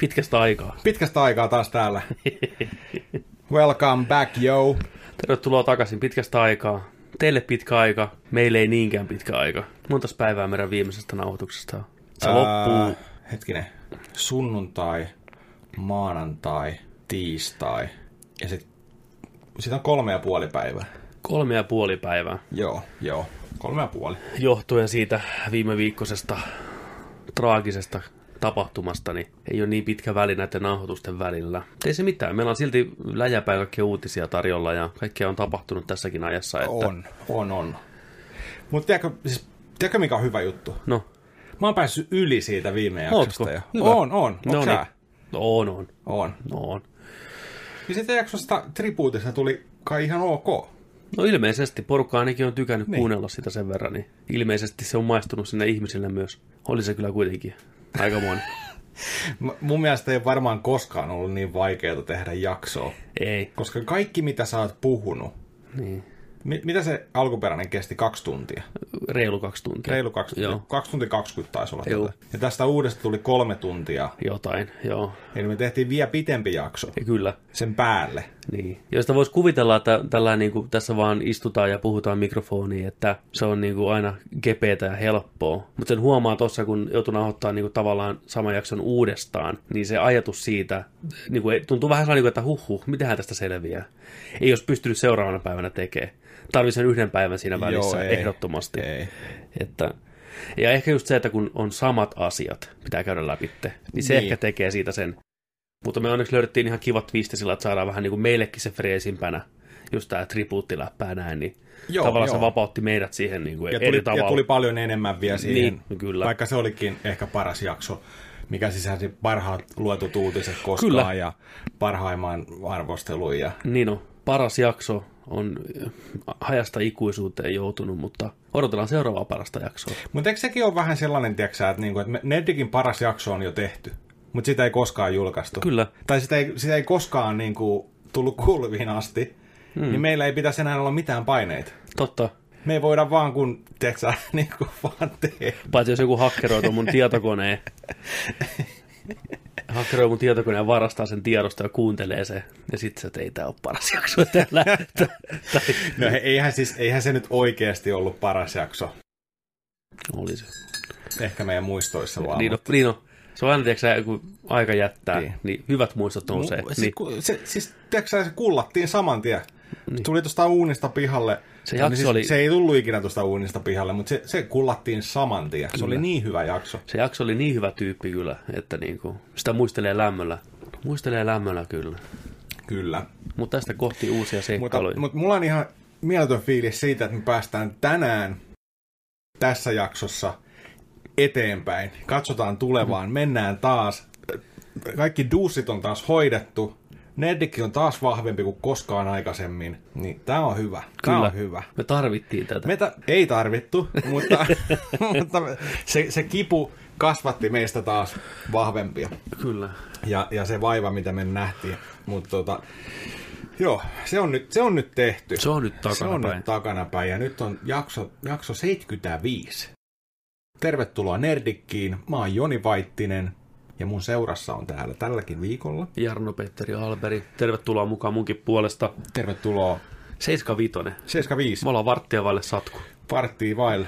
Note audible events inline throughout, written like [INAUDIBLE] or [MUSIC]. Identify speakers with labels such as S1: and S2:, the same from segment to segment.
S1: Pitkästä aikaa.
S2: Pitkästä aikaa taas täällä. Welcome back, yo.
S1: Tervetuloa takaisin pitkästä aikaa. Teille pitkä aika, meille ei niinkään pitkä aika. Monta päivää meidän viimeisestä nauhoituksesta on? Se
S2: Ää,
S1: loppuu.
S2: Hetkinen. Sunnuntai, maanantai, tiistai. Ja sit, sit on kolme ja puoli päivää.
S1: Kolme ja puoli päivää.
S2: Joo, joo. Kolme ja puoli.
S1: Johtuen siitä viime viikkoisesta traagisesta tapahtumasta, niin ei ole niin pitkä väli näiden nauhoitusten välillä. Mutta Ei se mitään, meillä on silti läjäpäin kaikkia uutisia tarjolla ja kaikkea on tapahtunut tässäkin ajassa. Että...
S2: On, on, on. Mutta tiedätkö, siis, tiedätkö mikä on hyvä juttu?
S1: No,
S2: Mä oon päässyt yli siitä viime
S1: Ootko?
S2: jaksosta jo.
S1: Hyvä.
S2: On, on.
S1: no niin.
S2: Onks sä?
S1: On, on,
S2: On.
S1: no on.
S2: Ja siitä jaksosta tribuutista tuli kai ihan ok.
S1: No ilmeisesti porukka ainakin on tykännyt niin. kuunnella sitä sen verran, niin ilmeisesti se on maistunut sinne ihmisille myös. Oli se kyllä kuitenkin aikamoinen.
S2: M- mun mielestä ei varmaan koskaan ollut niin vaikeaa tehdä jaksoa,
S1: Ei,
S2: koska kaikki mitä sä oot puhunut,
S1: niin.
S2: mi- mitä se alkuperäinen kesti kaksi tuntia?
S1: Reilu kaksi tuntia.
S2: Reilu kaksi,
S1: Joo,
S2: kaksi tuntia 20 taisi olla.
S1: Joo.
S2: tätä. Ja tästä uudesta tuli kolme tuntia,
S1: jotain, joo.
S2: eli me tehtiin vielä pitempi jakso
S1: Ja kyllä,
S2: sen päälle.
S1: Niin. Josta voisi kuvitella, että tällä niin kuin, tässä vaan istutaan ja puhutaan mikrofoniin, että se on niin kuin, aina kepeätä ja helppoa. Mutta sen huomaa tuossa, kun joutuu nauhoittamaan niin kuin, tavallaan saman jakson uudestaan, niin se ajatus siitä niin kuin, tuntuu vähän sellainen, niin kuin, että huhhuh, mitähän tästä selviää. Ei olisi pystynyt seuraavana päivänä tekemään. Tarvii sen yhden päivän siinä välissä
S2: ei.
S1: ehdottomasti.
S2: Ei.
S1: Että, ja ehkä just se, että kun on samat asiat, pitää käydä läpi, niin se
S2: Niin.
S1: niin. ehkä tekee siitä sen. Mutta me onneksi löydettiin ihan kivat twisti sillä, että saadaan vähän niin kuin meillekin se freesimpänä, just tämä tribuuttiläppää näin, niin
S2: Joo,
S1: joo, tavallaan
S2: joo.
S1: se vapautti meidät siihen niin kuin
S2: Ja
S1: eri
S2: tuli,
S1: tavalla.
S2: ja tuli paljon enemmän vielä siihen,
S1: Niin, kyllä.
S2: vaikka se olikin ehkä paras jakso, mikä sisälsi parhaat luetut uutiset koskaan
S1: Kyllä.
S2: ja parhaimman arvostelun ja
S1: Niin on, paras jakso on äh, hajasta ikuisuuteen joutunut, mutta odotellaan seuraavaa parasta jaksoa.
S2: Mutta eikö sekin ole vähän sellainen, tiiäksä, että, niinku, että me- Neddikin paras jakso on jo tehty, mutta sitä ei koskaan julkaistu.
S1: Kyllä.
S2: Tai sitä ei, sitä ei koskaan niinku, tullut kuuluviin asti, mm.
S1: Hmm.
S2: niin meillä ei pitäisi enää olla mitään paineita.
S1: Totta,
S2: Me ei voida vaan kun, tiiäksä, [LAUGHS] niinku, vaan tehdä.
S1: paitsi jos joku hakkeroi tuon mun
S2: [LAUGHS]
S1: tietokoneen. Hakkeroi mun tietokoneen ja varastaa sen tiedosta ja kuuntelee se. Ja sit se, että ei tää ole paras jakso tällä. tai
S2: No he- eihän, siis, eihän se nyt oikeasti ollut paras jakso.
S1: oli se.
S2: Ehkä meidän muistoissa vaan.
S1: Niin on, niin on. Se on aina, tiiäksä, kun aika jättää,
S2: Niin.
S1: niin, niin hyvät muistot nousee.
S2: Mu-
S1: niin,
S2: se, ku- se, siis, tiiäksä, se kullattiin saman tien. Niin. Tuli tuosta uunista pihalle. niin siis
S1: Se jakso oli-
S2: se ei tullut ikinä tuosta uunista pihalle, mutta se, se kullattiin saman tien. Se oli niin hyvä jakso.
S1: se jakso oli niin hyvä tyyppi kyllä, että niinku, sitä muistelee lämmöllä. Muistelee lämmöllä kyllä.
S2: Kyllä.
S1: Mutta tästä kohti uusia
S2: Mutta,
S1: seikkailuja.
S2: mutta mulla on ihan mieletön fiilis siitä, että me päästään tänään tässä jaksossa eteenpäin. Katsotaan tulevaan, mennään taas. Kaikki duusit on taas hoidettu. Neddikin on taas vahvempi kuin koskaan aikaisemmin. Niin tää on hyvä. Tää
S1: Kyllä.
S2: on hyvä.
S1: Me tarvittiin tätä.
S2: Meitä ei tarvittu, [LAUGHS] mutta, mutta se, se kipu kasvatti meistä taas vahvempia.
S1: Kyllä.
S2: Ja, ja se vaiva, mitä me nähtiin. Mutta tota, joo, se on, nyt, se on nyt tehty.
S1: Se on nyt
S2: se on
S1: takanapäin.
S2: nyt takanapäin. Ja nyt on jakso, jakso 75. Tervetuloa Nerdikkiin. Mä oon Joni Vaittinen ja mun seurassa on täällä tälläkin viikolla.
S1: Jarno-Petteri Alberi, tervetuloa mukaan munkin puolesta.
S2: Tervetuloa
S1: 75.
S2: 75.
S1: Me ollaan varttia vaille satku.
S2: Parttii vaille.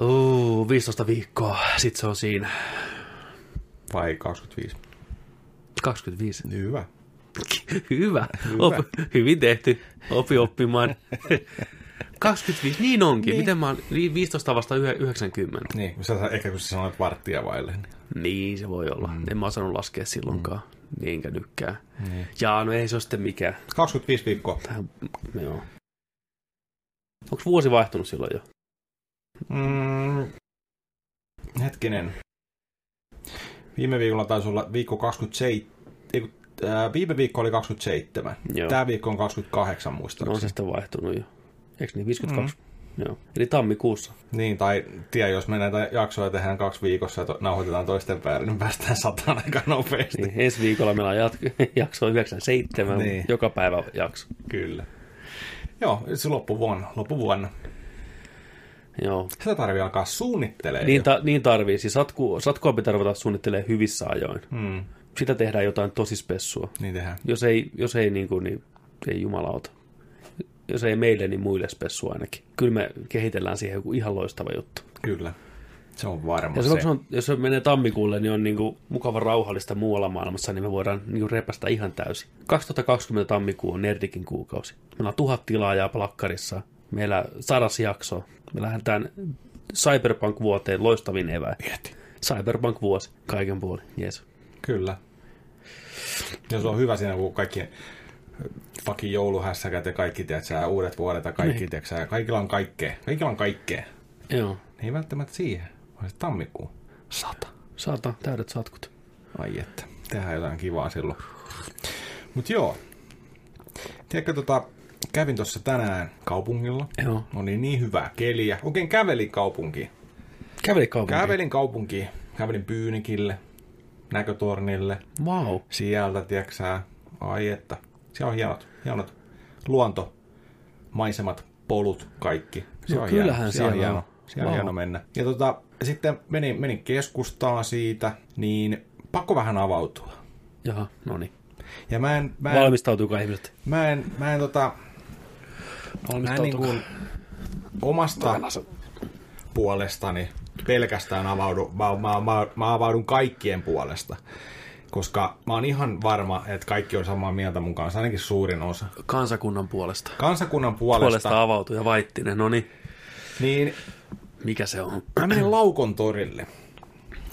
S1: Uu, 15 viikkoa, sit se on siinä.
S2: Vai 25.
S1: 25.
S2: Hyvä.
S1: Hyvä. Op, hyvin tehty. Opi oppimaan. 25, niin onkin. Niin. Miten mä oon, niin 15 vasta yhe- 90.
S2: Niin, kun sä, ehkä kun sä sanoit varttia vaille. niin-
S1: Niin se voi olla. Mm. En mä osannut laskea silloinkaan. Mm. Niinkä nykkää. Niin. Jaa, no ei se ole sitten mikään.
S2: 25 viikkoa.
S1: Tähän, joo. Onko vuosi vaihtunut silloin jo?
S2: Mm, hetkinen. Viime viikolla taisi olla viikko 27. Ei, kun, ää, viime viikko oli 27.
S1: Joo.
S2: Tämä viikko on 28
S1: No on
S2: muistaakseni.
S1: se sitten vaihtunut jo. Eikö niin? 52? Mm. Joo. Eli tammikuussa.
S2: Niin, tai tie, jos me näitä jaksoja tehdään kaksi viikossa ja to- nauhoitetaan toisten päälle, niin päästään sataan aika nopeasti.
S1: Niin, ensi viikolla meillä on jatk- [LAUGHS] jakso 97,
S2: Niin.
S1: niin. joka päivä jakso.
S2: Kyllä. Joo, se loppuvuonna. loppuvuonna.
S1: Joo.
S2: Sitä tarvii alkaa suunnittelemaan.
S1: Niin,
S2: jo.
S1: ta, niin tarvii. Siis satku, satkua pitää ruveta suunnittelemaan hyvissä ajoin.
S2: mm,
S1: Sitä tehdään jotain tosi spessua.
S2: niin tehdään.
S1: Jos ei, jos ei niin, kuin, niin ei jumalauta. Jos ei meille, niin muille spessua ainakin. Kyllä me kehitellään siihen joku ihan loistava juttu.
S2: Kyllä. Se on varma
S1: Ja
S2: se.
S1: silloin, kun se on, jos se menee tammikuulle, niin on niin kuin mukava rauhallista muualla maailmassa, niin me voidaan niin kuin repästä ihan täysin. 2020 tammikuu on Nerdikin kuukausi. Meillä on tuhat tilaajaa plakkarissa. Meillä sadas jakso. Me lähdetään Cyberpunk-vuoteen loistavin eväin.
S2: Iet.
S1: Cyberpunk-vuosi kaiken puolin, jees.
S2: Kyllä. Ja se on hyvä siinä, kun kaikki fucking jouluhässäkät ja kaikki, tiedätkö, uudet vuodet ja kaikki, tiedätkö, kaikilla on kaikkea. Kaikilla on kaikkea.
S1: Joo,
S2: Ne Ei välttämättä siihen, vaan se tammikuun. Sata.
S1: saata täydet satkut.
S2: Ai että, tehdään jotain kivaa silloin. Mut joo. Tiedätkö, tota, kävin tuossa tänään kaupungilla.
S1: Joo.
S2: Oli niin hyvää keliä. Oikein kävelin kaupunkiin.
S1: Käveli kaupunkiin.
S2: Kävelin kaupunkiin. Kävelin Pyynikille, näkötornille,
S1: Wow.
S2: sieltä, tiedäksää. Ai että. Siellä on hienot, hienot luonto, maisemat, polut, kaikki. Se
S1: No
S2: on
S1: kyllähän
S2: hieno.
S1: siellä
S2: on. Hieno.
S1: on.
S2: Siellä on
S1: Vau.
S2: hieno mennä. Ja tota, sitten menin, menin keskustaan siitä, niin pakko vähän avautua.
S1: Jaha, no niin.
S2: Ja mä en, mä en,
S1: Valmistautuuko ihmiset?
S2: mä en, mä en, tota, mä en niin
S1: Valmistautuuko?
S2: kuin omasta puolestani pelkästään avaudu, mä, mä, mä, mä avaudun kaikkien puolesta. Koska mä oon ihan varma, että kaikki on samaa mieltä mun kanssa, ainakin suurin osa.
S1: Kansakunnan puolesta.
S2: Kansakunnan puolesta,
S1: Puolesta avautui ja Vaittinen, no niin.
S2: niin
S1: Mikä se on?
S2: mä menin Laukon torille.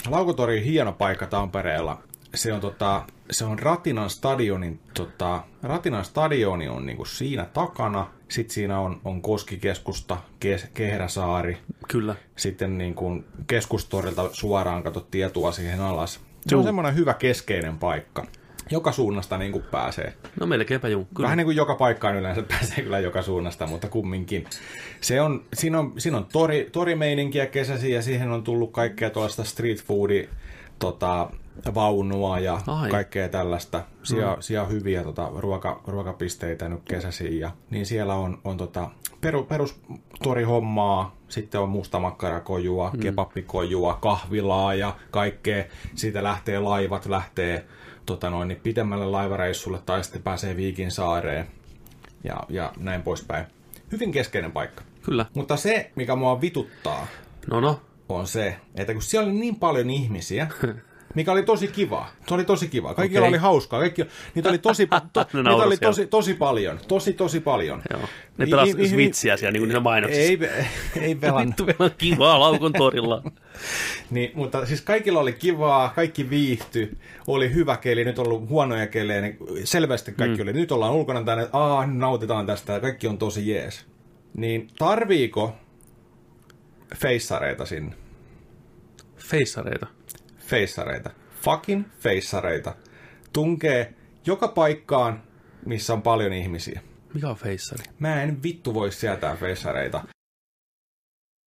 S2: Laukontori on hieno paikka Tampereella. Se on, tota, se on Ratinan stadionin, tota, Ratinan stadioni on niinku siinä takana. Sitten siinä on, on Koskikeskusta, Kes- Kehräsaari.
S1: Kyllä.
S2: Sitten niin kuin keskustorilta suoraan kato tietua siihen alas. Se on
S1: Juu.
S2: semmoinen hyvä keskeinen paikka. Joka suunnasta niin kuin pääsee.
S1: No melkeinpä juu, kyllä.
S2: Vähän niin kuin joka paikkaan yleensä [LAUGHS] pääsee kyllä joka suunnasta, mutta kumminkin. Se on, siinä on, siinä on tori, torimeininkiä kesäsi ja siihen on tullut kaikkea tuollaista street foodi tota, vaunua ja
S1: Ai.
S2: kaikkea tällaista. Siellä, mm. siellä on hyviä tota, ruoka, ruokapisteitä nyt kesäsi ja niin siellä on, on tota, peru, perustorihommaa, sitten on mustamakkarakojua, mm. kebappikojua, kahvilaa ja kaikkea. Siitä lähtee laivat, lähtee tota noin, niin pitemmälle laivareissulle tai sitten pääsee Viikin saareen ja, ja näin poispäin. Hyvin keskeinen paikka.
S1: Kyllä.
S2: Mutta se, mikä mua vituttaa,
S1: No no,
S2: on se, että kun siellä oli niin paljon ihmisiä, mikä oli tosi kiva. Se oli tosi kiva. Kaikilla
S1: Okei.
S2: oli hauskaa. Kaikki, niitä oli, tosi, to,
S1: [LAUGHS] Ne
S2: niitä
S1: nauroi
S2: oli
S1: siellä.
S2: tosi, tosi paljon. Tosi, tosi paljon.
S1: joo. Ne
S2: I-
S1: pelas
S2: i- i-
S1: Switchiä siellä, niin kuin niillä [LAUGHS] mainoksissa.
S2: Ei, [LAUGHS] ei pelannut.
S1: Vittu, meillä on kivaa laukon
S2: [LAUGHS]
S1: torilla.
S2: Niin, mutta siis kaikilla oli kivaa, kaikki viihty, oli hyvä keli, nyt on ollut huonoja kelejä, niin selvästi kaikki mm. oli. Nyt ollaan ulkona tänne, aah, nautitaan tästä, kaikki on tosi jees. Niin tarviiko feissareita sinne?
S1: Feissareita.
S2: feissareita. Fucking feissareita. Tunkee joka paikkaan, missä on paljon ihmisiä.
S1: Mikä on feissari?
S2: Mä en vittu voi sietää feissareita.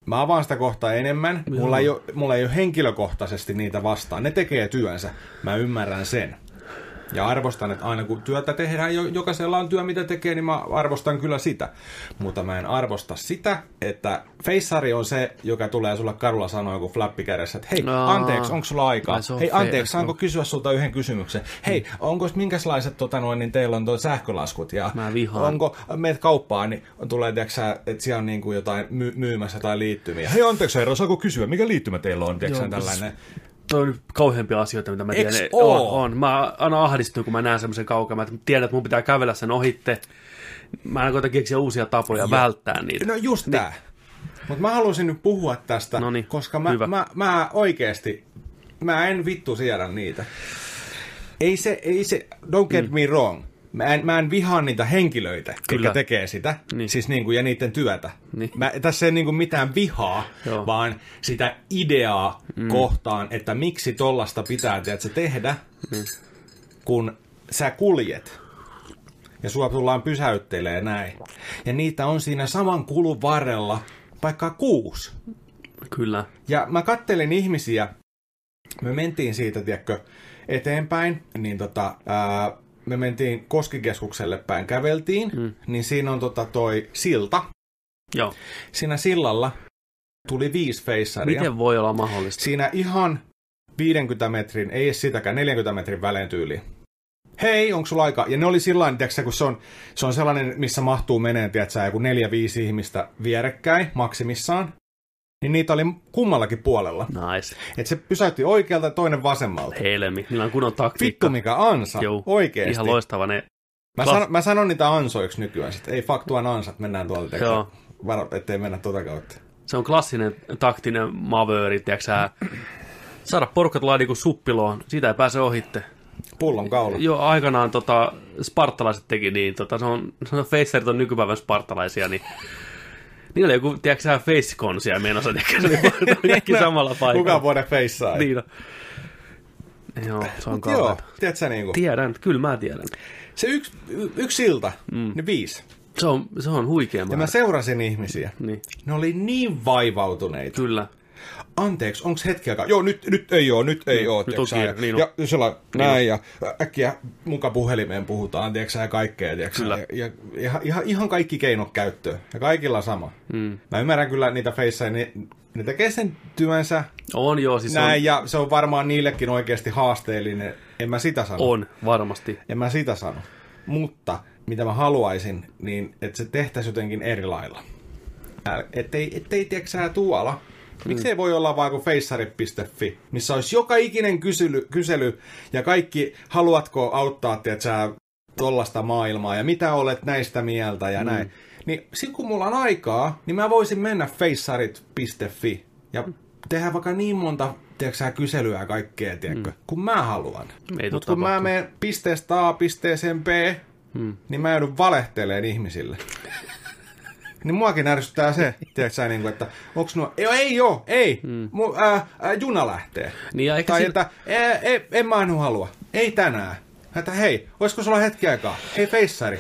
S2: Mä avaan sitä kohtaa enemmän. Mulla ei, ole, mulla ei ole henkilökohtaisesti niitä vastaan. Ne tekee työnsä. Mä ymmärrän sen. Ja arvostan, että aina kun työtä tehdään, jo- jokaisella on työ, mitä tekee, niin mä arvostan kyllä sitä. Mutta mä en arvosta sitä, että feissari on se, joka tulee sulle kadulla sanoa kun flappi kädessä, että hei,
S1: Aa.
S2: anteeksi, onko sulla aikaa?
S1: Ai, se on Mm.
S2: Hei,
S1: fe-
S2: anteeksi, saanko
S1: no.
S2: kysyä sulta yhden kysymyksen? Hei, onko minkälaiset tota noin, niin teillä on tuo sähkölaskut ja
S1: Mä vihaan.
S2: onko, meet kauppaan, niin tulee, tiiäksä, että siellä on niin kuin jotain my- myymässä tai liittymiä. Hei, anteeksi herra, saako kysyä, mikä liittymä teillä on, tiiäksä,
S1: Joo,
S2: tällainen?
S1: Toi on kauheampia asioita, mitä mä
S2: Eks
S1: tiedän.
S2: oo?
S1: On, on. Mä aina ahdistun, kun mä näen semmoisen kaukaa. Mä tiedän, että mun pitää kävellä sen ohitte. Mä aina koitan keksiä uusia tapoja ja. välttää niitä.
S2: No just tää. Mutta mä halusin nyt puhua tästä,
S1: Niin. Noniin,
S2: koska mä,
S1: hyvä.
S2: mä, mä oikeesti, mä en vittu siedä niitä. Ei se, ei se, don't get me wrong. Mä en, mä en vihaa niitä henkilöitä,
S1: Mm. Kyllä.
S2: jotka tekee sitä,
S1: Niin.
S2: niin. siis niin kuin, ja niiden työtä.
S1: Niin.
S2: Mä, tässä ei niin kuin mitään vihaa,
S1: Joo.
S2: vaan sitä ideaa mm. kohtaan, että miksi tollasta pitää tiedätkö, tehdä, mm. kun sä kuljet ja sua tullaan pysäyttelee näin. Ja niitä on siinä saman kulun varrella vaikka kuusi.
S1: Kyllä.
S2: Ja mä kattelin ihmisiä, me mentiin siitä, tiedätkö, eteenpäin, niin tota, ää, me mentiin Koskikeskukselle päin, käveltiin, mm. niin siinä on tota toi silta.
S1: Joo.
S2: Siinä sillalla tuli viisi feissaria.
S1: Miten voi olla mahdollista?
S2: Siinä ihan 50 metrin, ei edes sitäkään, 40 metrin välein tyyliin. Hei, onko sulla aika? Ja ne oli sillä lailla, tiiäksä, kun se on, se on sellainen, missä mahtuu meneen, tiedätkö, joku neljä, viisi ihmistä vierekkäin maksimissaan. Niin niitä oli kummallakin puolella.
S1: Nice.
S2: Et se pysäytti oikealta ja toinen vasemmalta.
S1: Helmi. Niillä on kunnon taktiikka.
S2: Vittu mikä ansa,
S1: Juu,
S2: oikeesti.
S1: Ihan loistava ne.
S2: Mä,
S1: Klas-
S2: san, mä sanon niitä ansoiksi nykyään, sit. ei faktuan ansat, mennään tuolta tekemään.
S1: Joo.
S2: Varo, ettei mennä tuota kautta.
S1: Se on klassinen taktinen mavööri, tiedätkö sä? Saada porukat laadi kuin suppiloon. Siitä ei pääse ohitte.
S2: Pullon kaula.
S1: Joo, aikanaan tota, spartalaiset teki niin, tota, se on, se on facerit on nykypäivän spartalaisia, niin niillä oli joku, tiedätkö sä, facecon siellä menossa, tiedätkö, se oli
S2: [LAUGHS]
S1: kaikki
S2: No,
S1: samalla
S2: Kukaan
S1: paikalla.
S2: vuoden feissaa.
S1: Niin on. Joo, se on
S2: Mut joo,
S1: kauheata.
S2: tiedätkö niinku,
S1: Tiedän, kyllä mä tiedän.
S2: se yksi, y- yksi silta, mm. ne viisi.
S1: Se on, se on huikea
S2: Ja
S1: määrä.
S2: mä seurasin ihmisiä.
S1: Niin,
S2: Ne oli niin vaivautuneita.
S1: kyllä.
S2: Anteeksi, onko hetki aikaa? Joo, nyt, nyt ei oo, nyt ei oo.
S1: nyt
S2: tiedätkö
S1: on
S2: sä,
S1: kiire, niin
S2: ja, ja sillä näin, ja äkkiä muka puhelimeen puhutaan, tiedätkö sä, ja kaikkea, tiedätkö sä,
S1: Kyllä.
S2: Ja, ja ihan- ihan, ihan kaikki keinot käyttöön. Ja kaikilla sama.
S1: Mm.
S2: Mä ymmärrän kyllä niitä feissejä, ne, ne tekee sen työnsä,
S1: On joo, siis
S2: näin, ja se on varmaan niillekin oikeasti haasteellinen. En mä sitä sano.
S1: on, on varmasti.
S2: En mä sitä sano. Mutta mitä mä haluaisin, niin että se tehtäisiin jotenkin eri lailla. Ää, Ettei, ettei tiedäksä tuolla. Miksei voi olla vaan kuin feissari.fi, missä olisi joka ikinen kysely, kysely ja kaikki, haluatko auttaa, tiedätkö tollasta maailmaa ja mitä olet näistä mieltä ja näin. Niin sit kun mulla on aikaa, niin mä voisin mennä feissarit.fi ja tehdä vaikka niin monta tiedätkö, sä, kyselyä ja kaikkea, tiedätkö, mm. kun mä haluan.
S1: Ei tuu
S2: Mutta kun mä
S1: tapahtumaan.
S2: menen pisteestä A pisteeseen B, hmm. niin mä joudun valehteleen ihmisille. niin muakin ärsyttää se, tiedätkö sä, niin kuin, että onks nuo, ei, ei oo, ei, hmm. Mu, ää, ää, juna lähtee.
S1: Mm. Niin, ja ehkä
S2: tai
S1: sillä-
S2: että ää, ei, en mä ainu halua, ei tänään. Että hei, olisiko sulla hetki aikaa, hei feissari.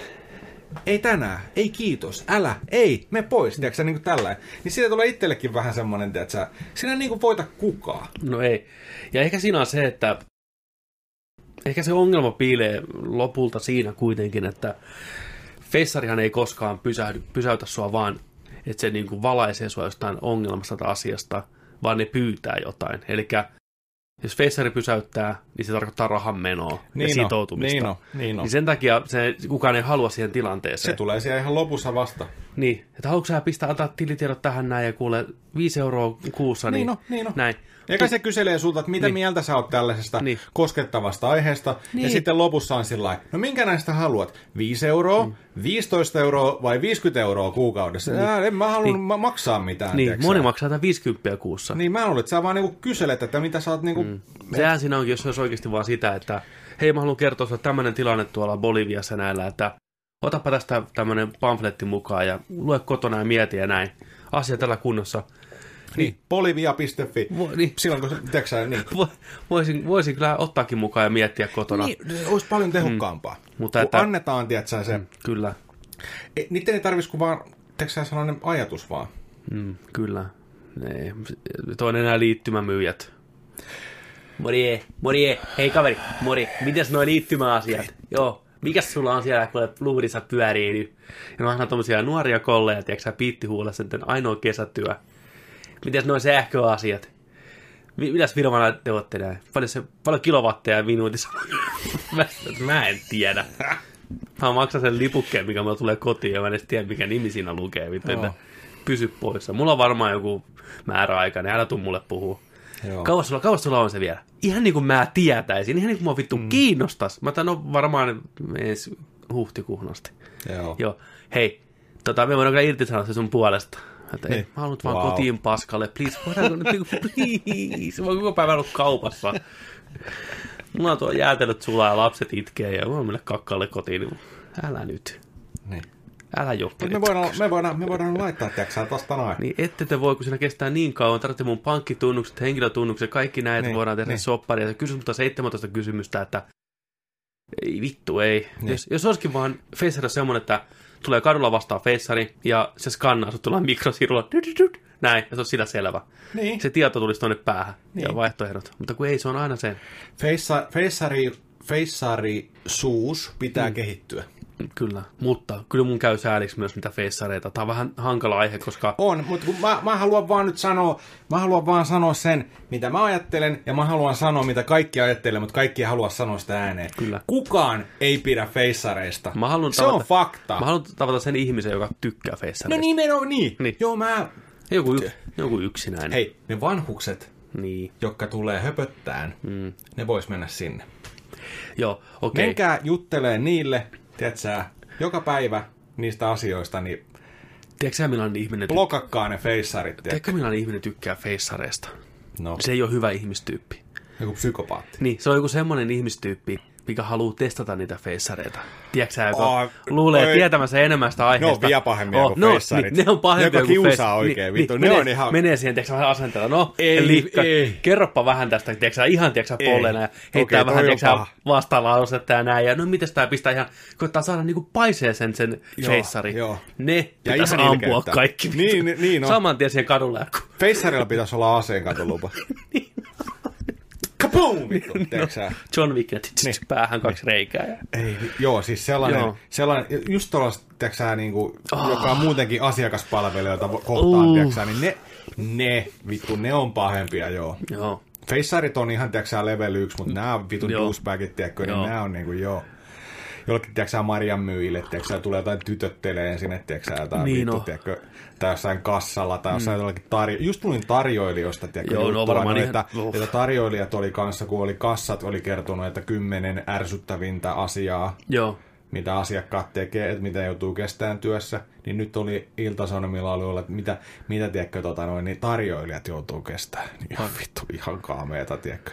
S2: Ei tänään, ei kiitos, älä, ei, me pois, tiedätkö sä, niin kuin tällainen. Niin siitä tulee itsellekin vähän semmonen, tiedätkö sä, sinä niin kuin voita kukaan.
S1: No ei. Ja ehkä siinä on se, että ehkä se ongelma piilee lopulta siinä kuitenkin, että fessarihan ei koskaan pysähdy, pysäytä sua vaan, että se niin kuin valaisee sua jostain ongelmasta tai asiasta, vaan ne pyytää jotain. Eli jos fessari pysäyttää, niin se tarkoittaa rahan menoa ja
S2: on,
S1: sitoutumista.
S2: Niin on, niin on.
S1: Niin sen takia se, kukaan ei halua siihen tilanteeseen.
S2: Se tulee siellä ihan lopussa vasta.
S1: Niin, että haluatko sä pistää, antaa tilitiedot tähän näin ja kuule 5 euroa kuussa, niin,
S2: Niin on, niin on.
S1: näin.
S2: Eikä se kyselee sulta, että mitä niin. mieltä sä oot tällaisesta
S1: Niin.
S2: niin. koskettavasta aiheesta. Niin.
S1: Niin.
S2: Ja sitten lopussa on sillä no minkä näistä haluat? 5 euroa, mm. 15 euroa vai 50 euroa kuukaudessa? Niin. en mä halunnut niin. maksaa mitään.
S1: Niin,
S2: tiedätkö
S1: moni
S2: sä.
S1: maksaa tämän 50 kuussa. Niin.
S2: Niin mä luulen, että sä vaan niinku kyselet, että mitä sä oot niinku... Mm.
S1: Sehän siinä onkin, jos se olisi oikeasti vaan sitä, että hei mä haluan kertoa sinulle tämmöinen tilanne tuolla Boliviassa näillä, että otapa tästä tämmöinen pamfletti mukaan ja lue kotona ja mieti ja näin. Asia tällä kunnossa.
S2: Niin, polivia.fi.
S1: Vo, niin,
S2: Silloin kun, sä- tiedätkö sä, niin.
S1: vo, voisin, voisin kyllä ottaakin mukaan ja miettiä kotona. Niin.
S2: Niin, se olisi paljon tehokkaampaa. Mm.
S1: Mutta
S2: kun
S1: että-
S2: annetaan, tiedätkö sä, se... Mm.
S1: Kyllä,
S2: Niiden ei tarvitsisi kuin vaan, tiedätkö sä, sellainen ajatus vaan.
S1: mm, kyllä. Ei, toinen nämä liittymämyyjät. Morje, morje, hei kaveri, mori, mitäs noi liittymäasiat? Joo, mikäs sulla on siellä, kun luurissa pyörii nyt? Ja Niin ne on aina tommosia nuoria kolleja, tiedätkö sä, piittihuulessa, että ainoa kesätyö. Mitäs noi sähköasiat? Mi- Mitäs firmana te ootte näin? Paljon, se, paljon kilowatteja minuutissa? [LAUGHS] mä, sanoin, että mä en tiedä. Mä maksan sen lipukkeen, mikä mulla tulee kotiin, ja mä en edes tiedä, mikä nimi siinä lukee. Vittu,
S2: Joo.
S1: että pysy poissa. Mulla on varmaan joku määräaikainen, älä tuu mulle puhua.
S2: Joo.
S1: Kauas sulla, kauas sulla on se vielä. Ihan niin kuin mä tietäisin, ihan niin kuin mua vittu mm. kiinnostas. Mä tämän on varmaan ensi huhtikuuhun asti.
S2: Joo.
S1: Joo, hei, tota, me voidaan kyllä irtisanoa se sun puolesta. Mä ajattelin, ei,
S2: Niin.
S1: mä haluan vaan
S2: Wow.
S1: kotiin paskalle, please, voidaanko nyt, niinku, please, mä oon koko päivän ollut kaupassa. Mulla on tuo jäätelöt sulaa ja lapset itkee ja mä oon mennä kakkaalle kotiin, niin älä nyt,
S2: Niin.
S1: älä johtele.
S2: Me voidaan, me voidaan, me voidaan laittaa, tiedätkö tosta noin.
S1: Niin ette te voi, kun siinä kestää niin kauan. Tarvitsee mun pankkitunnukset, henkilötunnukset, kaikki näitä niin,
S2: Niin,
S1: voidaan tehdä niin.
S2: niin.
S1: soppari. Ja kysy mutta 17 kysymystä, että ei vittu, ei. Niin. Jos, jos olisikin vaan Facerilla semmoinen, että tulee kadulla vastaan Faceri ja se skannaa, sut tulee mikrosirulla, dydydyt, näin, ja se on sillä selvä.
S2: Niin.
S1: Se tieto tulisi tuonne päähän niin. ja
S2: Niin.
S1: vaihtoehdot. Mutta kun ei, se on aina se.
S2: Feissa- Feissari, feissari suus pitää mm. kehittyä.
S1: Kyllä, mutta kyllä mun käy sääliksi myös niitä feissareita. Tämä on vähän hankala aihe, koska...
S2: On, mutta kun mä, mä, haluan vaan nyt sanoa, mä haluan vaan sanoa sen, mitä mä ajattelen, ja mä haluan sanoa, mitä kaikki ajattelee, mutta kaikki ei halua sanoa sitä ääneen.
S1: Kyllä.
S2: Kukaan ei pidä feissareista.
S1: Mä haluan
S2: Se on fakta.
S1: Mä haluan tavata sen ihmisen, joka tykkää
S2: No
S1: feissareista.
S2: nimenomaan niin.
S1: Niin.
S2: Joo, mä...
S1: Joku, y- joku yksinäinen.
S2: Hei, ne vanhukset,
S1: Niin.
S2: jotka tulee höpöttään, mm. ne vois mennä sinne.
S1: Joo, okei. Okay.
S2: Menkää juttelee niille, tiedätkö, sä, joka päivä niistä asioista, niin
S1: Tiedätkö sä, millainen ihminen, ty-
S2: blokakkaa ne feissarit. tiedätkö?
S1: Tiedätkö, millainen ihminen tykkää feissareista?
S2: No,
S1: Se ei ole hyvä ihmistyyppi.
S2: joku psykopaatti.
S1: Niin, se on joku semmoinen ihmistyyppi, mikä haluaa testata niitä feissareita. Tiedätkö sä, joka
S2: Aa,
S1: luulee
S2: ei.
S1: tietämänsä enemmän sitä
S2: Ne
S1: aiheesta.
S2: on vielä pahempia kuin
S1: no,
S2: feissarit.
S1: Niin, ne on
S2: Ne,
S1: pahempia
S2: jotka
S1: kuin
S2: kiusaa
S1: feis-
S2: oikein, vittu, ne on ihan-
S1: Menee siihen, tiedätkö sä, asenteella. No,
S2: Ei,
S1: elikkä,
S2: ei.
S1: kerroppa vähän tästä, tiedätkö sä, ihan, tiedätkö sä,
S2: Ei.
S1: polleena ja heittää
S2: Okei, toi
S1: vähän,
S2: on
S1: tiedätkö sä,
S2: paha.
S1: vastalausetta ja näin. Ja no, mites tää pistää ihan, koittaa saada niinku paisee sen, sen
S2: Joo,
S1: feissari.
S2: joo.
S1: Ne pitäisi
S2: ihan
S1: ampua
S2: ilkeyttä.
S1: kaikki.
S2: Niin, niin, niin on.
S1: Saman tien siihen kadulle. ja ku-
S2: Feissarilla pitäisi olla
S1: [LAUGHS]
S2: aseenkantolupa.
S1: Niin.
S2: Kaboom! Vittu,
S1: no.
S2: tiedätkö sä?
S1: John Wick ja tsk, tsk,
S2: Niin.
S1: päähän kaksi reikää. ja-
S2: Ei, joo, siis sellainen,
S1: Joo. Ah.
S2: joo. sellainen just tuollaista, tiedätkö sä, niin kuin, joka on muutenkin asiakaspalvelija, jota vo- kohtaan,
S1: Uh.
S2: uh. tiedätkö sä, niin ne, ne, vittu, ne on pahempia, joo.
S1: Joo.
S2: Feissarit on ihan, tiedätkö sä, level 1, mutta nämä vitun
S1: Mm. Joo.
S2: douchebagit, tiedätkö, niin
S1: Joo.
S2: nämä on niin kuin, joo. Jollekin, tiedätkö sä, Marian myyjille, tiedätkö sä, tulee jotain tytötteleen sinne, tiedätkö sä, jotain
S1: Niin
S2: niin vittu,
S1: on. Mm.
S2: tiedätkö, tai jossain kassalla, tai jossain jollakin tarjo... Just tulin tarjoilijoista, tiedätkö,
S1: Joo, no
S2: juttua, niin
S1: varmaan ihan-
S2: että,
S1: uff.
S2: että tarjoilijat oli kanssa, kun oli kassat, oli kertonut, että kymmenen ärsyttävintä asiaa,
S1: Joo.
S2: mitä asiakkaat tekee, että mitä joutuu kestään työssä, niin nyt oli iltasanomilla alueella, että mitä, mitä tiedätkö, tota noin, niin tarjoilijat joutuu kestään. Niin Ihan [LAUGHS] vittu, ihan kaameeta, tiedätkö.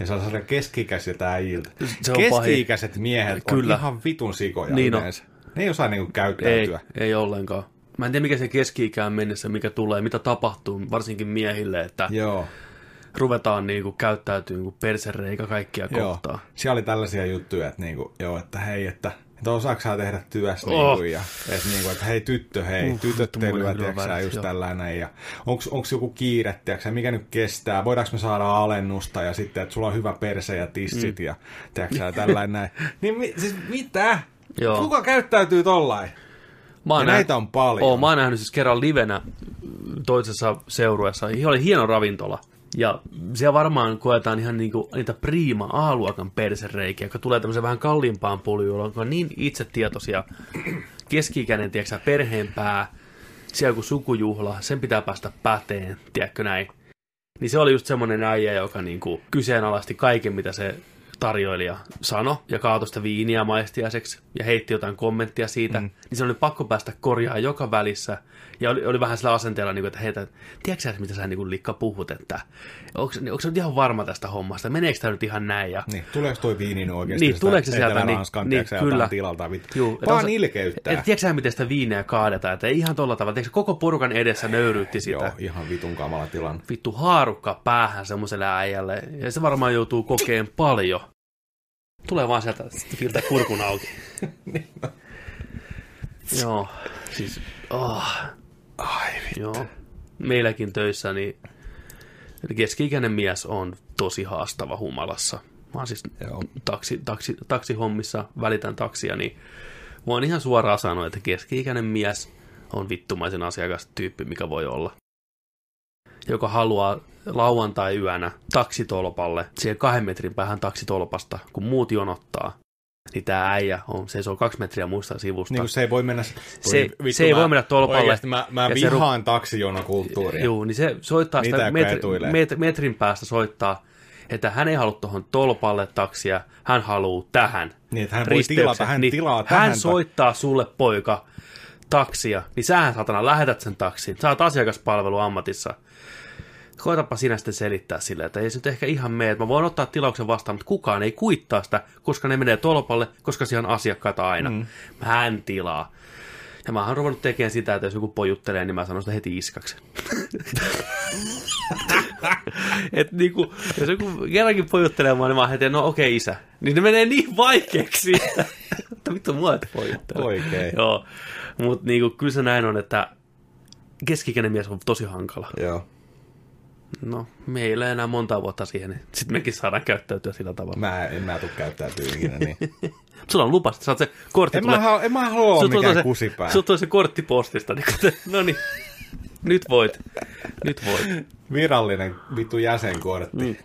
S2: Ja se on sellainen keski-ikäisiltä äijiltä.
S1: Se on
S2: Keski-ikäiset miehet
S1: Kyllä.
S2: on ihan vitun sikoja
S1: Niin
S2: niin
S1: on.
S2: yleensä. Ne ei osaa niinku
S1: Ei,
S2: käyttäytyä.
S1: ei ollenkaan. Mä en tiedä, mikä se keski-ikään mennessä, mikä tulee, mitä tapahtuu, varsinkin miehille, että ja.
S2: Joo,
S1: ruvetaan niinku käyttäytyy niinku persereikä kaikkia
S2: joo.
S1: kohtaan.
S2: Siellä oli tällaisia juttuja, että, niinku, joo, että hei, että että osaako sä tehdä työssä
S1: Oh.
S2: oh. niinku, ja että, niinku, että hei tyttö, hei, uh, tytöttelyä,
S1: mulle
S2: tiedätkö
S1: hyvä
S2: sä,
S1: värit,
S2: just
S1: joo.
S2: tällainen, ja onks, onks joku kiire, tiedätkö sä, mikä nyt kestää, voidaanko me saada alennusta, ja sitten, että sulla on hyvä perse ja tissit, mm. ja tiedätkö sä,
S1: [LAUGHS]
S2: tällainen näin. Niin mi, siis mitä?
S1: Joo.
S2: Kuka käyttäytyy tollain?
S1: Mä oon
S2: Ja näitä on paljon.
S1: Oo, mä oon nähnyt siis kerran livenä toisessa seurueessa. Hi- Oli hieno ravintola. Ja siellä varmaan koetaan ihan niinku niitä prima A-luokan persereikiä, jotka tulee tämmöiseen vähän kalliimpaan puljuun, jotka on niin itsetietoisia, [CLEARS THROAT] keski-ikäinen, tiedätkö, sä, perheenpää, siellä kun sukujuhla, sen pitää päästä päteen, tiedätkö näin. Niin se oli just semmoinen äijä, joka niinku kyseenalaisti kaiken, mitä se tarjoilija sano ja kaatoi sitä viiniä maistiaiseksi ja heitti jotain kommenttia siitä, mm. niin se oli pakko päästä korjaamaan joka välissä. Ja oli, oli vähän sillä asenteella, niin kuin, että heitä, tiedätkö sä, mitä sä niin kuin, Likka puhut, että onko sä nyt ihan varma tästä hommasta, meneekö tämä nyt ihan näin? Ja,
S2: Niin, tuleeko toi viini nyt oikeasti
S1: Niin, tuleeko se sieltä,
S2: Etelä-Ranskan,
S1: niin-
S2: tiedätkö sä,
S1: niin,
S2: jotain
S1: kyllä.
S2: tilalta, vittu.
S1: Juu, et on
S2: Vaan
S1: se-
S2: ilkeyttää.
S1: Et, tiedätkö sä, miten sitä viineä kaadetaan, että ei ihan tolla tavalla, tiedätkö, sä, koko porukan edessä nöyrytti sitä.
S2: Joo, ihan vitun kamala tilanne.
S1: vittu haarukka päähän semmoiselle äijälle. Ja se varmaan joutuu kokeen paljon. Tulee vaan sieltä siltä kurkun
S2: [LAUGHS]
S1: auki.
S2: Niin
S1: Joo, siis oh,
S2: Ai vittu.
S1: joo. Meilläkin töissä niin keski-ikäinen mies on tosi haastava humalassa. Mä oon siis
S2: Joo.
S1: taksi, taksi, taksihommissa, välitän taksia, niin voin ihan suoraan sanoa, että keski-ikäinen mies on vittumaisen asiakastyyppi, mikä voi olla. Joka haluaa lauantai-yönä taksitolpalle, siihen kahden metrin päähän taksitolpasta, kun muut jonottaa, niin tämä äijä on, se on kaksi metriä muista sivusta.
S2: Niin kuin se ei voi mennä...
S1: Se- se ei voi mennä tolpalle.
S2: Oikeasti mä, mä
S1: Ja se ru-
S2: vihaan taksijonokulttuuria.
S1: Joo, niin se soittaa
S2: Niitä,
S1: sitä
S2: jotka
S1: metri,
S2: etuilee.
S1: met, metrin päästä soittaa, että hän ei halua tuohon tolpalle taksia, hän haluaa tähän.
S2: Niin, että hän voi
S1: risteyksen.
S2: tilata, hän tilaa
S1: Niin, hän
S2: tähän.
S1: soittaa sulle poika taksia, niin sähän satana lähetät sen taksin. Sä oot asiakaspalvelu ammatissa. Koetapa sinä sitten selittää sille, että ei se nyt ehkä ihan mene. että Mä voin ottaa tilauksen vastaan, mutta kukaan ei kuittaa sitä, koska ne menee tolpalle, koska siellä on asiakkaita aina. Mm. Hän tilaa. Ja mä oon ruvennut tekemään sitä, että jos joku pojuttelee, niin mä sanon sitä heti iskaksi. [LAUGHS] Et niinku, jos joku kerrankin pojuttelee mua, niin mä oon heti, no okei okay, isä. Niin ne menee niin [LAUGHS] vaikeaksi, että, että vittu mua et pojuttele.
S2: Oikein.
S1: Joo, mutta niinku, kyllä se näin on, että keskikäinen mies on tosi hankala.
S2: Joo.
S1: No, me ei ole enää monta vuotta siihen, niin sitten mekin saadaan käyttäytyä sillä tavalla.
S2: Mä en mä tuu käyttäytyy
S1: [LAUGHS]
S2: ikinä niin.
S1: Sulla on lupa, sä saat se kortti.
S2: En mä, halua, en mä halua olla
S1: Sulla tulee
S2: mikään
S1: se-
S2: kusipää.
S1: sulla tulee se kortti postista. Niin kuin, [LAUGHS] no niin, nyt voit. Nyt voit.
S2: Virallinen vittu jäsenkortti. Mm.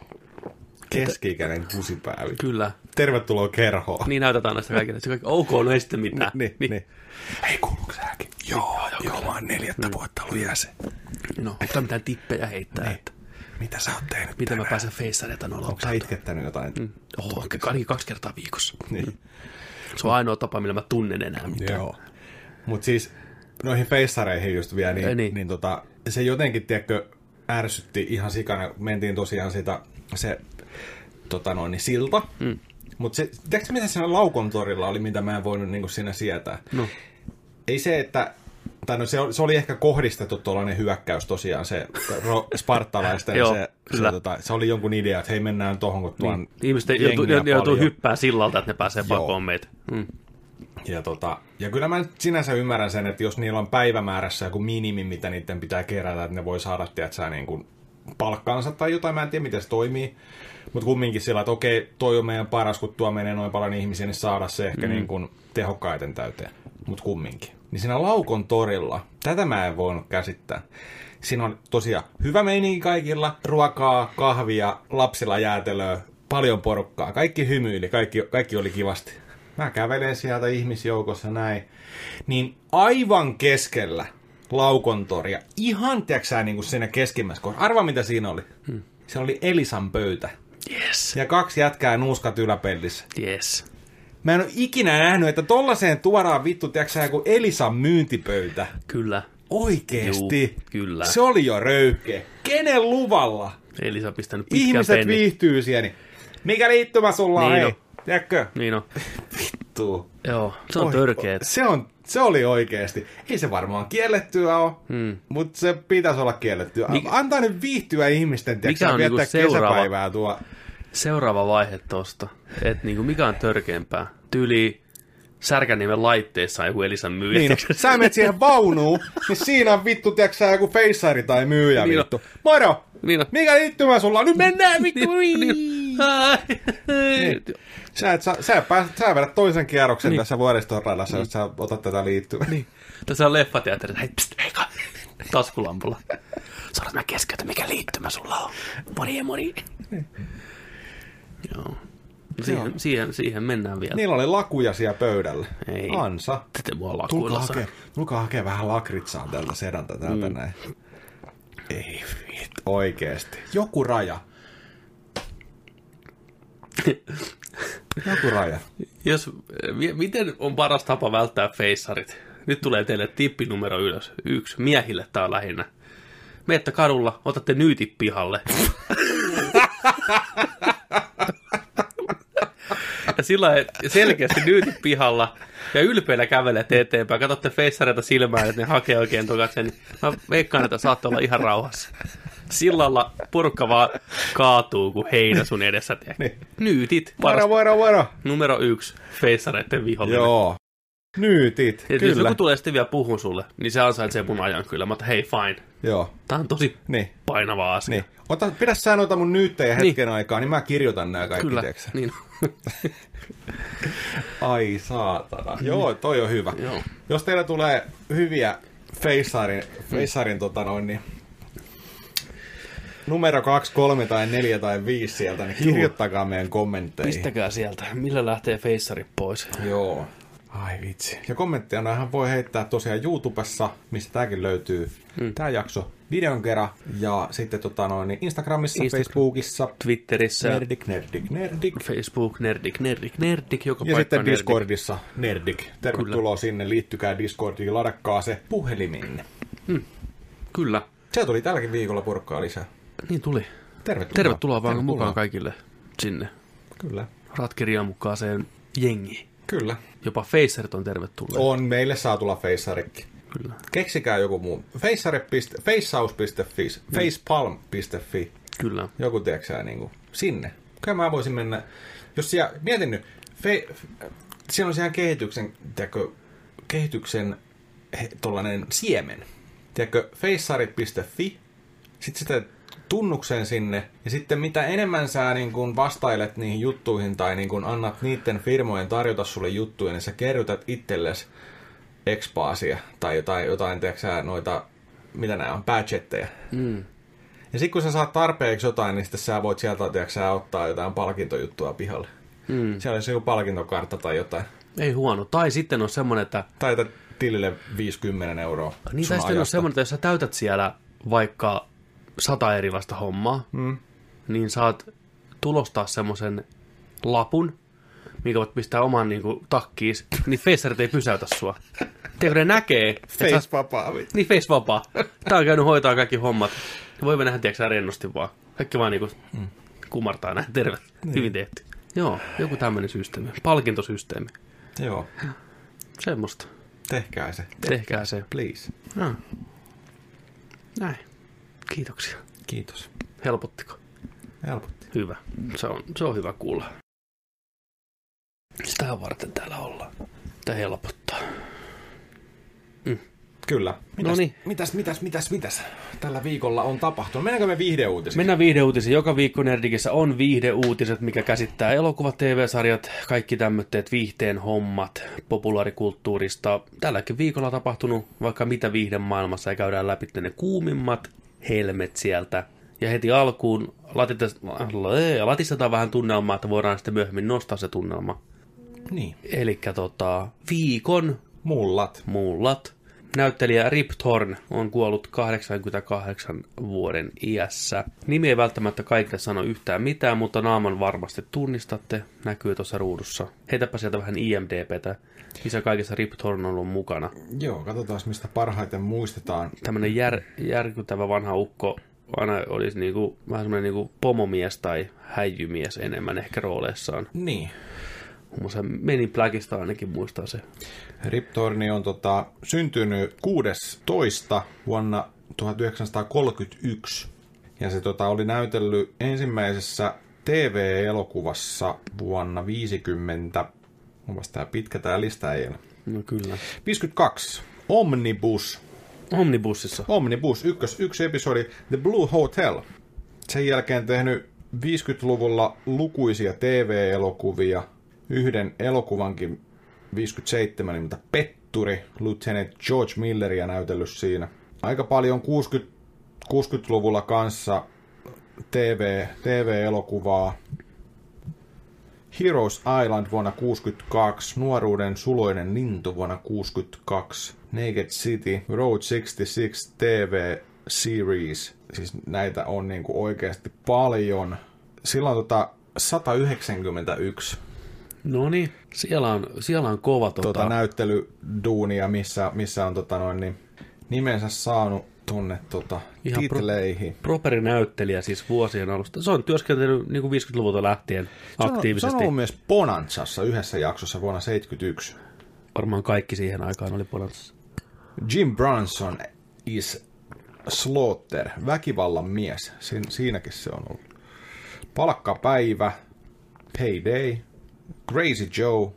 S2: Keski-ikäinen kusipää. vittu.
S1: Niin. Kyllä.
S2: Tervetuloa kerhoon.
S1: Niin näytetään näistä kaikille. Se kaikki, ok, no ei sitten mitään.
S2: [LAUGHS] Niin, niin. niin. Hei, kuuluuko säkin? Joo, joo, joo, mä oon
S1: Niin.
S2: neljättä vuotta ollut jäsen. niin.
S1: No, ei mitään tippejä heittää, että
S2: Mitä sä oot tehnyt?
S1: miten mä pääsen feissareita nolla
S2: Onko sä itkettänyt jotain? Mm.
S1: Oh, ainakin kaksi kertaa viikossa.
S2: Niin.
S1: Se on ainoa tapa, millä mä tunnen enää mitään.
S2: Joo. Mut siis noihin feissareihin just vielä,
S1: Ei
S2: niin,
S1: niin.
S2: niin. niin tota, se jotenkin, tiedätkö, ärsytti ihan sikana. Mentiin tosiaan sitä, se tota noin, niin silta. Mm. Mutta se, tiedätkö mitä siinä Laukon torilla oli, mitä mä en voinut niinku siinä sietää?
S1: No.
S2: Ei se, että tai no se, oli, se oli ehkä kohdistettu tuollainen hyökkäys tosiaan, se ro, spartalaisten,
S1: [LAUGHS] Joo,
S2: se, se,
S1: kyllä.
S2: tota, se oli jonkun idea, että hei mennään tohon, kun tuon niin.
S1: Mm. Ihmiset ei- joutuu, ne joutuu hyppää sillalta, että ne pääsee
S2: Joo.
S1: pakoon meitä. Mm.
S2: Ja, tota, ja kyllä mä nyt sinänsä ymmärrän sen, että jos niillä on päivämäärässä joku minimi, mitä niiden pitää kerätä, että ne voi saada, tiedätkö, niin kuin palkkaansa tai jotain, mä en tiedä miten se toimii. Mutta kumminkin sillä, että okei, toi on meidän paras, kun tuo menee noin paljon ihmisiä, niin saada se ehkä mm. niin kuin tehokkaiten täyteen. Mutta kumminkin. Niin siinä Laukon torilla, tätä mä en voinut käsittää. Siinä on tosiaan hyvä meininki kaikilla, ruokaa, kahvia, lapsilla jäätelöä, paljon porukkaa. Kaikki hymyili, kaikki, kaikki oli kivasti mä kävelen sieltä ihmisjoukossa näin, niin aivan keskellä laukontoria, ihan tiedätkö niin kuin siinä keskimmäisessä kohdassa, arva mitä siinä oli. Hmm. Se oli Elisan pöytä
S1: Yes.
S2: ja kaksi jätkää nuuskat yläpellissä.
S1: Yes.
S2: Mä en ole ikinä nähnyt, että tollaiseen tuodaan vittu, tiedätkö sä, joku Elisan myyntipöytä.
S1: Kyllä.
S2: Oikeesti.
S1: Juu, kyllä.
S2: Se oli jo röyhkeä. Kenen luvalla?
S1: Eli sä oot pistänyt pitkän
S2: Ihmiset
S1: pennin.
S2: viihtyy siellä. niin Mikä liittymä sulla on,
S1: Niin
S2: niin hei?
S1: on.
S2: Tiedätkö?
S1: Niin on.
S2: Tuu.
S1: Joo, se on
S2: Oi,
S1: törkeet.
S2: Se, on, se oli oikeasti. Ei se varmaan kiellettyä ole, hmm. mutta se pitäisi olla kiellettyä.
S1: Mik-
S2: Mik... Antaa nyt viihtyä ihmisten,
S1: Mikä
S2: tiedätkö,
S1: on
S2: viettää
S1: niinku seuraava?
S2: kesäpäivää
S1: [LAUGHS]
S2: tuo.
S1: Seuraava vaihe tosta, että niinku mikä on törkeämpää. Tyyli Särkäniemen laitteessa on joku Elisan myyjä.
S2: Niin, no, sä menet siihen vaunuun, niin siinä on vittu, tiedätkö sä, joku feissari tai myyjä
S1: Niin
S2: niin
S1: on.
S2: vittu. Moro!
S1: Niin on.
S2: Mikä liittymä sulla on? Nyt mennään vittu!
S1: Niin, niin.
S2: no.
S1: Ai,
S2: Niin. Sä, et, sä, sä, pääset, sä vedät toisen kierroksen niin. tässä vuoristoradassa, niin. jos sä otat tätä liittymää. Niin.
S1: Tässä on leffateatterissa. Hei, pst, hei, ka- taskulampulla. Sanoit, mä keskeytän, mikä liittymä sulla on. Moni ja moni. Joo. No Siihen, siihen, siihen mennään vielä.
S2: Niillä oli lakuja siellä pöydällä.
S1: Ei.
S2: Ansa.
S1: Tätä mua ollaan
S2: Tulkaa
S1: kuulossa.
S2: hakee, tulkaa hakee vähän lakritsaa tältä sedalta täältä mm. näin. Ei vit, oikeesti. Joku raja. Joku raja.
S1: Jos, eh, mi- miten on paras tapa välttää feissarit? Nyt tulee teille tippinumero ylös. Yksi. Miehille tää on lähinnä. Meette kadulla, otatte nyytit pihalle. ja sillä lailla, että selkeästi nyytit pihalla ja ylpeillä kävelette eteenpäin. Katsotte feissareita silmään, että ne hakee oikein tokakseen. Niin Mä veikkaan, että saatte olla ihan rauhassa. Sillalla porukka vaan kaatuu kuin heinä sun edessä. Niin.
S2: Niin.
S1: Nyytit. [LAUGHS] Paras
S2: Varo, varo, varo.
S1: Numero yksi, feissareiden vihollinen. Joo,
S2: Joo. Nyytit,
S1: ja Jos
S2: kyllä.
S1: joku tulee sitten vielä puhun sulle, niin se ansaitsee mun ajan kyllä. Mutta hei, fine.
S2: Joo,
S1: Tää on tosi
S2: niin.
S1: painava asia.
S2: Niin. Ota, pidä sä noita mun nyyttejä hetken aikaa, niin mä kirjoitan nämä kaikki
S1: kyllä.
S2: tekstit.
S1: Niin.
S2: Ai saatana. Mm. Joo, toi on hyvä.
S1: Joo.
S2: Jos teillä tulee hyviä Feissarin, Feissarin tota noin, niin numero 2, 3 tai 4 tai 5 sieltä, niin kirjoittakaa meidän kommentteihin.
S1: Pistäkää sieltä, millä lähtee feissarit pois.
S2: Joo. Ai vitsi. Ja kommentteja nähän voi heittää tosiaan YouTubessa, mistä tämäkin löytyy. Mm. Tämä jakso videon kerran. Ja sitten tota noin, niin Instagramissa,
S1: Instagram.
S2: Instagram. Facebookissa,
S1: Twitterissä, Nerdik.
S2: Nerdik, Nerdik, Nerdik.
S1: Facebook, Nerdik, Nerdik, Nerdik, joka
S2: Ja
S1: paikka
S2: sitten
S1: on Nerdik.
S2: Discordissa Nerdik. Tervetuloa sinne, liittykää Discordiin, ladakkaa se puhelimiin.
S1: Kyllä,
S2: Se tuli tälläkin viikolla porukkaa lisää.
S1: niin tuli.
S2: Tervetuloa.
S1: Tervetuloa vaan mukaan kaikille sinne.
S2: Kyllä.
S1: Ratkirian mukaiseen jengiin.
S2: Kyllä.
S1: Jopa feissarit on tervetulleet.
S2: On meille saa tulla feissarikki.
S1: Kyllä.
S2: Keksikää joku muu. Feissare. Feissaus.fi.
S1: Niin.
S2: Facepalm.fi.
S1: Kyllä.
S2: Joku tiedätkö niin kuin, sinne. Kyllä mä voisin mennä. Jos siellä, mietin nyt, fe, f- siellä on siellä kehityksen, tiedätkö, kehityksen he, tollanen siemen. Tiedätkö, feissarit.fi. Sitten sitä tunnuksen sinne, ja sitten mitä enemmän sä niin kun vastailet niihin juttuihin tai niin kun annat niiden firmojen tarjota sulle juttuja, niin sä kerrytät itsellesi expaasia tai jotain, jotain tiedätkö, noita, mitä nämä on, badgetteja.
S1: Mm.
S2: Ja sitten kun sä saat tarpeeksi jotain, niin sitten sä voit sieltä tiedätkö, ottaa jotain palkintojuttua pihalle.
S1: Mm.
S2: Siellä olisi joku palkintokartta tai jotain.
S1: Ei huono. Tai sitten on semmoinen, että
S2: Tai että tilille 50 euroa
S1: Niin, tai
S2: sun
S1: sitten on
S2: ajasta.
S1: semmoinen, että jos sä täytät siellä vaikka sata erilaista hommaa,
S2: Mm.
S1: niin saat tulostaa semmoisen lapun, minkä voit pistää oman niin kuin, takkiis, niin facerit ei pysäytä sua. Tiedätkö, ne näkee, että sä oot-
S2: Face vapaa. vittu.
S1: niin face vapaa. Tää on käynyt hoitaa kaikki hommat. Ne voi mennä, tiedätkö, sä, rennosti vaan. Kaikki vaan niinku
S2: Mm.
S1: kumartaa näin, terve,
S2: Niin.
S1: hyvin tehty. Joo, joku tämmöinen systeemi, palkintosysteemi.
S2: Niin, Joo,
S1: Semmosta.
S2: tehkää se.
S1: Tehkää se.
S2: Please.
S1: No. Näin. Kiitoksia.
S2: Kiitos.
S1: Helpottiko?
S2: Helpotti.
S1: Hyvä. Se on, se on hyvä kuulla. Sitä varten täällä ollaan. Tämä helpottaa.
S2: Kyllä. Mitäs,
S1: Noniin.
S2: mitäs, mitäs, mitäs, mitäs tällä viikolla on tapahtunut? Mennäänkö me viihdeuutisiin?
S1: Mennään viihdeuutisiin. Joka viikko Nerdikissä on viihdeuutiset, mikä käsittää elokuvat, TV-sarjat, kaikki tämmöitteet, viihteen hommat, populaarikulttuurista. Tälläkin viikolla on tapahtunut vaikka mitä viihden maailmassa ja käydään läpi ne kuumimmat helmet sieltä. Ja heti alkuun latitetaan, latistetaan vähän tunnelmaa, että voidaan sitten myöhemmin nostaa se tunnelma.
S2: Niin.
S1: Eli tota, viikon
S2: Mullat.
S1: mullat. Näyttelijä Rip Torn on kuollut 88 vuoden iässä. Nimi ei välttämättä kaikille sano yhtään mitään, mutta naaman varmasti tunnistatte. Näkyy tuossa ruudussa. Heitäpä sieltä vähän IMDBtä, missä kaikessa Rip Torn on ollut mukana.
S2: Joo, katsotaan mistä parhaiten muistetaan.
S1: Tämmönen jär, järkyttävä vanha ukko aina olisi niinku, vähän semmoinen niinku pomomies tai häijymies enemmän ehkä rooleissaan.
S2: Niin.
S1: Muun muassa Menin Blackista ainakin muistaa se.
S2: Riptorni on tota, syntynyt 16. vuonna 1931. Ja se tota, oli näytellyt ensimmäisessä TV-elokuvassa vuonna 50. Onpas tää pitkä tää lista ei ole.
S1: No kyllä.
S2: 52. Omnibus.
S1: Omnibussissa.
S2: Omnibus, ykkös, yksi episodi, The Blue Hotel. Sen jälkeen tehnyt 50-luvulla lukuisia TV-elokuvia, yhden elokuvankin 57 nimeltä Petturi, Lieutenant George Milleria näytellyt siinä. Aika paljon 60, 60-luvulla kanssa TV, TV-elokuvaa. Heroes Island vuonna 62, Nuoruuden suloinen lintu vuonna 62, Naked City, Road 66 TV Series. Siis näitä on niinku oikeasti paljon. Silloin tota 191
S1: No niin, siellä on, siellä on kova tota,
S2: tota, näyttelyduunia, missä, missä on tota noin, niin, nimensä saanut tunne tota,
S1: Ihan pro-
S2: titleihin.
S1: properi näyttelijä siis vuosien alusta. Se on työskentelynyt niin kuin 50-luvulta lähtien aktiivisesti.
S2: Se on, se on ollut myös Bonanzassa yhdessä jaksossa vuonna 71.
S1: Varmaan kaikki siihen aikaan oli puolella.
S2: Jim Branson is Slaughter, väkivallan mies. Siin, siinäkin se on ollut. Palkkapäivä, Payday, Crazy Joe,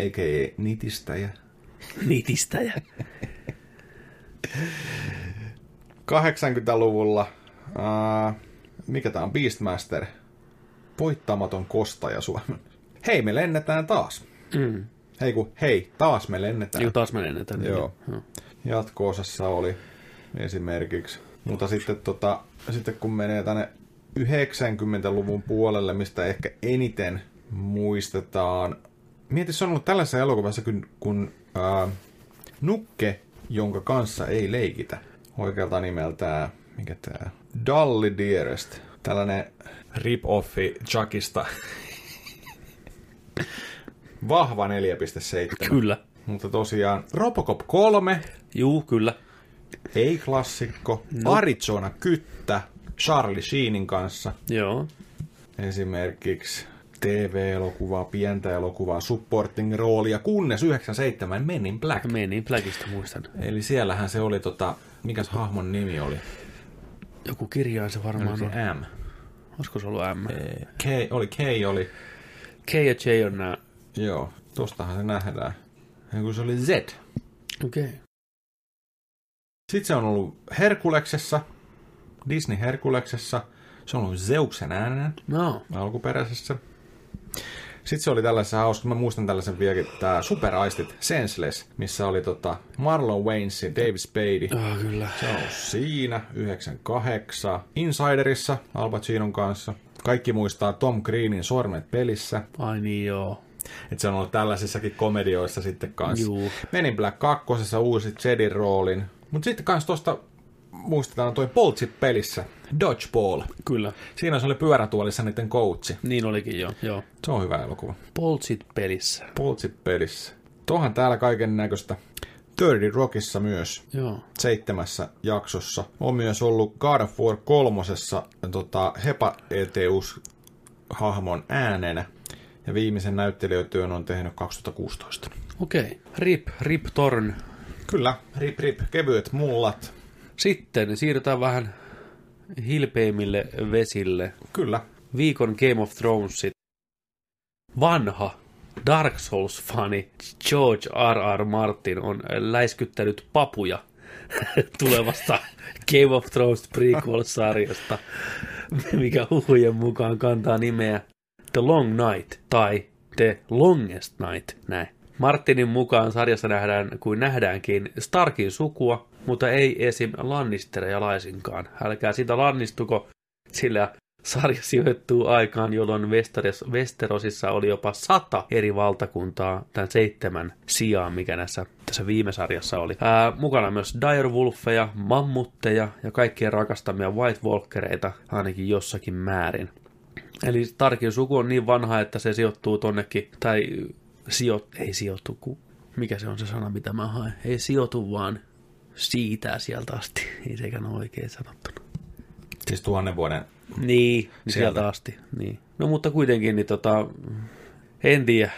S2: eikä nitistäjä.
S1: Nitistäjä.
S2: 80-luvulla, ää, mikä tää on, Beastmaster, voittamaton kostaja Suomen. Hei, me lennetään taas.
S1: Mm.
S2: Hei kun, hei, taas me lennetään.
S1: Niin taas menee tänne.
S2: Joo. jatko-osassa oli esimerkiksi. Mutta sitten, tota, sitten kun menee tänne 90-luvun puolelle, mistä ehkä eniten muistetaan. Mieti, se on ollut tällaisessa elokuvassa kun, kun ää, Nukke, jonka kanssa ei leikitä. Oikealta nimeltään, mikä tää? Dolly Dearest. Tällainen rip-offi Chuckista. Vahva 4.7.
S1: Kyllä.
S2: Mutta tosiaan Robocop 3,
S1: Juu, kyllä.
S2: ei klassikko, no. Arizona Kyttä, Charlie Sheenin kanssa
S1: Joo.
S2: esimerkiksi TV-elokuvaa, pientä elokuvaa, supporting roolia, kunnes 97 Men in Black.
S1: Menin Blackista muistan.
S2: Eli siellähän se oli tota, mikä se hahmon nimi oli?
S1: Joku kirjaan se varmaan
S2: Se
S1: on.
S2: M.
S1: Olisiko se ollut M?
S2: K, oli K oli,
S1: K ja J on nää.
S2: joo, tostahan se nähdään. Ja kun se oli Z.
S1: Okei. Okay.
S2: Sitten se on ollut Herkuleksessa, Disney Herkuleksessa. Se on ollut Zeuksen äänen
S1: No,
S2: alkuperäisessä. Sitten se oli tällaisessa hauska, mä muistan tällaisen vieläkin, tämä Superaistit, Senseless, missä oli tota Marlon Waynes ja David Spade.
S1: oh, kyllä.
S2: Se on ollut siinä, 98. Insiderissa, Al Pacinon kanssa. Kaikki muistaa Tom Greenin sormet pelissä.
S1: Ai niin joo.
S2: Että se on ollut tällaisissakin komedioissa sitten kanssa.
S1: Juu.
S2: Men in Black 2. uusi Jedin roolin. Mutta sitten kans tosta muistetaan toi Poltsit pelissä, Dodgeball.
S1: Kyllä.
S2: Siinä se oli pyörätuolissa niiden coachi.
S1: Niin olikin jo, joo.
S2: Se on hyvä elokuva.
S1: Poltsit pelissä.
S2: Poltsit pelissä. Tuohan täällä kaiken näköistä. 30 Rockissa myös
S1: Joo.
S2: seitsemässä jaksossa. On myös ollut God of War kolmosessa tota, Hepa-Eteus-hahmon äänenä. Ja viimeisen näyttelijätyön on tehnyt 2016.
S1: Okei. Rip, Rip Torn.
S2: Kyllä, rip rip, kevyet mullat.
S1: Sitten siirrytään vähän hilpeimmille vesille.
S2: Kyllä.
S1: Viikon Game of Thronesit. Vanha Dark Souls-fani George R.R. Martin on läiskyttänyt papuja [LAUGHS] tulevasta Game of Thrones prequel-sarjasta, mikä huhujen mukaan kantaa nimeä The Long Night tai The Longest Night, näin. Martinin mukaan sarjassa nähdään kuin nähdäänkin Starkin sukua, mutta ei esim. Lannistereja laisinkaan. Älkää siitä lannistuko, sillä sarja sijoittuu aikaan, jolloin Westeros, Westerosissa oli jopa sata eri valtakuntaa tämän seitsemän sijaan, mikä näissä, tässä viime sarjassa oli. Ää, mukana myös direwolfeja, mammutteja ja kaikkien rakastamia White Walkereita ainakin jossakin määrin. Eli Starkin suku on niin vanha, että se sijoittuu tonnekin, tai sijo, ei sijoittu, ku, mikä se on se sana, mitä mä haen. Ei sijoitu, vaan siitää sieltä asti. [LAUGHS] Ei sekään ole oikein sanottuna.
S2: Siis tuhannen vuoden.
S1: Niin, sieltä, sieltä asti. Niin. No mutta kuitenkin, niin tota, en tiedä.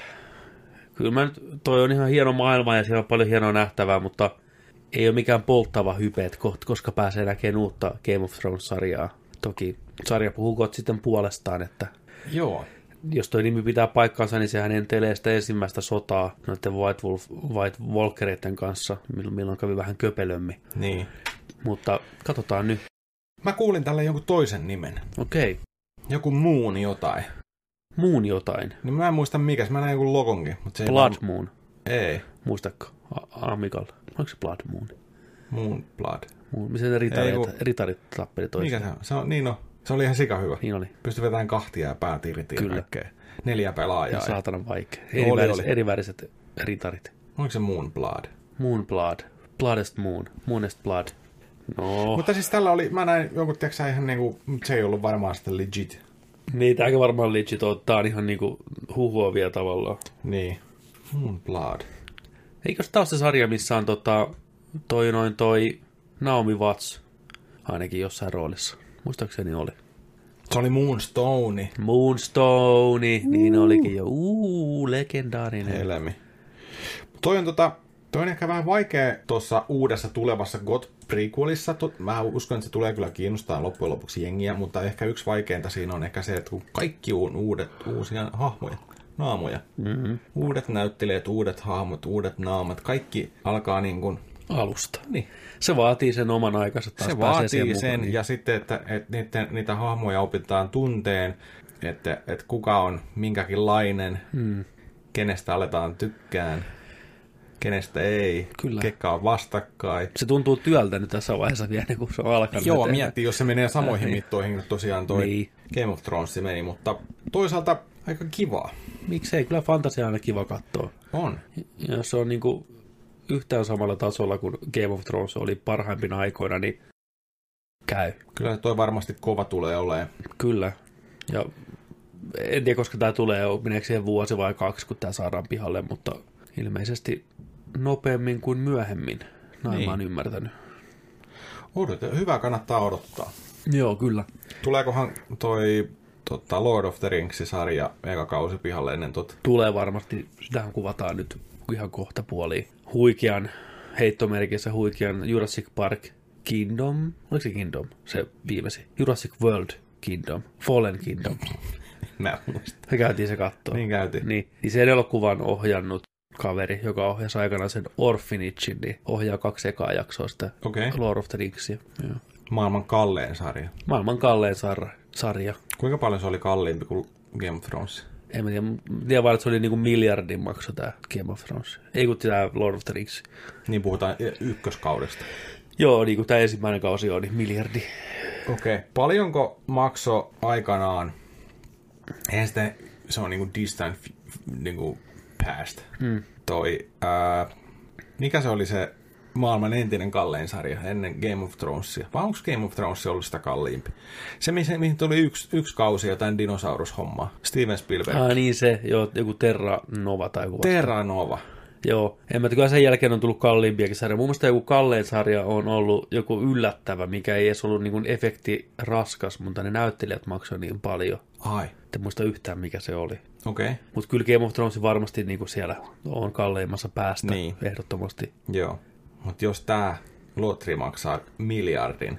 S1: Kyllä mä nyt, toi on ihan hieno maailma ja siellä on paljon hienoa nähtävää, mutta ei ole mikään polttava hype, että koht- koska pääsee näkemään uutta Game of Thrones-sarjaa. Toki sarja puhukoot sitten puolestaan, että
S2: Joo.
S1: jos toi nimi pitää paikkaansa, niin sehän entelee sitä ensimmäistä sotaa noiden White, Wolf, White Walkereiden kanssa, mill- milloin kävi vähän köpelömmin.
S2: Niin.
S1: Mutta katsotaan nyt.
S2: Mä kuulin tällä jonkun toisen nimen.
S1: Okei,
S2: Joku muun jotain.
S1: muun jotain.
S2: Niin mä en muista mikäs, mä näin joku logonkin. Mutta se ei
S1: Blood
S2: varm-
S1: Moon.
S2: Ei,
S1: Muistatko? A- Amikal. Oliko se Blood Moon?
S2: muun blood.
S1: Moon. Missä ne
S2: Ei,
S1: ritarit,
S2: kun-
S1: ritarit tappeli toista?
S2: Mikä se on? Se on, niin no, se oli ihan sika hyvä.
S1: Niin oli.
S2: Pystyi vetämään kahtia ja päät irti ja
S1: Kyllä. Niin
S2: kaikkea. Neljä pelaajaa.
S1: Jaa,
S2: Saat...
S1: Saatanan vaikea.
S2: Joo,
S1: Eri,
S2: oli,
S1: väris,
S2: oli.
S1: eri väriset ritarit.
S2: Oliko se muun blood?
S1: Moon Blood. Bloodest Moon. Moonest Blood. No, Mut,
S2: Mutta siis tällä oli, mä näin jonkun, tiedätkö sä, ihan niinku, mut se ei ollut varmaan sitten legit.
S1: niin tääkin varmaan legit on. Tää on ihan niinku huhua vielä tavallaan.
S2: Niin. Moon blood.
S1: Eikös tää ole se sarja, missä on tota, toi noin toi Naomi Watts ainakin jossain roolissa? Muistaakseni oli.
S2: Se oli Moonstone.
S1: Moonstone, niin olikin jo. Uuu, legendaarinen.
S2: Helmi. Toi on, tota, toi on ehkä vähän vaikea tuossa uudessa tulevassa God prequelissa. Tot- Mä uskon, että se tulee kyllä kiinnostaa loppujen lopuksi jengiä, mutta ehkä yksi vaikeinta siinä on ehkä se, että kun kaikki on uudet, uusia hahmoja, naamoja. Mm-hmm. Uudet näyttelijät, uudet hahmot, uudet naamat, kaikki alkaa niin kuin
S1: Alusta.
S2: niin,
S1: Se vaatii sen oman aikansa taas
S2: se
S1: pääsee
S2: vaatii
S1: siihen
S2: sen,
S1: mukaan.
S2: ja sitten, että, että niitä, niitä hahmoja opitaan tunteen, että, että kuka on minkäkinlainen, mm. kenestä aletaan tykkään, kenestä ei,
S1: Kyllä.
S2: kekka on vastakkain.
S1: Se tuntuu työltä nyt tässä vaiheessa vielä, ennen kuin se on alkanut.
S2: Joo,
S1: Että-
S2: miettii, jos se menee samoihin mittoihin kuin tosiaan toi
S1: Niin.
S2: Game of Thrones meni, mutta toisaalta aika kivaa.
S1: Miksei, kyllä fantasia on aina kiva katsoa.
S2: On.
S1: Ja jos se on niin kuin yhtään samalla tasolla kuin Game of Thrones oli parhaimpina aikoina, niin käy.
S2: Kyllä toi varmasti kova tulee olemaan.
S1: Kyllä. Ja en tiedä, koska tämä tulee, meneekö siihen vuosi vai kaksi, kun tämä saadaan pihalle, mutta ilmeisesti nopeammin kuin myöhemmin. Näin niin.
S2: Niin.
S1: mä oon ymmärtänyt.
S2: Odota, hyvä kannattaa odottaa.
S1: Joo, kyllä.
S2: Tuleekohan toi tota, Lord of the Rings-sarja eka kausi pihalle ennen tota
S1: tulee varmasti, sitähän kuvataan nyt ihan kohta puoliin. Huikean heittomerkissä huikean Jurassic Park Kingdom, oliko se Kingdom, se viimeisin? Jurassic World Kingdom, Fallen Kingdom.
S2: Mä en muista.
S1: Me käytiin se kattoon.
S2: Niin käytiin.
S1: Niin, niin sen elokuvan ohjannut kaveri, joka ohjasi aikana sen Orphanagein, niin ohjaa kaksi ekaa jaksoa sitä
S2: Okei.
S1: Lord of the Ringsia. Joo.
S2: Maailman kallein sarja.
S1: Maailman kallein sarja. sarja.
S2: Kuinka paljon se oli kalliimpi kuin Game of Thrones?
S1: En mä tiedä, mä tiedän vaan, että se oli niinku miljardin maksu tämä Game of Thrones. Ei kun tämä Lord of the Rings.
S2: Niin puhutaan y- ykköskaudesta.
S1: Joo, niinku tämä ensimmäinen kausi on niin miljardi.
S2: Okei, okay. paljonko maksoi aikanaan? Eihän sitä, se on niinku distant f- niinku past. Hmm. Toi, ää, mikä se oli se maailman entinen kallein sarja ennen Game of Thronesia? Vai onko Game of Thrones ollut sitä kalliimpi? Se, mihin, mihin tuli yksi, yksi kausi jotain dinosaurushommaa. Steven Spielberg.
S1: Ah niin se, joo, joku Terra Nova tai joku. vasta-
S2: Terra Nova.
S1: Joo, en mä kyllä sen jälkeen on tullut kalliimpiakin sarja. Mun mielestä joku kallein sarja on ollut joku yllättävä, mikä ei edes ollut niin kuin efekti raskas, mutta ne näyttelijät maksoi niin paljon.
S2: Ai,
S1: Et en muista yhtään, mikä se oli.
S2: okei. Okay.
S1: Mutta kyllä Game of Thrones varmasti niin kuin siellä on kalleimmassa päästä
S2: Niin.
S1: niin. ehdottomasti.
S2: Joo. Mutta jos tämä lotri maksaa miljardin,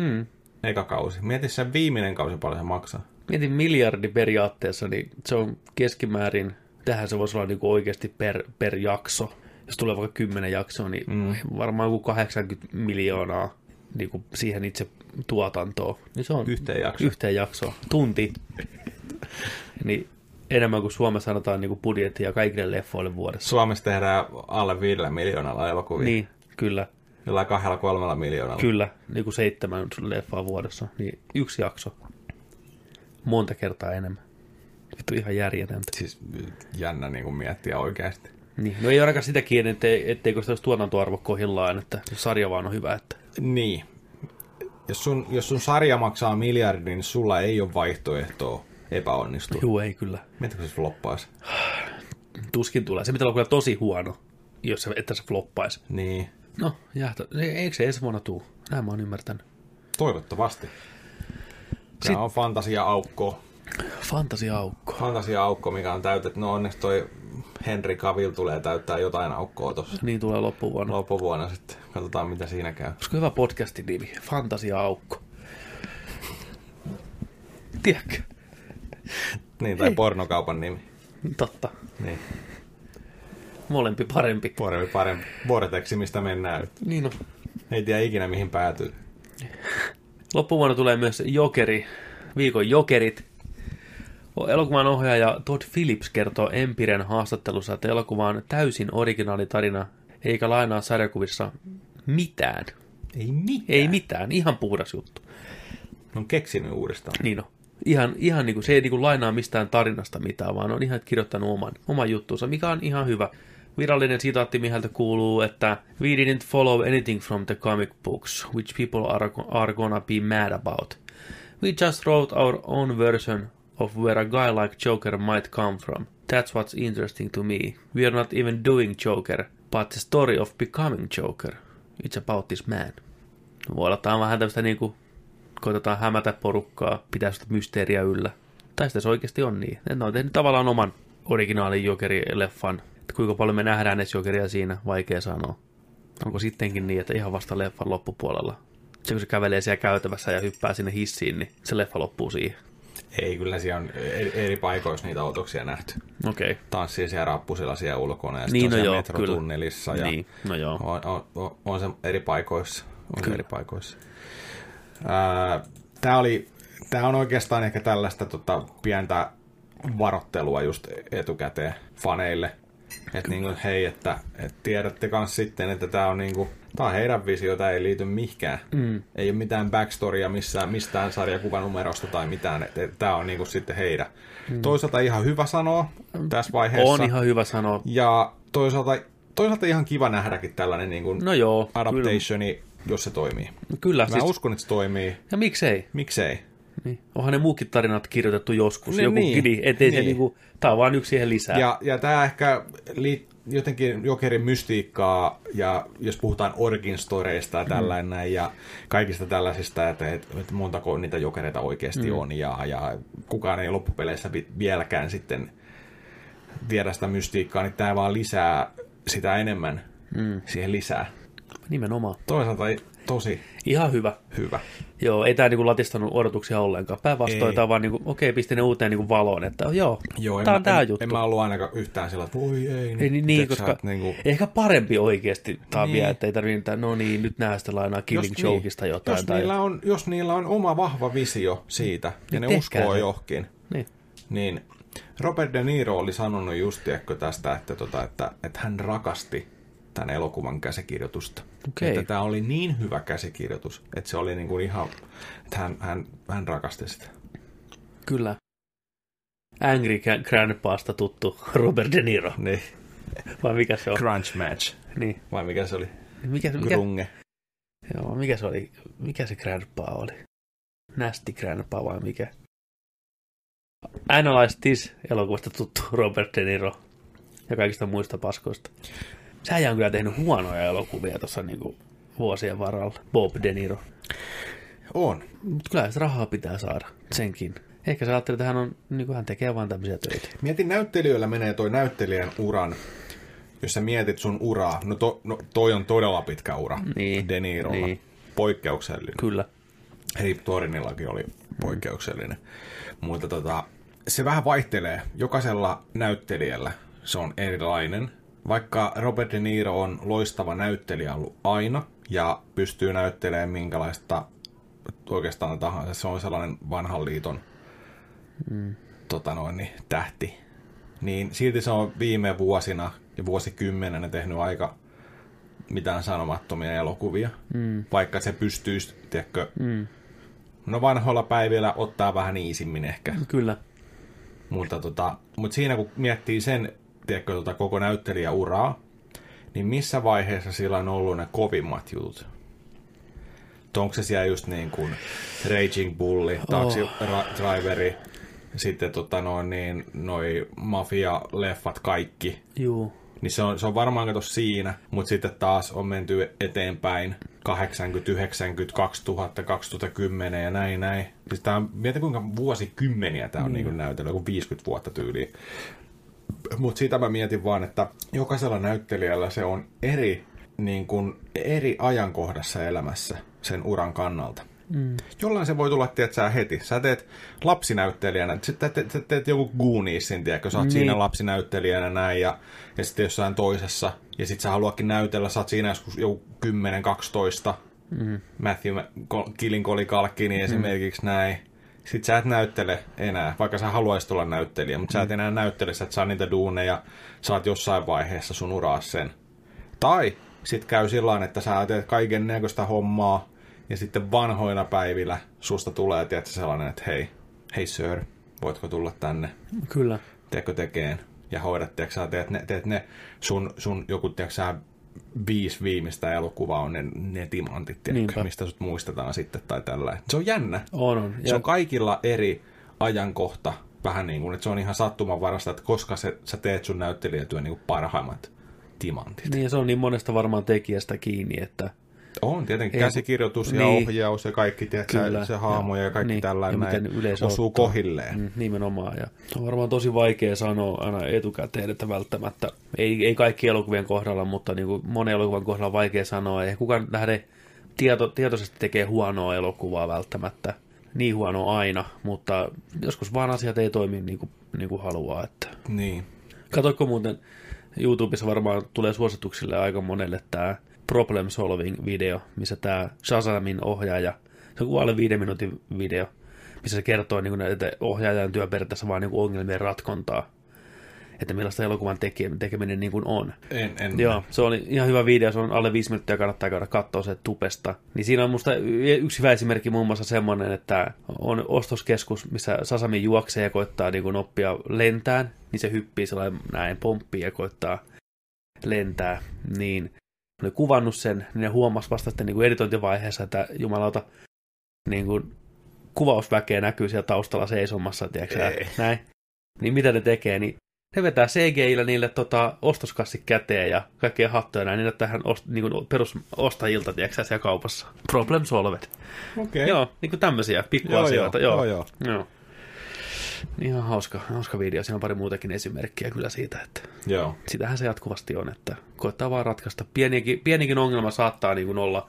S1: Hmm.
S2: eka kausi. Mieti sen viimeinen kausi paljon se maksaa.
S1: Mietin miljardi periaatteessa, niin se on keskimäärin, tähän se voisi olla niin kuin oikeasti per, per jakso. Jos tulee vaikka kymmenen jaksoa, niin mm. varmaan joku 80 miljoonaa niin kuin siihen itse tuotantoon. Niin se on
S2: Yhteen jaksoon.
S1: yhteen jaksoon.
S2: [LAUGHS]
S1: Tunti. niin enemmän kuin Suomessa sanotaan niin kuin budjettia kaikille leffoille vuodessa.
S2: Suomessa tehdään alle viidellä miljoonalla elokuvia.
S1: Niin, kyllä,
S2: Jollain kahdella kolmella miljoonalla.
S1: kyllä. Niin kuin seitsemän leffaa vuodessa. Niin yksi jakso. Monta kertaa enemmän. Vittu ihan järjetöntä.
S2: Siis jännä niin kuin miettiä oikeasti.
S1: Niin. No ei ainakaan sitä kiinni, ettei, etteikö sitä olisi tuotantoarvo kohdillaan, että sarja vaan on hyvä. Että.
S2: Niin. Jos sun, jos sun sarja maksaa miljardin, niin sulla ei ole vaihtoehtoa epäonnistua.
S1: Juu, ei kyllä.
S2: Mietitkö se floppaisi?
S1: Tuskin tulee. Se pitää olla kyllä tosi huono, jos se, että se floppaisi.
S2: Niin.
S1: No, jahto. Ei- Eikö se ensi vuonna tuu? Näin mä oon ymmärtänyt.
S2: Toivottavasti. Tämä on fantasia-aukko.
S1: Fantasia-aukko.
S2: Fantasia-aukko, mikä on täytetty. No onneksi toi Henry Cavill tulee täyttää jotain aukkoa tuossa
S1: Niin tulee loppuvuonna.
S2: loppuvuonna sitten. Katsotaan, mitä siinä käy.
S1: Olisiko hyvä podcastin nimi? Fantasia-aukko. Tiedätkö?
S2: Niin, tai pornokaupan nimi.
S1: Totta.
S2: Niin.
S1: Molempi parempi.
S2: Parempi, parempi. Vortexi, mistä mennään.
S1: Niin on.
S2: Ei tiedä ikinä, mihin päätyy.
S1: Loppuvuonna tulee myös Jokeri, viikon Jokerit. Elokuvan ohjaaja Todd Phillips kertoo Empiren haastattelussa, että elokuva on täysin originaali tarina, eikä lainaa sarjakuvissa mitään.
S2: Ei mitään.
S1: Ei mitään, ihan puhdas juttu.
S2: Ne on keksinyt uudestaan.
S1: Niin on. Ihan, ihan niin kuin, se ei niin kuin lainaa mistään tarinasta mitään, vaan on ihan kirjoittanut oman, oman juttunsa, mikä on ihan hyvä. Virallinen sitaatti Miheltä kuuluu, että We didn't follow anything from the comic books, which people are, go- are gonna be mad about. We just wrote our own version of where a guy like Joker might come from. That's what's interesting to me. We are not even doing Joker, but the story of becoming Joker. It's about this man. Voi olla, tää on vähän tämmöistä niinku, koitetaan hämätä porukkaa, pitää sitä mysteeriä yllä. Tai sitten se oikeasti on niin. Ne on tehnyt tavallaan oman originaalin Jokeri-leffan. Et kuinka paljon me nähdään edes Jokeria siinä, vaikea sanoa. Onko sittenkin niin, että ihan vasta leffan loppupuolella. Se kun se kävelee siellä käytävässä ja hyppää sinne hissiin, niin se leffa loppuu siihen.
S2: Ei, kyllä siellä on eri, eri paikoissa niitä otoksia nähty.
S1: Okei. Okay.
S2: Tanssii siellä rappusilla siellä ulkona ja
S1: Niin,
S2: niin,
S1: no
S2: on no
S1: joo,
S2: metrotunnelissa. Ja
S1: Niin, no joo.
S2: on, on, on, on, se eri paikoissa. On se
S1: Kyllä.
S2: eri paikoissa. Tämä oli, tää on oikeastaan ehkä tällaista tota, pientä varottelua just etukäteen faneille. Että niinku, hei, että et tiedätte kans sitten, että tämä on niinku, tää on heidän visio, tää ei liity mihinkään. Mm. Ei ole mitään backstorya missään, mistään sarjakuvanumerosta tai mitään, että tämä on niinku sitten heidän. Mm. Toisaalta ihan hyvä sanoa tässä vaiheessa.
S1: On ihan hyvä sanoa.
S2: Ja toisaalta, toisaalta ihan kiva nähdäkin tällainen niin kuin
S1: No joo, kyllä.
S2: adaptationi, jos se toimii. Mä
S1: kyllä siis,
S2: uskon, että se toimii.
S1: ja miksei?
S2: Miksei?
S1: Niin. Onhan ne muukin tarinat kirjoitettu joskus.
S2: Niin,
S1: Niin, Joku,
S2: niin.
S1: niin, ettei niin. se
S2: Niin.
S1: niinku, tää on vaan yksi siihen lisää.
S2: Ja, ja tämä ehkä liit, jotenkin Jokerin mystiikkaa, ja jos puhutaan origin storeista ja tällainen näin, ja kaikista tällaisista, että, että että montako niitä jokereita oikeasti mm. on, ja, ja kukaan ei loppupeleissä vi- vieläkään sitten tiedä sitä mystiikkaa, niin tämä vaan lisää sitä enemmän mm. siihen lisää.
S1: Nimenomaan.
S2: Toisaalta ei- tosi
S1: Ihan hyvä.
S2: Hyvä.
S1: Joo, ei tämä niinku latistanut odotuksia ollenkaan. Päinvastoin
S2: Ei.
S1: tämä vaan, niinku, okei, pisti ne uuteen niinku valoon, että joo,
S2: Joo,
S1: tämä
S2: en,
S1: on tämä
S2: en,
S1: juttu.
S2: en mä ollut ainakaan yhtään sillä, että voi ei.
S1: Ei, niin, niin
S2: tiedätkö sä,
S1: koska
S2: että niinku-
S1: ehkä parempi oikeasti tämä niin.
S2: Niin.
S1: vielä, että ei tarvitse mitään, no niin, nyt nähdään sitä lainaa Killing
S2: niin-
S1: Jokeista jotain.
S2: Jos,
S1: tai,
S2: niillä on, jos niillä on oma vahva visio siitä, ja
S1: Niin
S2: ne
S1: tehkää
S2: uskoo
S1: se.
S2: johonkin,
S1: niin.
S2: niin Robert De Niro oli sanonut just tiedätkö, tästä, että, tota, että, että hän rakasti tämän elokuvan käsikirjoitusta.
S1: Okei.
S2: Että tämä oli niin hyvä käsikirjoitus, että se oli niin kuin ihan, että hän, hän, hän rakasti sitä.
S1: Kyllä. Angry Gra- Grandpasta tuttu Robert De Niro,
S2: Niin.
S1: vai mikä se on?
S2: Crunch match.
S1: niin.
S2: Vai mikä se oli?
S1: mikä, mikä,
S2: Grunge.
S1: joo, mikä se oli? Mikä se Grandpa oli? Nästi Grandpa vai mikä? Analyze This elokuvasta tuttu [LAUGHS] Robert De Niro ja kaikista muista paskoista. Sähän on kyllä tehnyt huonoja elokuvia tuossa niinku vuosien varrella. Bob De Niro.
S2: On.
S1: Mutta kyllä sitä rahaa pitää saada, senkin. Ehkä sä ajattelet, että hän, on, niin kuin hän tekee vaan tämmöisiä töitä.
S2: Mietin näyttelijöillä menee toi näyttelijän uran, jos sä mietit sun uraa. No, to, no toi on todella pitkä ura
S1: Niin.
S2: De Nirolla.
S1: Niin.
S2: Poikkeuksellinen.
S1: Kyllä.
S2: Heip Torinillakin oli poikkeuksellinen. Mutta tota, se vähän vaihtelee. Jokaisella näyttelijällä se on erilainen. Vaikka Robert De Niro on loistava näyttelijä ollut aina ja pystyy näyttelemään minkälaista oikeastaan tahansa. Se on sellainen vanhan liiton tota noin, niin, tähti. Niin silti se on viime vuosina ja vuosikymmenenä tehnyt aika mitään sanomattomia elokuvia. Mm. Vaikka se pystyisi, tiedätkö, mm. no vanhoilla päivillä ottaa vähän iisimmin ehkä.
S1: Kyllä.
S2: Mutta tota, mut siinä kun miettii sen, tiedätkö, tota koko näyttelijäuraa, niin missä vaiheessa sillä on ollut ne kovimmat jutut? Et Onko se siellä just niin kuin Raging Bulli, Taxi ra- Driveri, sitten tota noin, niin, noi mafia-leffat kaikki.
S1: Juu.
S2: Niin se on, se on varmaan kato siinä, mutta sitten taas on menty eteenpäin 80, 90, 2000, 2010 ja näin näin. Siis tää on, mieti kuinka vuosikymmeniä tämä on mm. niin näytellyt, kuin 50 vuotta tyyliin. Mutta sitä mä mietin vaan, että jokaisella näyttelijällä se on eri, niin kun, eri ajankohdassa elämässä sen uran kannalta. Mm. Jollain se voi tulla, tiedät sä heti. Sä teet lapsinäyttelijänä, sä teet, teet, teet, teet joku Gooniesin, tiedätkö, sä oot
S1: Niin.
S2: niin. siinä lapsinäyttelijänä näin ja, ja sitten jossain toisessa. Ja sitten sä haluatkin näytellä, sä oot siinä joskus joku 10-12. Mm. Matthew Kilinkoli Kalkkini mm. esimerkiksi näin. Sitten sä et näyttele enää, vaikka sä haluaisit olla näyttelijä, mutta sä et enää näyttele, sä et saa niitä duuneja, sä oot jossain vaiheessa sun uraa sen. Tai sit käy sillä tavalla, että sä teet kaiken näköistä hommaa, ja sitten vanhoina päivillä susta tulee, tiedätkö, sellainen, että hei, hei sir, voitko tulla tänne?
S1: Kyllä.
S2: teko tekeen ja hoidat, tiedätkö, sä teet ne, teet ne sun, sun joku, tiedätkö, sä, viisi viimeistä elokuvaa on ne, ne timantit,
S1: Niinpä.
S2: tiedätkö, mistä sut muistetaan sitten tai tällä. Se on jännä.
S1: On, on.
S2: Se on kaikilla eri ajankohta, vähän niin kuin, että se on ihan sattumanvarasta, että koska se, sä teet sun näyttelijätyön niin kuin parhaimmat timantit.
S1: Niin, ja se on niin monesta varmaan tekijästä kiinni, että
S2: On tietenkin
S1: Ei,
S2: käsikirjoitus ja
S1: niin.
S2: niin. ohjaus ja kaikki, tiedätkö,
S1: Kyllä,
S2: Kyllä, se haamoja
S1: joo,
S2: ja kaikki
S1: niin.
S2: niin.
S1: Ja
S2: tällainen
S1: miten
S2: näin
S1: yleisö
S2: osuu
S1: ottaa.
S2: kohilleen.
S1: mm, nimenomaan. Ja se on varmaan tosi vaikea sanoa aina etukäteen, että välttämättä, ei, ei kaikki elokuvien kohdalla, mutta niin kuin monen elokuvan kohdalla on vaikea sanoa. Ei kukaan lähde tieto, tietoisesti tekee huonoa elokuvaa välttämättä. Niin huono aina, mutta joskus vaan asiat ei toimi niin kuin, niin kuin haluaa. Että.
S2: Niin.
S1: Katoitko muuten, YouTubessa varmaan tulee suosituksille aika monelle tämä Problem Solving-video, missä tämä Shazamin ohjaaja, se on kuin alle viiden minuutin video, missä se kertoo niin näitä ohjaajan työperiaatteessa vaan niin ongelmien ratkontaa, että millaista elokuvan teke- tekeminen niin kuin on.
S2: En, en.
S1: Joo, se oli ihan hyvä video, se on alle viisi minuuttia, kannattaa käydä katsoa se tupesta. Niin siinä on musta y- yksi hyvä esimerkki muun muassa semmoinen, että on ostoskeskus, missä Sasami juoksee ja koittaa niin kuin oppia lentään, niin se hyppii sellainen näin pomppii ja koittaa lentää. Niin ne oli kuvannut sen, niin ne huomasi vasta sitten niin kuin editointivaiheessa, että jumalauta, niin kuin kuvausväkeä näkyy siellä taustalla seisomassa, tiedätkö sä,
S2: Ei.
S1: näin. Niin mitä ne tekee, niin ne vetää CGI-llä niille tota, ostoskassi käteen ja kaikkea hattuja näin, niin että hän ost, niin kuin perusostajilta, tiedätkö sä, siellä kaupassa. Problem solved.
S2: Okei.
S1: Ei. Joo, niin kuin tämmöisiä pikkuasioita. Joo, joo, joo. joo. joo. Ihan hauska, hauska video. Siinä on pari muutakin esimerkkiä kyllä siitä, että
S2: Joo.
S1: sitähän se jatkuvasti on, että koittaa vaan ratkaista. Pienikin, pienikin ongelma saattaa niin kuin olla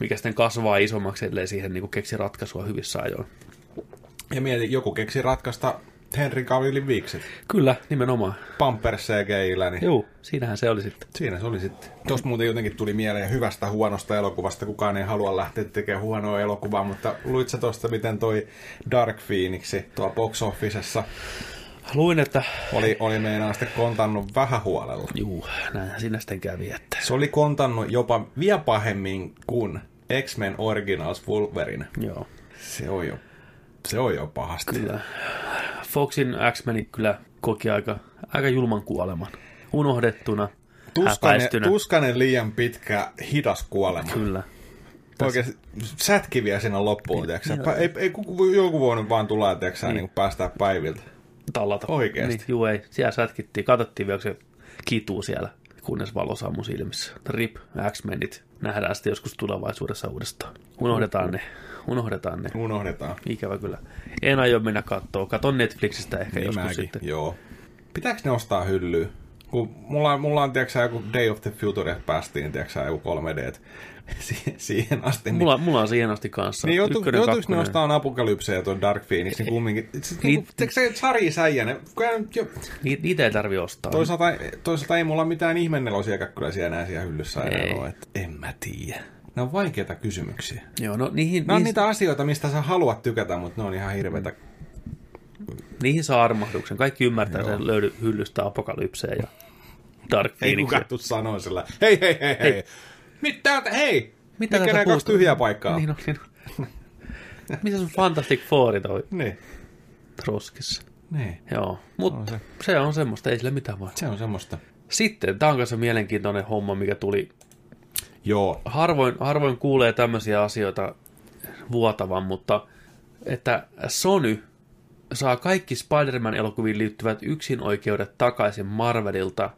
S1: mikä sitten kasvaa isommaksi, ellei siihen niin kuin keksi ratkaisua hyvissä ajoin.
S2: Ja mieti, joku keksi ratkaista Henry Cavillin viikset.
S1: Kyllä, nimenomaan.
S2: Pampers CGI-llä, niin
S1: Juu, siinähän se oli sitten.
S2: Siinä se oli sitten. Tuosta muuten jotenkin tuli mieleen hyvästä huonosta elokuvasta. Kukaan ei halua lähteä tekemään huonoa elokuvaa, mutta luit sä tuosta, miten toi Dark Phoenix tuo box officessa
S1: Luin, että...
S2: oli, oli meinaan sitten kontannut vähän huolella.
S1: Juu, näinhän siinä sitten kävi, että...
S2: Se oli kontannut jopa vielä pahemmin kuin X-Men Originals Wolverine.
S1: Joo.
S2: Se on jo, se on jo pahasti.
S1: Kyllä. Foxin X-Menit kyllä koki aika, aika julman kuoleman. Unohdettuna,
S2: Tuskanen,
S1: häpäistynä.
S2: tuskanen liian pitkä, hidas kuolema.
S1: Kyllä. Niin
S2: Oikein sätkiviä siinä loppuun, tiiäksä. Pä- Ei, ei kuku- joku voinut vaan tulla, tiiäksä, niin. niin päästää päiviltä.
S1: Tallata.
S2: Oikeesti?
S1: Niin, juu ei. Siellä sätkittiin, katsottiin vielä, kun se kituu siellä, kunnes valo sammui silmissä. Rip, X-Menit. Nähdään sitten joskus tulevaisuudessa uudestaan. Unohdetaan ne. Unohdetaan ne.
S2: Unohdetaan.
S1: Ikävä kyllä. En aio mennä katsoa. Katon Netflixistä ehkä joskus
S2: Niin Mäkin,
S1: sitten.
S2: Joo. Pitääkö ne ostaa hyllyä? Kun mulla, on- mulla on, tiiäksä, joku Day of the Future päästiin, tiiäksä, joku 3D. [LAUGHS] Si- siihen asti. niin-
S1: Mulla, mulla on siihen asti kanssa.
S2: Niin joutu,
S1: Ykkönen,
S2: joutuiko ne
S1: kakkonen.
S2: ostaa apokalypseja ja tuon Dark Phoenixin kumminkin?
S1: Niin.
S2: Tiedätkö se Sari Säijänen? Kyllähän jo-
S1: Ni- Niitä ei tarvi ostaa.
S2: Toisaalta, toisaalta ei mulla mitään ihmennelosia käkkyläisiä enää siellä hyllyssä
S1: Ei.
S2: enää ole. et En mä tiedä. Ne on vaikeita kysymyksiä.
S1: Joo, no niihin,
S2: Ne on
S1: niihin,
S2: niitä asioita, mistä sä haluat tykätä, mutta ne on ihan hirveitä.
S1: niihin saa armahduksen. Kaikki ymmärtää sen löydy hyllystä apokalypseen ja Dark
S2: Ei
S1: Phoenixia.
S2: kukaan tuu sanoa sillä, hei hei hei hei. Mitä te- hei?
S1: Mitä
S2: Mitä Mikä
S1: täältä
S2: nämä kaksi
S1: puuttuu?
S2: tyhjää paikkaa?
S1: Niin on, niin on. [LAUGHS] Mitä sun Fantastic Fourit on
S2: Niin.
S1: roskissa?
S2: niin.
S1: Joo, mutta
S2: On
S1: se.
S2: se.
S1: se on semmoista, ei sillä mitään vaan.
S2: Se on semmoista.
S1: Sitten, tämä on kanssa mielenkiintoinen homma, mikä tuli
S2: Joo.
S1: harvoin, harvoin kuulee tämmöisiä asioita vuotavan, mutta että Sony saa kaikki Spider-Man-elokuviin liittyvät yksinoikeudet takaisin Marvelilta,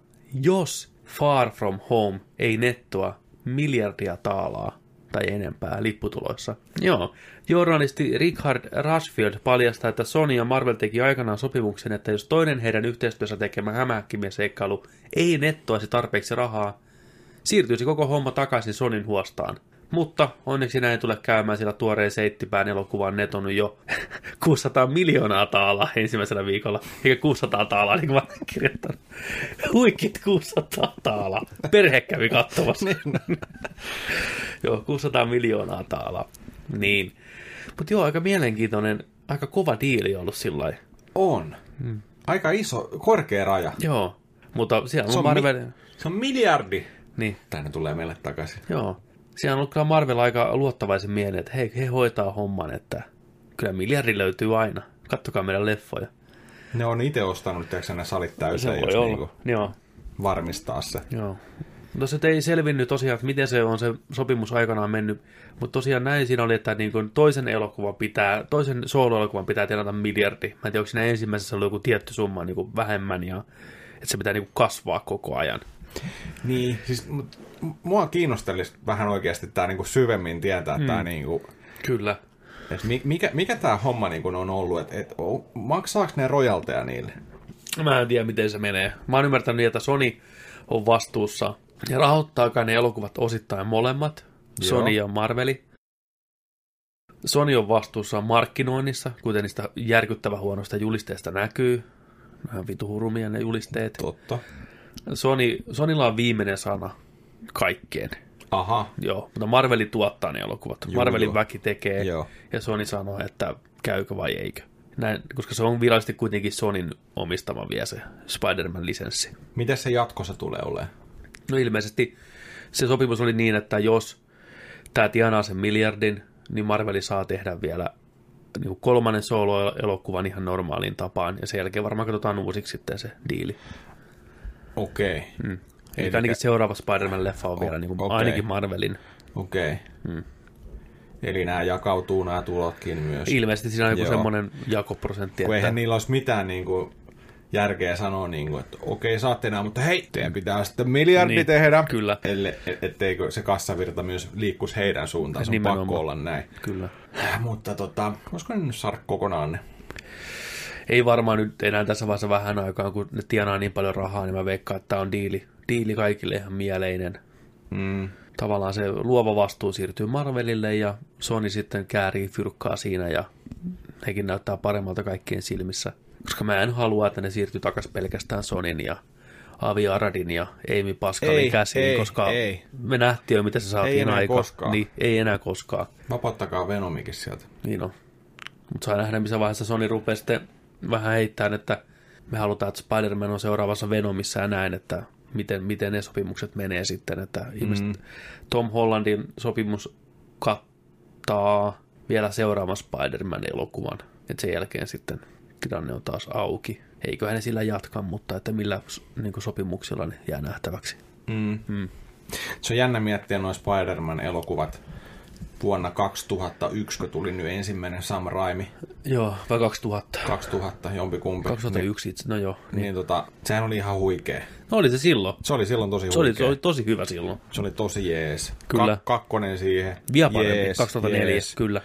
S1: jos Far From Home ei nettoa miljardia taalaa tai enempää lipputuloissa. Joo. Journalisti Richard Rashfield paljastaa, että Sony ja Marvel teki aikanaan sopimuksen, että jos toinen heidän yhteistyössä tekemä hämähäkkimien seikkailu ei nettoaisi tarpeeksi rahaa, siirtyisi koko homma takaisin Sonin huostaan. Mutta onneksi näin ei tule käymään, sillä tuoreen seittipään elokuva on netonut jo [LAUGHS] 600 miljoonaa taalaa ensimmäisellä viikolla. Eikä 600 taalaa, niin kuin mä olen kirjoittanut. Huikit 600 taalaa. Perhe kävi katsomassa. [LAUGHS] joo, 600 miljoonaa taalaa. Niin. Mutta joo, aika mielenkiintoinen, aika kova diili ollut sillä lailla.
S2: On. Aika iso, korkea raja.
S1: Hmm. Joo, mutta siellä
S2: Se
S1: on
S2: on,
S1: Marvel...
S2: mi- se on miljardi.
S1: niin.
S2: Tänne tulee meille takaisin.
S1: Joo. Siellä on ollut kyllä Marvel aika luottavaisen mielen, että hei, he hoitaa homman, että kyllä miljardi löytyy aina. Kattokaa meidän leffoja.
S2: Ne on itse ostanut, tiedätkö ne salit täyteen, jos niinku
S1: Joo,
S2: varmistaa se.
S1: joo. No se ei selvinnyt tosiaan, että miten se on se sopimus aikanaan mennyt, mutta tosiaan näin siinä oli, että niin kuin toisen elokuvan pitää, toisen sooloelokuvan pitää tienata miljardi. Mä en tiedä, onko siinä ensimmäisessä ollut joku tietty summa niin kuin vähemmän ja että se pitää niin kuin kasvaa koko ajan.
S2: Niin, siis mut, m- mua kiinnostelisi vähän oikeasti tämä niinku syvemmin tietää mm.
S1: Hmm.
S2: tämä niinku,
S1: Kyllä.
S2: et mi- mikä, mikä tämä homma niinku on ollut, että et, o- maksaako ne rojalteja niille?
S1: Mä en tiedä, miten se menee. Mä oon ymmärtänyt, että Sony on vastuussa ja rahoittaa kai ne elokuvat osittain molemmat,
S2: Joo.
S1: Sony ja Marveli. Sony on vastuussa markkinoinnissa, kuten niistä järkyttävän huonosta julisteista näkyy. Nämä vitu hurumia ne julisteet.
S2: Totta.
S1: Sony, Sonylla on viimeinen sana kaikkeen.
S2: Aha,
S1: Joo, mutta Marveli tuottaa ne elokuvat.
S2: Juu,
S1: Marvelin
S2: joo.
S1: väki tekee
S2: Joo.
S1: ja Sony sanoo, että käykö vai eikö. Näin, koska se on virallisesti kuitenkin Sonin omistama vielä se Spider-Man-lisenssi.
S2: miten se jatkossa tulee olemaan?
S1: No ilmeisesti se sopimus oli niin, että jos tämä tienaa sen miljardin, niin Marveli saa tehdä vielä niin kuin kolmannen solo-elokuvan ihan normaaliin tapaan, ja sen jälkeen varmaan katsotaan uusiksi sitten se diili.
S2: Okei, okay. mm.
S1: Eli ainakin seuraava Spider-Man-leffa on vielä niin kuin
S2: okei.
S1: ainakin Marvelin.
S2: okei. Okay. Mm. Eli nämä jakautuu nämä tulotkin myös.
S1: Ilmeisesti siinä on joku
S2: Joo.
S1: semmoinen jakoprosentti,
S2: Kun
S1: että
S2: eihän niillä olisi mitään niin kuin, järkeä sanoa, niin kuin, että okei, saatte nämä, mutta hei, teidän pitää sitten miljardi
S1: Niin,
S2: niin, tehdä.
S1: kyllä.
S2: Elle, et, etteikö se kassavirta myös liikkuisi heidän suuntaan. Se on
S1: Nimenomaan.
S2: pakko olla näin.
S1: kyllä.
S2: Mutta tota, voisiko ne nyt saada kokonaan ne?
S1: Ei varmaan nyt enää tässä vaiheessa vähän aikaa, kun ne tienaa niin paljon rahaa, niin mä veikkaan, että tämä on diili, diili kaikille ihan mieleinen.
S2: Mm.
S1: tavallaan se luova vastuu siirtyy Marvelille ja Sony sitten käärii fyrkkaa siinä ja hekin näyttää paremmalta kaikkien silmissä. Koska mä en halua, että ne siirtyy takaisin pelkästään Sonin ja Avi Aradin ja Amy Pascalin
S3: Ei,
S1: käsiin,
S3: ei,
S1: koska
S3: ei.
S1: me nähtiin jo, mitä se
S3: Ei
S1: saatiin
S3: enää
S1: aikaan.
S3: koskaan.
S1: Niin, ei enää koskaan.
S2: Vapauttakaa Venomikin sieltä.
S1: Niin on. Mutta saa nähdä, missä vaiheessa Sony rupeaa sitten vähän heittämään, että me halutaan, että Spider-Man on seuraavassa Venomissa ja näin, että miten, miten ne sopimukset menee sitten. Että ihmiset, Tom Hollandin sopimus kattaa vielä seuraavan Spider-Man-elokuvan. Et sen jälkeen sitten tilanne on taas auki. Eiköhän ne sillä jatka, mutta että millä niin sopimuksilla ne jää nähtäväksi.
S2: Se on jännä miettiä noin Spider-Man-elokuvat vuonna 2001, kun tuli nyt ensimmäinen Sam Raimi.
S1: Joo, vai 2000?
S2: 2000, jompikumpi.
S1: 2001 itse, no joo.
S2: Niin, niin tota, sehän oli ihan huikea.
S1: No oli se silloin.
S2: Se oli silloin tosi
S1: Se oli,
S2: huikea.
S1: se oli tosi hyvä silloin.
S2: se oli tosi jees.
S1: Kyllä.
S2: Ka- kakkonen siihen.
S1: Vielä parempi,
S2: jees,
S1: 2004,
S2: jees.
S1: kyllä.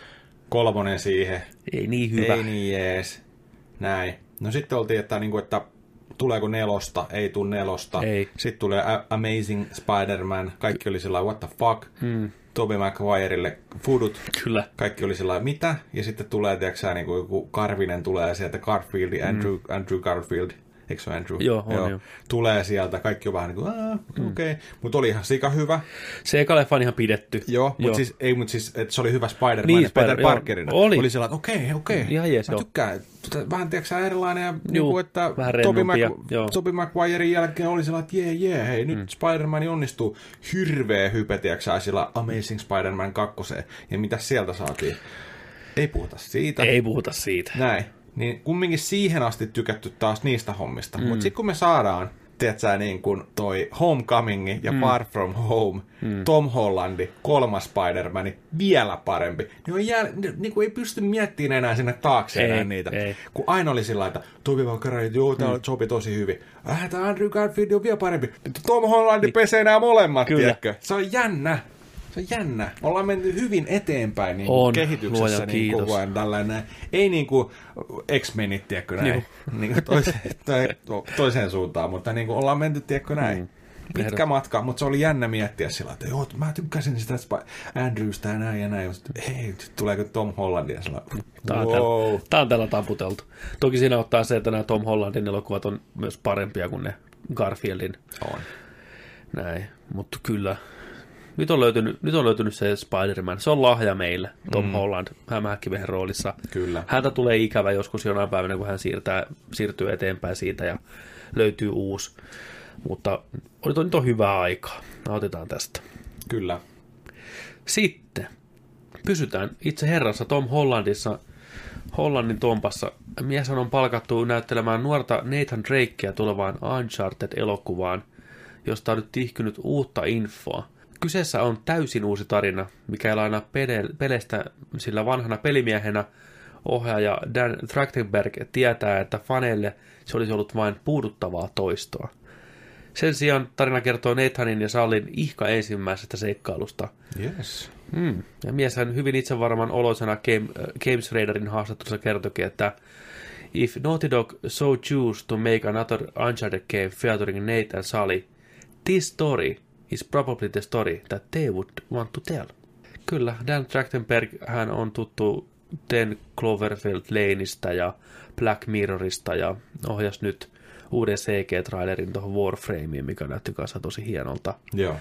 S2: Kolmonen siihen.
S1: Ei niin hyvä.
S2: Ei niin jees. Näin. No sitten oltiin, että, niin kuin, että tuleeko nelosta, ei tuu nelosta.
S1: Ei.
S2: Sitten tulee A- Amazing Spider-Man, kaikki oli sillä lailla, what the fuck.
S1: Hmm.
S2: Mm. Tobey Maguirelle fudut,
S1: Kyllä.
S2: kaikki oli sillä lailla, mitä? Ja sitten tulee, tiedätkö sä, niin kuin joku Karvinen tulee sieltä, Garfield, Andrew, mm. Andrew Garfield, eikö se ole Andrew?
S1: Joo, on, joo. Mm.
S2: Tulee sieltä, kaikki on vähän niin kuin, okei, okay. mutta oli ihan sika hyvä.
S1: Se eka leffa on ihan pidetty.
S2: Joo, mutta siis, ei, mutta siis, että se oli hyvä Spider-Man
S1: Niin,
S2: niin, Peter
S1: Spider- joo,
S2: Parkerina.
S1: oli.
S2: oli sillä, että okei, okei.
S1: Ihan jees,
S2: mä
S1: joo.
S2: tykkään. Tota, Vähän, tiedätkö sä, erilainen. Ja
S1: Juu,
S2: niinku, että
S1: vähän
S2: Tobey,
S1: rennompi ja- joo. Mm.
S2: Mac- Tobey Maguirein jälkeen oli sillä, että jee, jee, hei, nyt Spider-Man onnistuu. Hirveä hype, tiedätkö sä, sillä Amazing Spider-Man 2. Ja mitä sieltä saatiin? Ei puhuta siitä.
S1: Ei puhuta siitä.
S2: Näin. Niin kumminkin siihen asti tykätty taas niistä hommista. Mm. Mutta sitten kun me saadaan, tiedät sä, niin kun toi Homecoming ja mm. Far From Home, mm. Tom Hollandi, kolmas Spider-Man, vielä parempi. Niin, on jäl... ni- niin kuin ei pysty miettimään enää sinne taakse
S1: Ei,
S2: enää niitä.
S1: ei.
S2: Kun aina oli sillä lailla, että Tobi Valkara, joo, tää mm. sopi tosi hyvin. Äh, tää Andrew Garfield on vielä parempi. Tom Hollandi pesee nämä molemmat,
S1: Niin. Kyllä.
S2: tiedätkö? Se on jännä. Se on jännä. Ollaan menty hyvin eteenpäin niin
S1: On,
S2: on,
S1: luoja
S2: kehityksessä niin
S1: kiitos.
S2: koko ajan tällainen. Ei niin kuin X-Menit, tiedätkö näin, niin kuin toiseen, tai to- toiseen suuntaan, mutta niin kuin ollaan menty, tiedätkö näin. Mm. Pitkä matka, mutta se oli jännä miettiä sillä, että joo, mä tykkäsin sitä Sp- Andrewsta ja näin ja näin. Mutta hei, nyt tuleeko Tom Hollandia sillä
S1: Tää on,
S2: wow.
S1: tällä, tää on tällä taputeltu. Toki siinä ottaa se, että nämä Tom Hollandin elokuvat on myös parempia kuin ne Garfieldin.
S2: On.
S1: Näin, mutta kyllä. Nyt on, löytynyt, nyt on löytynyt se Spider-Man. Se on lahja meille, Tom mm. Holland, hämähäkkimiehen roolissa.
S2: Kyllä.
S1: Häntä tulee ikävä joskus jonain päivänä, kun hän siirtää, siirtyy eteenpäin siitä ja löytyy uusi. Mutta nyt on, nyt on hyvää aikaa. Otetaan tästä.
S2: Kyllä.
S1: Sitten pysytään itse herrassa Tom Hollandissa, Hollannin Tompassa. Mies on palkattu näyttelemään nuorta Nathan Drakea tulevaan Uncharted-elokuvaan, josta on nyt tihkynyt uutta infoa. Kyseessä on täysin uusi tarina, mikä ei laina pele- pelestä, sillä vanhana pelimiehenä ohjaaja Dan Trachtenberg tietää, että faneille se olisi ollut vain puuduttavaa toistoa. Sen sijaan tarina kertoo Nathanin ja Sallin ihka ensimmäisestä seikkailusta –
S2: Yes.
S1: Mm. Ja mieshän hyvin itsevarman oloisena Game, äh, Games Radarin haastattelussa kertoikin, että If Naughty Dog so choose to make another Uncharted game featuring Nate and Sally, this story is probably the story that they would want to tell. Kyllä, Dan Trachtenberg, hän on tuttu Ten Cloverfield Laneista ja Black Mirrorista ja ohjas nyt uuden CG-trailerin tuohon Warframeen, mikä näytti kanssa tosi hienolta
S2: Joo.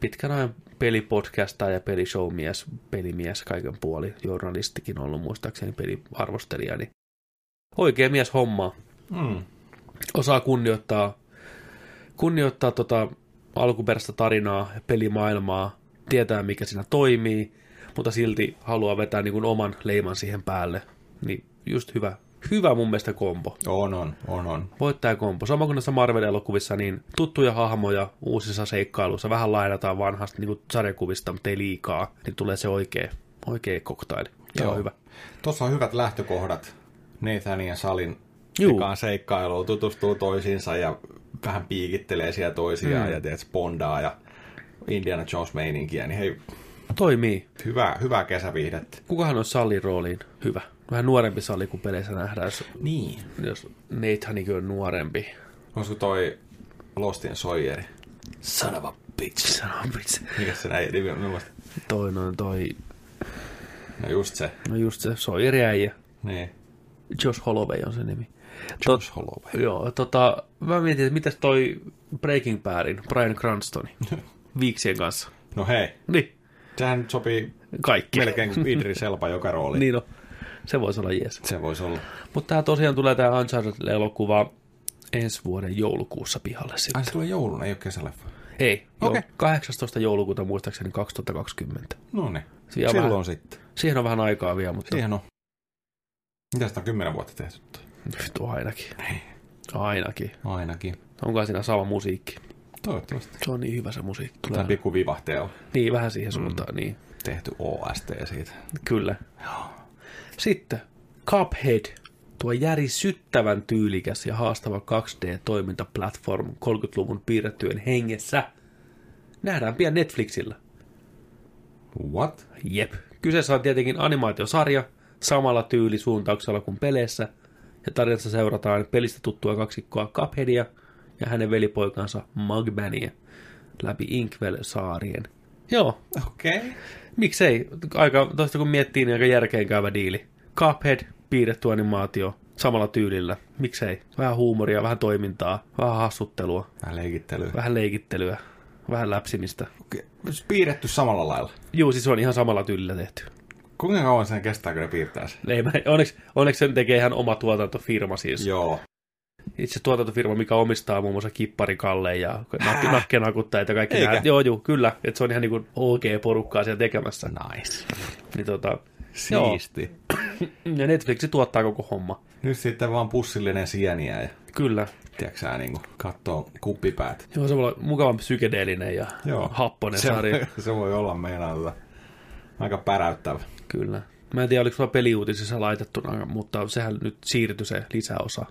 S1: pitkän ajan pelipodcastaa ja pelishowmies, pelimies kaiken puoli, journalistikin ollut muistaakseni peliarvostelija, niin oikea mies hommaa.
S2: Mm.
S1: Osaa kunnioittaa, kunnioittaa tota alkuperäistä tarinaa ja pelimaailmaa, tietää mikä siinä toimii, mutta silti haluaa vetää niin kuin oman leiman siihen päälle. Niin just hyvä, hyvä mun mielestä kombo
S2: On, on, on, on.
S1: voittajakompo. Sama kuin näissä Marvel-elokuvissa, niin tuttuja hahmoja uusissa seikkailuissa. Vähän lainataan vanhasta niin kuin sarjakuvista, mutta ei liikaa. Niin tulee se oikea, oikea koktaili. Ja on hyvä.
S2: Tuossa on hyvät lähtökohdat Nathanin ja Salin
S1: Juu.
S2: sekaan seikkailuun, tutustuu toisiinsa ja vähän piikittelee siellä toisiaan mm. ja teet spondaa ja Indiana Jones meininkiä, niin hei,
S1: Toimii.
S2: hyvää, hyvää kesäviihdettä.
S1: Kukahan on Sallin rooliin hyvä? Vähän nuorempi Salli kuin peleissä nähdään, jos,
S2: Niin.
S1: jos Nathanikin on nuorempi.
S2: Olisiko toi Lostin Sawyeri?
S1: Son of a bitch. Son of a bitch.
S2: Mikä se näin nimi on minun mielestä?
S1: Toi noin, toi...
S2: No just se.
S1: No just se, se on eri äijä.
S2: Niin.
S1: Josh Holloway on se nimi.
S2: Josh Holloway.
S1: Joo, tota, mä mietin, että mitäs toi Breaking Badin, Brian
S2: [LAUGHS]
S1: Cranstoni, viiksien kanssa.
S2: No hei,
S1: Niin,
S2: sehän nyt sopii
S1: kaikki.
S2: melkein kuin Idris Elba joka rooli.
S1: Niin on. Se voisi olla jees.
S2: Se voisi olla.
S1: Mutta tää tosiaan tulee tää Uncharted-elokuva ensi vuoden joulukuussa pihalle sitten.
S2: Ai se tulee jouluna, ei ole kesäleffa.
S1: Ei, joo,
S2: Okei.
S1: 18. joulukuuta muistaakseni 2020.
S2: No niin,
S1: Siinä on
S2: silloin
S1: vähän-
S2: sitten.
S1: Siihen on vähän aikaa vielä, mutta
S2: Siihen on. Mitä sitä on kymmenen vuotta tehty?
S1: Vittu ainakin. Ainakin.
S2: Ainakin.
S1: Onko siinä sama musiikki?
S2: Toivottavasti.
S1: Se on niin hyvä se musiikki. Tulee.
S2: Tämä pikku vivahteella
S1: Niin, vähän siihen
S2: Mm.
S1: suuntaan. Niin,
S2: tehty OST siitä.
S1: kyllä. Sitten Cuphead. Tuo järisyttävän tyylikäs ja haastava 2D-toimintaplatform 30-luvun piirrettyjen hengessä. Nähdään pian Netflixillä.
S2: What?
S1: Jep. Kyseessä on tietenkin animaatiosarja samalla tyylisuuntauksella kuin peleissä, ja tarjassa seurataan pelistä tuttua kaksikkoa Cupheadia ja hänen velipoikansa Mugmania läpi Inkwell-saarien. Joo,
S2: Okei. Okay.
S1: miksei? Aika, toista kun miettii, niin aika järkeenkäyvä diili. Cuphead, piirretty animaatio, samalla tyylillä. Miksei? Vähän huumoria, vähän toimintaa, vähän hassuttelua,
S2: Vähän leikittelyä.
S1: vähän leikittelyä, vähän läpsimistä.
S2: Okay. Piirretty samalla lailla.
S1: Juu, siis se on ihan samalla tyylillä tehty.
S2: Kuinka kauan sen kestää, kun ne piirtää sen?
S1: Ei, mä, onneksi, onneksi sen tekee ihan oma tuotantofirma siis. Joo.
S2: Joo.
S1: Itse tuotantofirma, mikä omistaa muun muassa Kippari Kalle ja nak- nakkenakuttajat ja kaikki
S2: Eikä.
S1: nämä. Joo, joo, kyllä. Että se on ihan niin OG porukkaa siellä tekemässä.
S2: Nice.
S1: Niin tota, joo.
S2: Siisti. Joo.
S1: Ja Netflix tuottaa koko homma.
S2: Nyt sitten vaan pussillinen sieniä ja
S1: Kyllä.
S2: tiedätkö sä, niin kattoo kuppipäät.
S1: Joo, se voi olla mukavan psykedeellinen ja
S2: Joo.
S1: Joo. happonen
S2: se,
S1: sarja.
S2: [LAUGHS] se voi olla meinaa tota, aika päräyttävä.
S1: Kyllä. Mä en tiedä, oliko sulla peliuutisissa laitettuna, mutta sehän nyt siirtyi se lisäosa.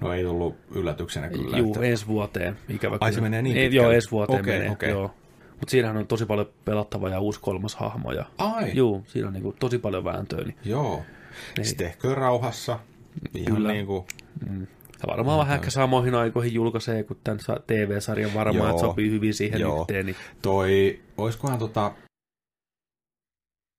S2: No ei tullut yllätyksenä kyllä.
S1: Juu,
S2: että-
S1: ensi vuoteen. Ikävä
S2: Ai,
S1: kyllä.
S2: se menee niin
S1: Ei,
S2: pitkälle?
S1: Joo, ensi vuoteen
S2: Okei,
S1: okay, menee.
S2: okei.
S1: Okay. Joo. Mutta siinähän on tosi paljon pelattavaa ja uusi kolmas hahmo. Ja...
S2: Ai, Juu.
S1: Juu, siinä on niinku tosi paljon vääntöä. Niin
S2: joo.
S1: Niin.
S2: Sitten tehkö rauhassa. Ihan
S1: Kyllä.
S2: niin kuin,
S1: ja varmaan vähän ehkä samoihin aikoihin julkaisee, kun tämän sa- TV-sarjan varmaan,
S2: Joo.
S1: että sopii hyvin siihen
S2: Joo.
S1: Joo. yhteen. Niin...
S2: toi, oiskohan tota,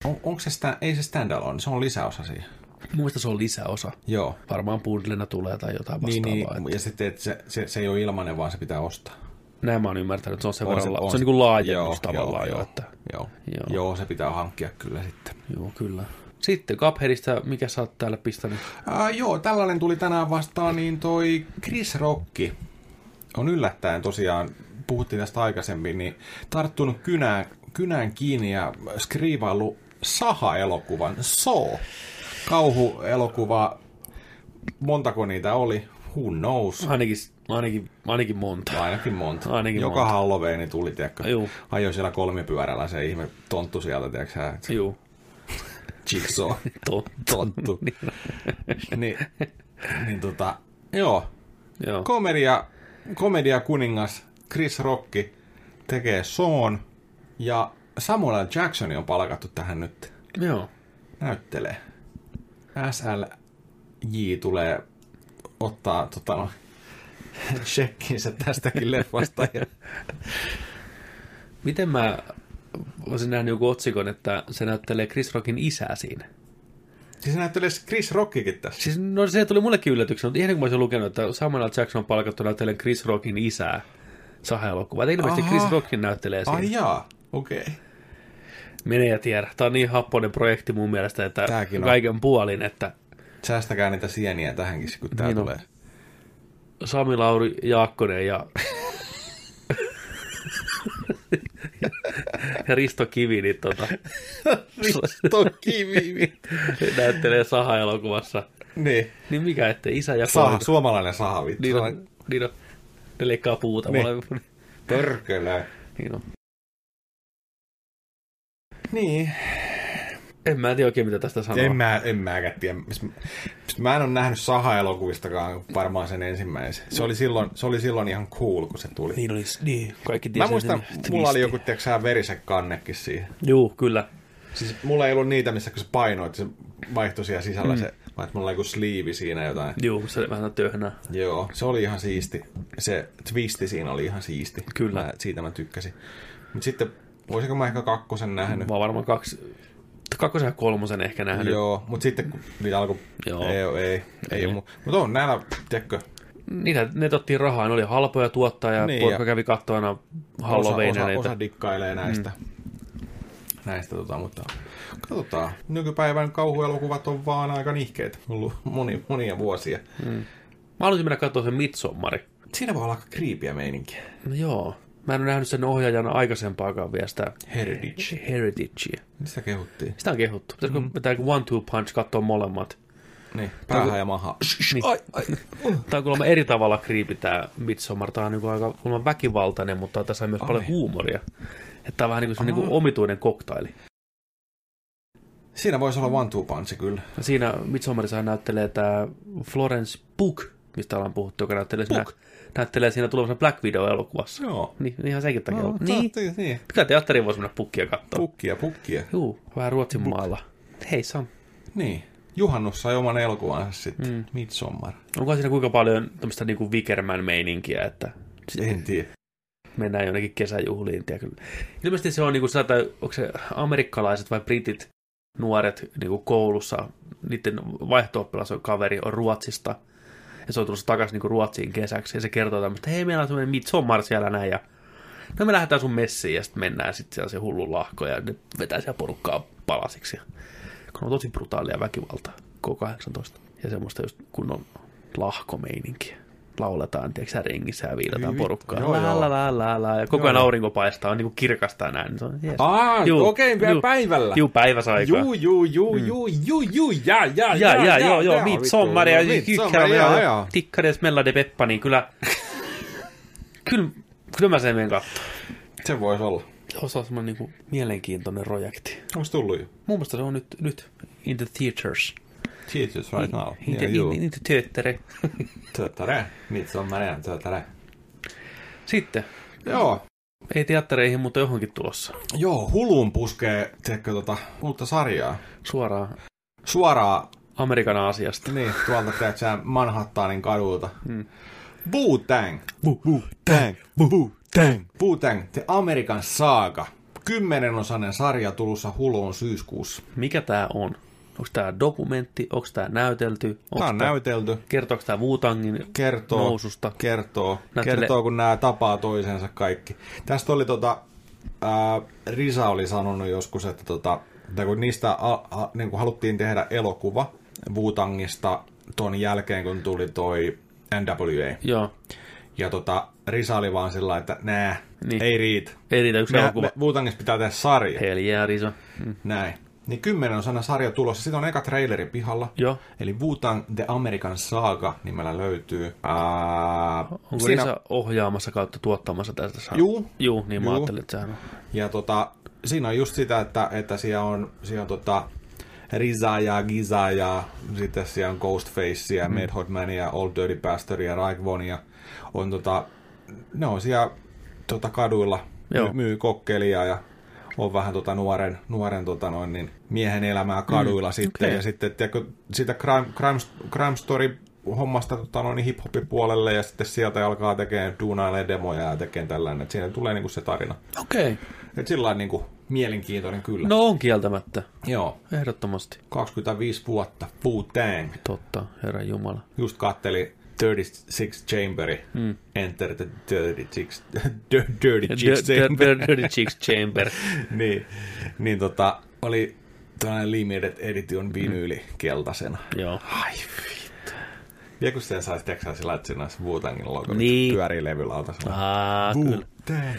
S2: on, onko se sitä, ei se standalone, se on lisäosa siihen.
S1: Muista se on lisäosa.
S2: Joo.
S1: Varmaan bundlena tulee tai jotain
S2: Niin,
S1: vastaavaa.
S2: niin,
S1: Niin,
S2: ja sitten, että se, se, se ei ole ilmainen, vaan se pitää ostaa.
S1: Näin mä oon ymmärtänyt, että se on sen
S2: On
S1: verran,
S2: se-
S1: se, on,
S2: on
S1: se on
S2: se-
S1: niinku laajennus
S2: Joo,
S1: tavallaan
S2: joo,
S1: jo.
S2: joo.
S1: Että...
S2: Joo.
S1: Joo.
S2: Joo. Joo, se pitää hankkia kyllä sitten.
S1: Joo, kyllä. Sitten Cupheadista, mikä sä oot täällä pistänyt?
S2: Äh, joo, tällainen tuli tänään vastaan, niin toi Chris Rock on yllättäen tosiaan, puhuttiin tästä aikaisemmin, niin tarttunut kynään, kynään kiinni ja skriivaillut Saha-elokuvan So. Kauhuelokuva, montako niitä oli? Who knows?
S1: Ainakin, ainakin, ainakin monta.
S2: Ainakin monta.
S1: Ainakin
S2: Joka
S1: monta.
S2: Halloweeni tuli, tiedätkö?
S1: Juu.
S2: Ajoi siellä kolmipyörällä se ihme tonttu sieltä, tiedätkö sä, et-
S1: Juu,
S2: Jigsaw.
S1: [LAUGHS] to,
S2: tonttu. niin, niin tota, joo,
S1: joo.
S2: komedia, komedia kuningas Chris Rock tekee Soon ja Samuel Jacksoni on palkattu tähän nyt
S1: joo.
S2: näyttelee. SLJ tulee ottaa tota, no, shekkinsä tästäkin leffasta. Ja,
S1: Miten mä olisin nähnyt joku otsikon, että se näyttelee Chris Rockin isää siinä?
S2: siis se näyttelee Chris Rockikin tässä.
S1: Siis no se tuli mullekin yllätyksenä, mutta ihan kun mä olisin lukenut, että Samuel L. Jackson on palkattu näyttelemään Chris Rockin isää saha-elokuva. Että Ilmeisesti
S2: Aha.
S1: Chris Rockin näyttelee siinä.
S2: Ai jaa, okei. Okay.
S1: Mene ja tiedä. Tämä on niin happoinen projekti mun mielestä, että
S2: Tääkin on.
S1: kaiken puolin, että
S2: Säästäkää niitä sieniä tähänkin, kun tää
S1: Niin on.
S2: tulee.
S1: Sami Lauri Jaakkonen ja, ja Risto Kivi niin tota, Niin.
S2: Toki viivi.
S1: näyttelee saha-elokuvassa.
S2: niin.
S1: Niin mikä ettei isä ja
S2: Saha,
S1: poika.
S2: suomalainen saha vittu.
S1: Niin on, niin on. Ne leikkaa puuta
S2: Niin.
S1: niin. molemmat.
S2: Pörkölö.
S1: Niin on.
S2: Niin.
S1: En mä tiedä oikein, mitä tästä sanoo.
S2: En mä, en mäkään tiedä. Mis- mis- Mä en ole nähnyt saha-elokuvistakaan varmaan sen ensimmäisen. Se oli silloin, se oli silloin ihan cool, kun se tuli.
S1: Niin olisi, niin. Kaikki
S2: Mä
S1: tiesi,
S2: muistan,
S1: että-
S2: mulla oli
S1: twisti.
S2: joku, tiedätkö sä, veriset kannekin siihen.
S1: Juu, kyllä.
S2: Siis mulla ei ollut niitä, missä kun sä painoit, se vaihtoi siellä sisällä mm. se, vaan että mulla oli joku sliivi siinä jotain.
S1: Joo, se oli vähän töhnää.
S2: Joo, se oli ihan siisti. Se twisti siinä oli ihan siisti.
S1: Kyllä.
S2: Mä, siitä mä tykkäsin. Mutta sitten, voisinko mä ehkä kakkosen nähnyt?
S1: Mä oon varmaan kaksi, kakkosen ja kolmosen ehkä nähnyt.
S2: Joo, mutta sitten kun niitä alkoi...
S1: Joo.
S2: Ei, oo, ei, ei. ei. Mutta on näillä, tiedätkö,
S1: Niitä, ne otettiin rahaa, ne oli halpoja tuottaa ja
S2: Niin,
S1: niin, poika
S2: ja-
S1: kävi kattoina niin-
S2: osa, osa,
S1: Halloweenereita.
S2: osa dikkailee näistä. Mm. Näistä, tota, mutta katsotaan. Nykypäivän kauhuelokuvat on vaan aika nihkeitä. Ollut moni, monia vuosia.
S1: Mä haluaisin mennä katsoa sen Midsommari.
S2: Siinä voi olla aika kriipiä meininkiä.
S1: No joo. Mä en ole nähnyt sen ohjaajan aikaisempaakaan vielä sitä
S2: Heritage.
S1: Heritagea.
S2: Mistä kehuttiin?
S1: Sitä on kehuttu. Pitäisikö mm. tämä One Two Punch katsoa molemmat?
S2: Niin, päähän ja maha.
S1: Niin.
S2: Ai, ai.
S1: Tämä on kuulemma eri tavalla kriipi tämä Midsommar. Tämä on niin aika kuulemma väkivaltainen, mutta tässä on myös paljon huumoria. Että tämä on vähän niin kuin, niin omituinen koktaili.
S2: Siinä voisi olla one two punch kyllä.
S1: Ja Siinä Midsommarissa näyttelee tämä Florence Pugh, mistä ollaan puhuttu, joka näyttelee siinä, näyttelee siinä tulevassa Black Video-elokuvassa.
S2: Joo.
S1: Niin, ihan senkin takia. No, niin.
S2: Niin. niin.
S1: Kyllä teatteriin voisi mennä pukkia katsoa.
S2: Pukkia, pukkia.
S1: Juu, vähän Ruotsin maalla. Hei Sam,
S2: Niin. Juhannus sai oman elokuvansa sitten. Mm. Midsommar.
S1: onko siinä kuinka paljon tämmöistä niinku Wickerman-meininkiä, että
S2: En tiedä.
S1: mennään jonnekin kesäjuhliin. Tiedätkö? Ilmeisesti se on niin kuin sitä, että onko se amerikkalaiset vai britit nuoret niin kuin koulussa, niiden vaihto on kaveri on Ruotsista, ja se on tulossa takaisin niin kuin Ruotsiin kesäksi, ja se kertoo tämmöistä, että hei, meillä on semmoinen midsommar siellä näin, ja no me lähdetään sun messiin, ja sitten mennään sitten siellä se hullu lahko, ja ne vetää siellä porukkaa palasiksi, ja kun on tosi brutaalia väkivaltaa, K-18, ja semmoista just kunnon lahkomeininkiä lauletaan, tiedätkö sä, rengissä ja viilataan
S2: Hyvin.
S1: porukkaa.
S2: Joo,
S1: la,
S2: joo.
S1: la, la, la, la, ja koko ajan aurinko paistaa, on niinku kirkasta näin. niin Se on, jees.
S2: Aa,
S1: Juu,
S2: okei, vielä
S1: juu,
S2: päivällä.
S1: Juu, päiväsaikaa.
S2: Juu, juu, juu, juu, juu, juu, jaa, jaa,
S1: Ja, ja, joo, joo,
S2: vittu,
S1: midsommar ja
S2: midsommar,
S1: kykkärä
S2: jaa,
S1: ja
S2: jaa.
S1: tikkari ja smella de peppa, niin [LAUGHS] kyllä, kyllä, kyllä mä sen menen katsoa.
S2: Se voisi olla.
S1: Se on semmoinen niinku mielenkiintoinen projekti.
S2: Onko tullut jo?
S1: Mun mielestä se on nyt, nyt in the theaters.
S2: Jesus right now.
S1: In, the,
S2: niin,
S1: in, in the theater.
S2: Tötärä. Midsommar ja tötärä.
S1: Sitten,
S2: Joo.
S1: ei teattereihin, mutta johonkin tulossa.
S2: Joo, hulun puskee, tiedätkö, tota, uutta sarjaa.
S1: Suoraan
S2: Suoraan,
S1: Amerikan Aasiasta.
S2: niin, tuolta tiedätkö sä, Manhattanin kadulta.
S1: Mm.
S2: Wu-Tang. Wu-Tang. Wu-Tang. Wu-Tang, The American Saga. Kymmenenosainen sarja tulossa huluun syyskuussa.
S1: Mikä tää on? Onko tää dokumentti? Onko tää näytelty? Onks
S2: Tää on näytelty.
S1: Kertooko tämä Wutangin
S2: kertoo,
S1: noususta?
S2: kertoo,
S1: Näyttelee-
S2: kertoo, kun nämä tapaa toisensa kaikki. Tästä oli tota, ää, Risa oli sanonut joskus, että tota, että kun niistä a, a, niin kun haluttiin tehdä elokuva Wutangista ton jälkeen, kun tuli toi NWA.
S1: Joo,
S2: Ja tota, Risa oli vaan sillä lailla, että nää,
S1: Niin.
S2: niin. ei riitä.
S1: ei riitä yksi
S2: Me,
S1: elokuva.
S2: me, Wutangista pitää tehdä sarja.
S1: Hell yeah, Riso. Mm.
S2: Näin. Niin kymmenen osana sarja tulossa. Sitten on eka traileri pihalla.
S1: Joo.
S2: Eli Wu-Tang The American Saga nimellä löytyy. Ää,
S1: Onko
S2: siinä-
S1: Siinä... Risa ohjaamassa kautta tuottamassa tästä saa?
S2: Juu.
S1: Juu, niin mä
S2: Juu.
S1: ajattelin, että sehän on.
S2: Ja tota, siinä on just sitä, että, että siellä on, siellä on tota, Rizaa ja Gizaa ja sitten siellä on Ghostfacea, mm. Mad Hotmania, Old Dirty Basterdia, Raikvonia. On tota, ne on siellä tota, kaduilla,
S1: Joo.
S2: Joo. myy kokkelia ja on vähän tota nuoren, nuoren tota noin, niin miehen elämää kaduilla mm. sitten.
S1: okei.
S2: Ja sitten tiedätkö, siitä crime, crime, crime story hommasta tota noin, hip puolelle ja sitten sieltä alkaa tekemään duunailee demoja ja tekemään tällainen. Et siinä tulee niinku se tarina.
S1: Okei.
S2: Et sillä lailla niinku mielenkiintoinen kyllä.
S1: No on kieltämättä.
S2: Joo,
S1: Ehdottomasti.
S2: 25 vuotta, Wu Tang.
S1: Totta, herra Jumala.
S2: Just katteli 36 Chamberi, mm. Enter the [LAUGHS] 36, Dirty, dirty Chicks Chamber.
S1: Dirty Chicks [LAUGHS] Chamber.
S2: niin, niin tota, oli tällainen limited edition vinyyli
S1: Mm.
S2: keltaisena.
S1: Joo.
S2: Ai vittu. Ja kun sen saisi teksää sillä, että siinä olisi Wu-Tangin logo
S1: Niin.
S2: niin. pyörii levylautasella.
S1: Ah, kyllä.
S2: Wu-Tang.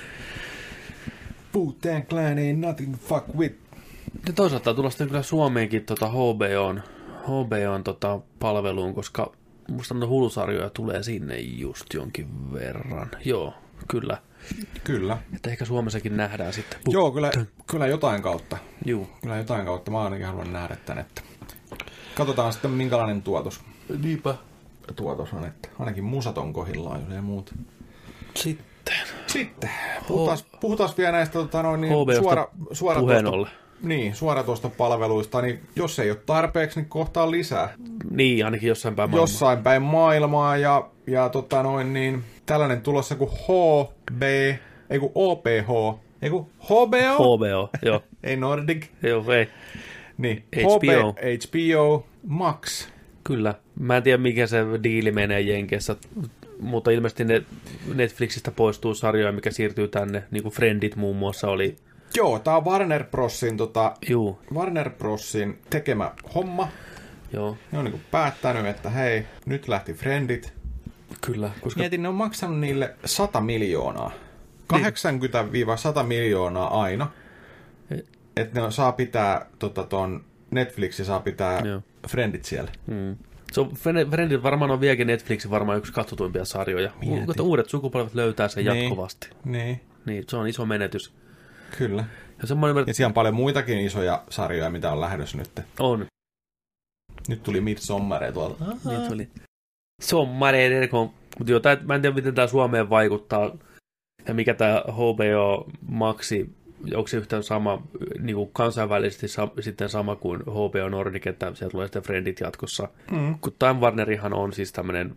S2: Wu-Tang Clan ain't nothing to fuck with.
S1: Ja toisaalta tulla sitten kyllä Suomeenkin tota HBOn, HBOn tota palveluun, koska musta noita hulusarjoja tulee sinne just jonkin verran. Joo, kyllä.
S2: Kyllä.
S1: Että ehkä Suomessakin nähdään sitten. Puh,
S2: Joo, kyllä, kyllä jotain kautta.
S1: Juu.
S2: Kyllä jotain kautta. Mä ainakin haluan nähdä tän, että katsotaan sitten minkälainen tuotos,
S1: Niinpä.
S2: tuotos on. Että ainakin musat on kohillaan, jos ei muuta.
S1: Sitten.
S2: Sitten puhutaan, puhutaan vielä näistä tota, noin, niin
S1: HBOsta
S2: suora, suora
S1: puheen
S2: tuosta
S1: ollen.
S2: niin, suoratoistopalveluista, niin jos ei ole tarpeeksi, niin kohtaa lisää.
S1: Niin, ainakin jossain päin maailmaa.
S2: Jossain päin maailmaa ja, ja tota noin, niin tällainen tulossa kuin HB, ei kun OPH, ei kun HBO,
S1: HBO, joo. [LAUGHS]
S2: ei Nordic,
S1: joo, ei.
S2: niin
S1: HBO.
S2: HBO, HBO Max.
S1: Kyllä. Mä en tiedä, mikä se diili menee Jenkeissä, mutta ilmeisesti ne Netflixistä poistuu sarjoja, mikä siirtyy tänne, niin kuin Friendit muun muassa oli.
S2: Joo, tää on Warner Brosin, tota,
S1: Juu,
S2: Warner Brosin tekemä homma.
S1: joo,
S2: Ne on niinku päättänyt, että hei, nyt lähti Friendit.
S1: kyllä. Koska
S2: Mietin, ne on maksanut niille 100 miljoonaa. 80-100 miljoonaa aina. Että ne saa pitää, tota, ton Netflixi saa pitää
S1: Joo.
S2: Friendit siellä.
S1: Mm. Se on, Fren- Friendit varmaan on vieläkin Netflixin varmaan yksi katsotuimpia sarjoja.
S2: Mieti.
S1: Mutta uudet sukupolvet löytää sen
S2: Niin.
S1: jatkuvasti.
S2: Niin,
S1: Niin, se on iso menetys.
S2: kyllä.
S1: Ja semmoinen
S2: Ja siellä on paljon muitakin isoja sarjoja, mitä on lähdössä nyt.
S1: on.
S2: Nyt tuli Midsommare tuolta.
S1: Niin tuli. Se on Mareiden Mutta joo, tää, mä en tiedä, miten tämä Suomeen vaikuttaa ja mikä tämä HBO Maxi, onko se yhtään sama, niin kuin kansainvälisesti sa, sitten sama kuin HBO Nordic, että sieltä tulee sitten Friendit jatkossa.
S2: Mm.
S1: Kun Time Warnerihan on siis tämmöinen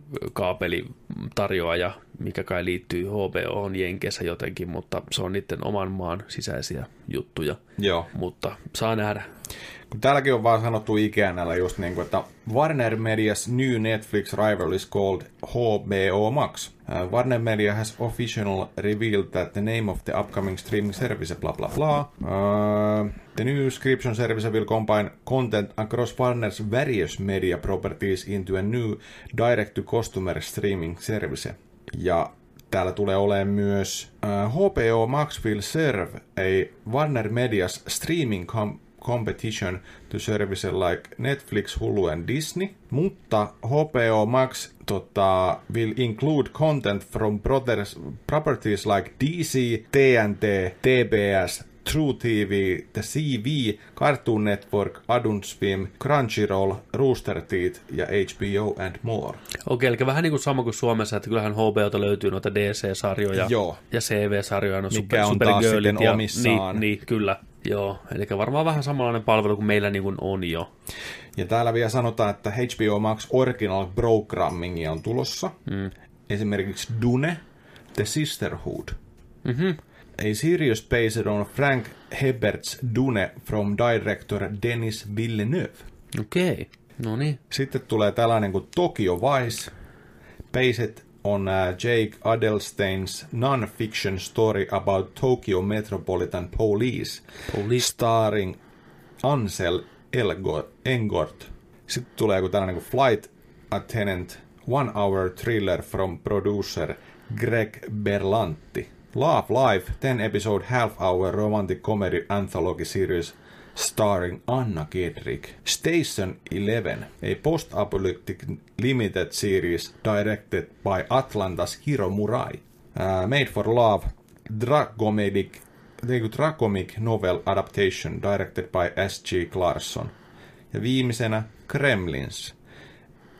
S1: kaapelitarjoaja, mikä kai liittyy HBOon Jenkeissä jotenkin, mutta se on niiden oman maan sisäisiä juttuja.
S2: Joo.
S1: Mutta saa nähdä.
S2: Kun täälläkin on vaan sanottu IGNllä just niin kuin, että Warner Media's new Netflix rival is called HBO Max. Uh, Warner Media has official revealed that the name of the upcoming streaming service bla bla bla. Uh, the new subscription service will combine content across Warner's various media properties into a new direct-to-customer streaming service. Ja Täällä tulee olemaan myös äh, HBO Max will serve a Warner Media's streaming com- competition to services like Netflix, Hulu and Disney, mutta HBO Max tota, will include content from brothers, properties like DC, TNT, TBS, True TV, The CV, Cartoon Network, Adult Swim, Crunchyroll, Rooster Teeth ja HBO and more.
S1: Okei, eli vähän niin kuin sama kuin Suomessa, että kyllähän HBOta löytyy noita DC-sarjoja.
S2: Joo.
S1: ja CV-sarjoja, no super,
S2: Mikä on taas
S1: Supergirlit
S2: sitten
S1: ja, Niin,
S2: omissaan.
S1: niin, kyllä, joo. Eli varmaan vähän samanlainen palvelu kuin meillä niin kuin on jo.
S2: Ja täällä vielä sanotaan, että HBO Max Original Programmingia on tulossa. Mm. Esimerkiksi Dune, The Sisterhood.
S1: Mhm.
S2: A series based on Frank Herbert's Dune from director Denis Villeneuve.
S1: Okei, no niin.
S2: Sitten tulee tällainen kuin Tokyo Vice. Based on äh, Jake Adelstein's non-fiction story about Tokyo Metropolitan Police.
S1: Police.
S2: Starring Ansel Elgo- Engort. Sitten tulee joku tällainen kuin Flight Attendant, One Hour Thriller from producer Greg Berlanti. Love Life, 10 episode half hour romantic comedy anthology series starring Anna Gedrick. Station 11, a post-apocalyptic limited series directed by Atlantas Hiro Murai. Uh, made for Love, Dragomedic The Dracomic Novel Adaptation directed by S.G. Clarkson. Ja viimeisenä Kremlins,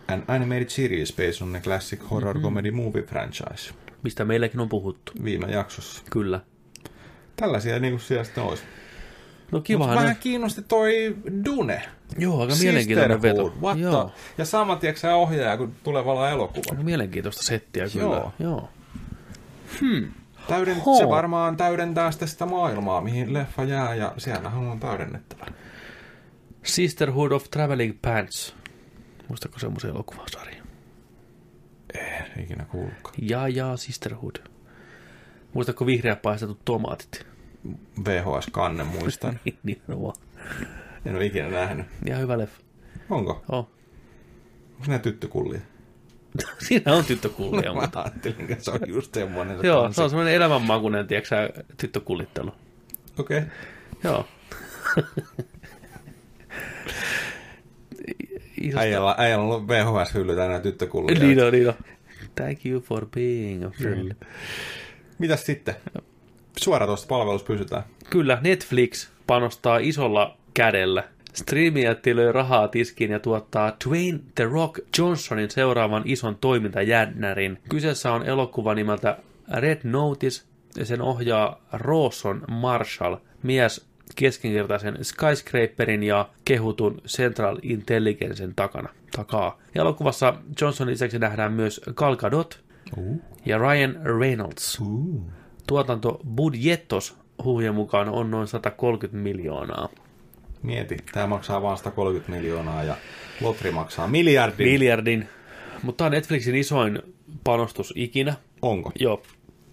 S2: an animated series based on the classic
S1: Mm-hmm.
S2: horror comedy movie franchise
S1: Mistä meilläkin on puhuttu,
S2: viime jaksossa.
S1: kyllä.
S2: Tällaisia niinku siellä sitten olisi.
S1: No kivahan.
S2: Vähän
S1: Vähän...
S2: kiinnosti toi Dune.
S1: Joo, aika mielenkiintoinen
S2: Sisterhood.
S1: veto.
S2: What
S1: Joo.
S2: the? Ja sama tiedätkö sä ohjaaja kuin tulevalla elokuvalla.
S1: Aika Mielenkiintoista settiä kyllä.
S2: Joo.
S1: Joo. Joo.
S2: Täyden,
S1: Hoo.
S2: se varmaan täydentää sitä, sitä maailmaa, mihin leffa jää ja siellähän on täydennettävä.
S1: Sisterhood of Traveling Pants. Muistatko semmoisen elokuvasarjan?
S2: En ikinä kuullutkaan.
S1: Jaa, jaa, Sisterhood. Muistatko vihreät paistetut tomaatit?
S2: VHS-kanne muistan.
S1: niin, no,
S2: En ole ikinä nähnyt.
S1: ihan hyvä leffa.
S2: Onko?
S1: Oh.
S2: Onko nämä tyttökullia?
S1: Siinä on tyttökullia, mutta...
S2: Mä ajattelin, että se on just semmoinen. Se
S1: Joo,
S2: kansi.
S1: se on semmoinen elämänmakuinen, tiedätkö tyttökulittelu.
S2: Okei. Okay.
S1: Joo. Isosta...
S2: Äijällä, äijällä on ollut VHS-hylly tänään tyttökullia.
S1: Niin on, niin on. Thank you for being a friend. Mm.
S2: Mitäs sitten? Suora tuosta palvelussa pysytään.
S1: Kyllä, Netflix panostaa isolla kädellä. Streamijätti löi rahaa tiskiin ja tuottaa Dwayne The Rock Johnsonin seuraavan ison toimintajännärin. Kyseessä on elokuva nimeltä Red Notice ja sen ohjaa Rawson Marshall, mies keskinkertaisen skyscraperin ja kehutun Central Intelligencen takana, takaa. Ja elokuvassa Johnson lisäksi nähdään myös Gal Gadot
S2: Uh.
S1: ja Ryan Reynolds.
S2: Uh.
S1: Tuotanto budjettos huhujen mukaan on noin 130 miljoonaa.
S2: Mieti, tämä maksaa vaan 130 miljoonaa ja Lotri maksaa miljardin.
S1: Miljardin. Mutta tämä on Netflixin isoin panostus ikinä.
S2: Onko?
S1: Joo.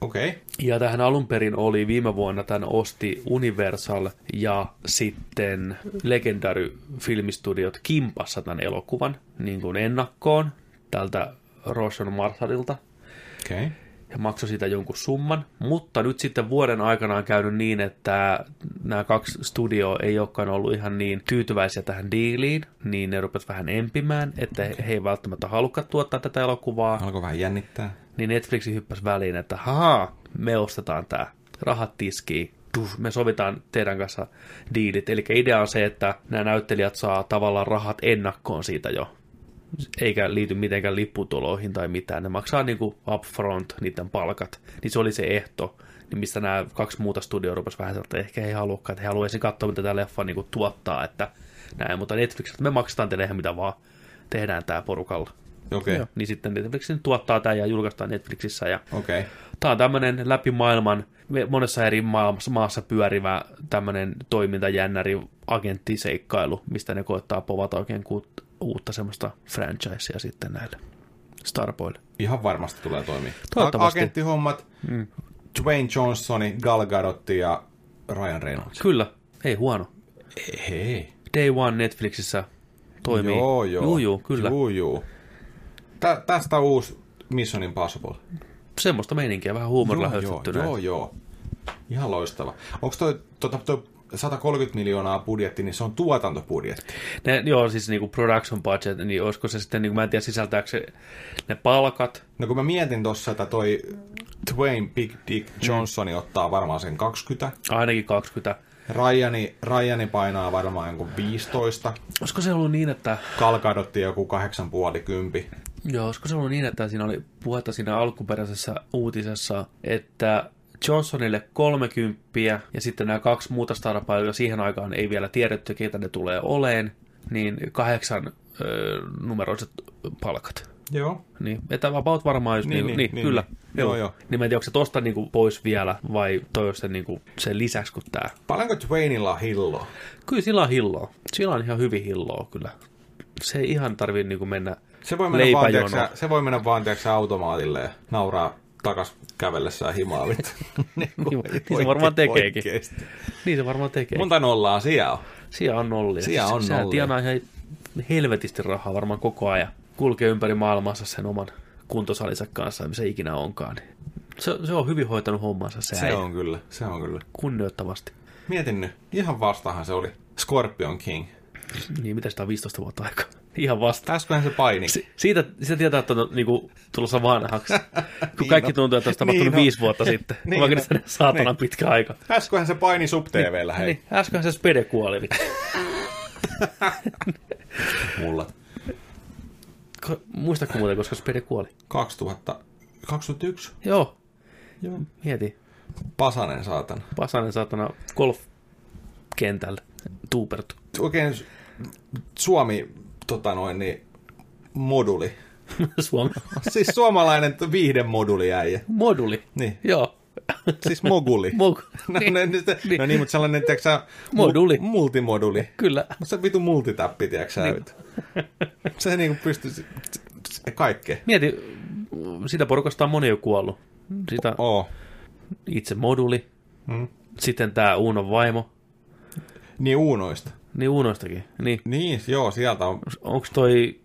S2: Okei. Okay.
S1: Ja tähän alun perin oli viime vuonna tämän osti Universal ja sitten Legendary Filmistudiot kimpassa tämän elokuvan niin kuin ennakkoon tältä Roshan Marsalilta
S2: Okei. Okay.
S1: ja maksoi siitä jonkun summan, mutta nyt sitten vuoden aikana on käynyt niin, että nämä kaksi studioa ei olekaan ollut ihan niin tyytyväisiä tähän diiliin, niin ne rupesivat vähän empimään, että he he ei välttämättä halukkaan tuottaa tätä elokuvaa
S2: Alkoi vähän jännittää.
S1: niin Netflix hyppäsi väliin, että haha, me ostetaan tämä, rahat tiskiin, Tuh, me sovitaan teidän kanssa diilit. Eli idea on se, että nämä näyttelijät saa tavallaan rahat ennakkoon siitä jo, eikä liity mitenkään lipputuloihin tai mitään. Ne maksaa niinku upfront niiden palkat, niin se oli se ehto, niin mistä nämä kaksi muuta studioa rupesi vähän sanoa, että ehkä he ei haluakaan, että he haluaisi katsoa, mitä tämä leffa niinku tuottaa, että näin, mutta Netflix, että me maksetaan teille ihan mitä vaan, tehdään tämä porukalla.
S2: Okei.
S1: Joo. Niin sitten Netflix nyt tuottaa tämän ja julkaistaan Netflixissä. Ja
S2: Okei.
S1: tämä on tämmöinen läpi maailman, monessa eri maailmassa, maassa pyörivä tämmöinen toimintajännäri agenttiseikkailu, mistä ne koettaa povata oikein kuut- uutta semmoista franchisea sitten näille Starboille.
S2: Ihan varmasti tulee toimia.
S1: Toivottavasti.
S2: A- agenttihommat, mm. Dwayne Johnsoni, Gal Gadot ja Ryan Reynolds.
S1: Kyllä, ei huono.
S2: Hei.
S1: Day One Netflixissä toimii.
S2: Joo, joo.
S1: Juu, juu, kyllä. Juu.
S2: Juu, juu. Tä, tästä uusi Mission Impossible.
S1: Semmoista meininkiä, vähän huumorilla
S2: joo,
S1: höystettynä.
S2: joo, joo. Ihan loistava. Onko toi, tota, toi 130 miljoonaa budjetti, niin se on tuotantobudjetti.
S1: Ne, joo, siis niinku production budget, niin olisiko se sitten, niinku, mä en tiedä sisältääkö se ne palkat,
S2: No kun mä mietin tuossa, että toi Dwayne Big
S1: Mm.
S2: Dick Johnson ottaa varmaan sen 20.
S1: ainakin 20.
S2: Ryani, Ryani painaa varmaan jonkun 15.
S1: Olisiko se ollut niin, että
S2: Kalkadotti joku 8,5.
S1: Joo, olisiko se ollut niin, että siinä oli puhetta siinä alkuperäisessä uutisessa, että Johnsonille 30 ja sitten nämä kaksi muuta starpailua, siihen aikaan ei vielä tiedetty, keitä ne tulee oleen, niin kahdeksan ö, numeroiset palkat.
S2: Joo.
S1: Niin, että about varmaan just niin, niin, niin, niin, niin kyllä.
S2: niin. Joo, joo.
S1: Niin mä en tiedä, onko se tosta niinku pois vielä vai toi on se niinku sen lisäksi kuin tää.
S2: Paljonko Dwayneilla on hilloa?
S1: Kyllä sillä on hilloa. Sillä on ihan hyvin hilloa kyllä. Se ei ihan tarvii niinku mennä
S2: Se voi mennä vaan,
S1: Leipäjono.
S2: tiiäksä, se voi mennä vaan tiiäksä, automaatille ja nauraa takas kävellessään himaa. vittu.
S1: [LAUGHS]
S2: niin
S1: Niin, niin se varmaan tekeekin.
S2: Oikeesti.
S1: Niin se varmaan tekee.
S2: Monta nollaa siellä on?
S1: Siellä on nollia. Siis
S2: Siellä on
S1: Sehän
S2: nollia.
S1: tienaa ihan helvetisti rahaa varmaan koko ajan. Kulkee ympäri maailmassa sen oman kuntosalinsa kanssa, missä ikinä onkaan. Niin Se, se on hyvin hoitanut hommansa se,
S2: Se
S1: äijä.
S2: on kyllä, se on kyllä.
S1: Kunnioittavasti.
S2: Mietin nyt, ihan vastahan se oli Scorpion King.
S1: Niin, mitä sitä on 15 vuotta aikaa? [LAUGHS] Ihan vasta.
S2: Täsköhän se paini.
S1: Si- siitä, siitä tietää, että on niinku, tulossa
S2: [LAUGHS]
S1: vanhaksi. Kun kaikki tuntuu, että olisi tapahtunut
S2: Niin
S1: niin
S2: on.
S1: viisi
S2: [LAUGHS]
S1: vuotta sitten.
S2: Niin
S1: vaikka
S2: on.
S1: nyt on saatanan
S2: Niin.
S1: pitkä aika.
S2: Äsköhän se paini sub TVllä, hei.
S1: Niin, äsken se spede kuoli. vittu. niin.
S2: Mulla.
S1: Ko- Muistatko muuten, koska spede kuoli?
S2: 2000, 2001.
S1: Joo,
S2: Joo.
S1: mieti.
S2: Pasanen saatan.
S1: Pasanen saatana golfkentällä [LAUGHS] tuupertu.
S2: Oikein su- Suomi tota noin, niin, moduli.
S1: Suomen
S2: Siis suomalainen viihden moduli äijä.
S1: moduli.
S2: Niin.
S1: Joo. [LAUGHS]
S2: Siis moguli.
S1: Mog-
S2: No,
S1: niin.
S2: niin, no, niin,
S1: Niin.
S2: no niin, mutta sellainen, tiedätkö sä, mu-
S1: Moduli.
S2: Multimoduli.
S1: Kyllä.
S2: No se vitu multitappi, tiedätkö sä. Niin. Se niinku pystyy se- se- kaikkea.
S1: Mieti, sitä porukasta on moni jo kuollut. Sitä
S2: Oo.
S1: itse moduli,
S2: Mm.
S1: sitten tämä Uunon vaimo,
S2: Niin uunoista.
S1: niin Uunoistakin. Niin,
S2: Niin, joo, sieltä on.
S1: onko toi,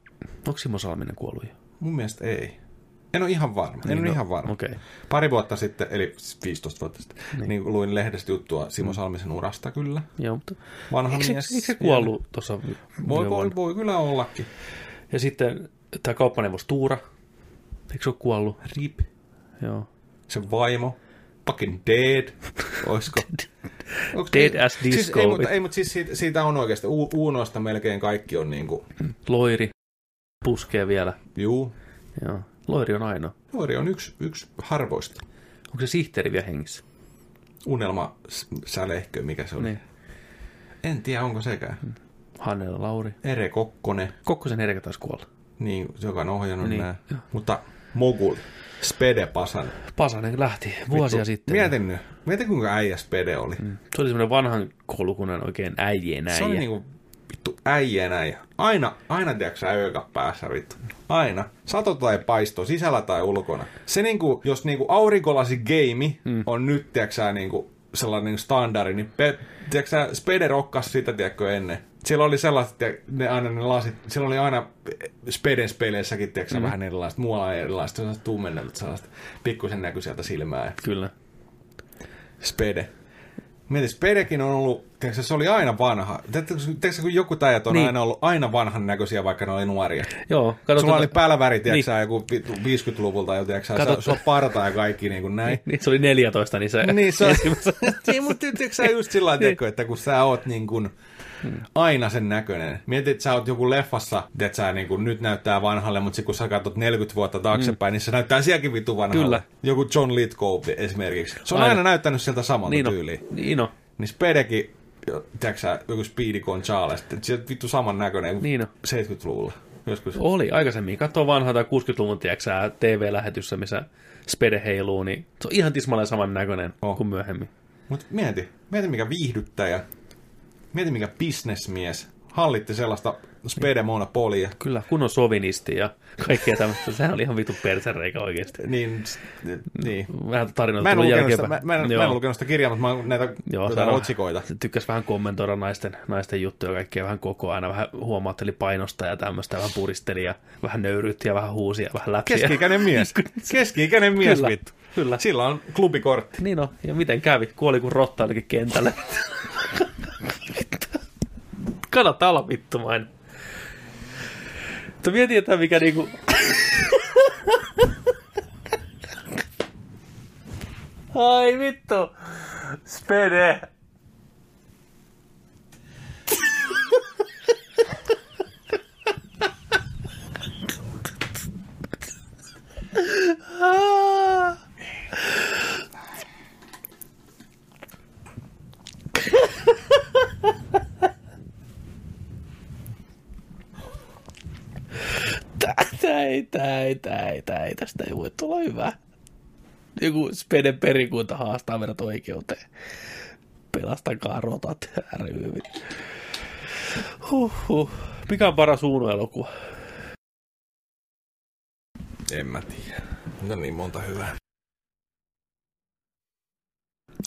S1: onko Simo Salminen kuollut jo?
S2: Mun mielestä ei. En ole ihan varma. En niin, ole
S1: no,
S2: ihan varma.
S1: okei.
S2: Pari vuotta sitten, eli 15 vuotta sitten, niin. Niin luin lehdestä juttua Simo Salmisen urasta kyllä.
S1: Joo, mutta
S2: Vanha
S1: Mm. eikö, se-
S2: mies.
S1: eikö se kuollut tuossa
S2: Voi,
S1: viime
S2: voi,
S1: vuonna?
S2: voi kyllä ollakin.
S1: Ja sitten tämä kauppaneuvos Tuura, eikö se ole kuollut?
S2: Rip.
S1: Joo.
S2: Se vaimo. Fucking dead. Oisko?
S1: [LAUGHS]
S2: Onks-
S1: Dead as
S2: Siis,
S1: disco.
S2: ei, mutta, ei, mutta siis siitä, siitä on oikeasti. U, uunoista melkein kaikki on niinku,
S1: Loiri puskee vielä.
S2: juu.
S1: Joo. Loiri on ainoa.
S2: Nuori on yksi, yksi harvoista.
S1: Onko se sihteeri vielä hengissä?
S2: Unelma s- sälehkö, mikä se on.
S1: Niin. Mm.
S2: En tiedä, onko sekään.
S1: Hannella Lauri.
S2: Ere Kokkonen,
S1: Kokkosen herkä taisi kuolla.
S2: niin, joka on ohjannut niin.
S1: Niin,
S2: nämä.
S1: joo.
S2: Mutta Mogul, Spede Pasan.
S1: Pasanen lähti vuosia sitten.
S2: Mietin nyt, mietin kuinka äijä Spede oli.
S1: Mm. Se oli semmoinen vanhan koulukunnan oikein äijien äijä.
S2: Se oli niinku vittu äijä näin. Aina, aina tiedätkö öökä päässä vittu. Aina. Sato tai paisto, sisällä tai ulkona. Se niinku, jos niinku aurinkolasi game on nyt tiedätkö niinku sellainen niinku standardi, niin pe, tiedätkö Spede rokkas sitä tiedätkö ennen. Siellä oli sellaiset, tiedä- ne aina ne lasit, siellä oli aina Speden peleissäkin, tiedätkö mm. vähän erilaista, muualla erilaista, sellaiset tummennellut, sellaiset pikkusen näky sieltä silmää.
S1: Kyllä.
S2: Spede. Mieti, Spedekin on ollut, tiedätkö, se oli aina vanha. Tiedätkö, tiedätkö, kun joku täjät on niin.
S1: Niin.
S2: aina ollut aina vanhan näköisiä, vaikka ne oli nuoria.
S1: Joo, katsotaan. tuota-
S2: Sulla oli päällä väri, tiedätkö, niin. joku vittu 50-luvulta, ja tiedätkö,
S1: Katot-
S2: sä- sulla on parta ja kaikki niin kuin näin.
S1: niin, se oli 14, niin se...
S2: Niin, se on,
S1: ensimmäisen-
S2: [LAUGHS] niin, mutta tiedätkö, sä just sillä lailla, tiedätkö, että kun sä oot niin kuin,
S1: Hmm.
S2: aina sen näköinen. Mietit, että sä oot joku leffassa, että sä niin kuin, nyt näyttää vanhalle, mutta sit kun sä katsot 40 vuotta taaksepäin, mm. niin se näyttää sielläkin vittu vanhalle.
S1: Hmm. Kyllä.
S2: Joku John Lithgow esimerkiksi. Se on aina,
S1: Aina.
S2: aina näyttänyt sieltä samalta
S1: niin,
S2: niin
S1: no,
S2: tyyliin.
S1: niin, no,
S2: Niin Spedekin, jo- tiedätkö sä, joku Speedy Gonzales, että se on vittu saman näköinen
S1: Niin on.
S2: 70-luvulla. Joskus.
S1: oli aikaisemmin. Katso vanhaa tai 60-luvun, tiedätkö TV-lähetyssä, missä spede heiluu, niin se on ihan tismalleen saman näköinen
S2: On.
S1: oh. kuin myöhemmin.
S2: Mut mieti, mieti mikä viihdyttäjä, mieti mikä bisnesmies hallitti sellaista Spede monopolia.
S1: Kyllä, kunnon sovinisti ja kaikkea tämmöistä. Sehän oli ihan vittu persereikä oikeasti.
S2: Niin, s- niin.
S1: Vähän tarinoita
S2: Mä en, ole
S1: tullut
S2: lukenut
S1: No, jälkeenpäin.
S2: sitä, mä, mä, en, mä en
S1: Joo.
S2: ole lukenut sitä kirjaa, mutta mä oon näitä
S1: Joo,
S2: tota,
S1: se on- [LAUGHS]
S2: otsikoita.
S1: Se tykkäsi vähän kommentoida naisten, naisten juttuja kaikkea vähän koko ajan. Vähän huomautteli painosta ja tämmöistä, vähän puristeli ja vähän nöyryytti ja vähän huusi ja vähän läpsiä.
S2: Keski-ikäinen
S1: [LAUGHS]
S2: mies. Keski-ikäinen mies,
S1: Kyllä,
S2: vittu.
S1: kyllä.
S2: Sillä on klubikortti.
S1: Niin no, ja miten kävi? Kuoli kuin rotta ainakin kentällä. Kannattaa olla vittumainen. Mutta mietin, että mikä niinku... Ai vittu! Spede! Ah. tää, tää, ei, tää, ei, tää, ei, tää, ei, tästä ei voi tulla hyvää. Joku speden perikunta haastaa meidät oikeuteen. Pelastakaa rotat, ry. Huhhuh. Mikä on paras Uuno-elokuva?
S2: En mä tiedä. No niin, monta hyvää.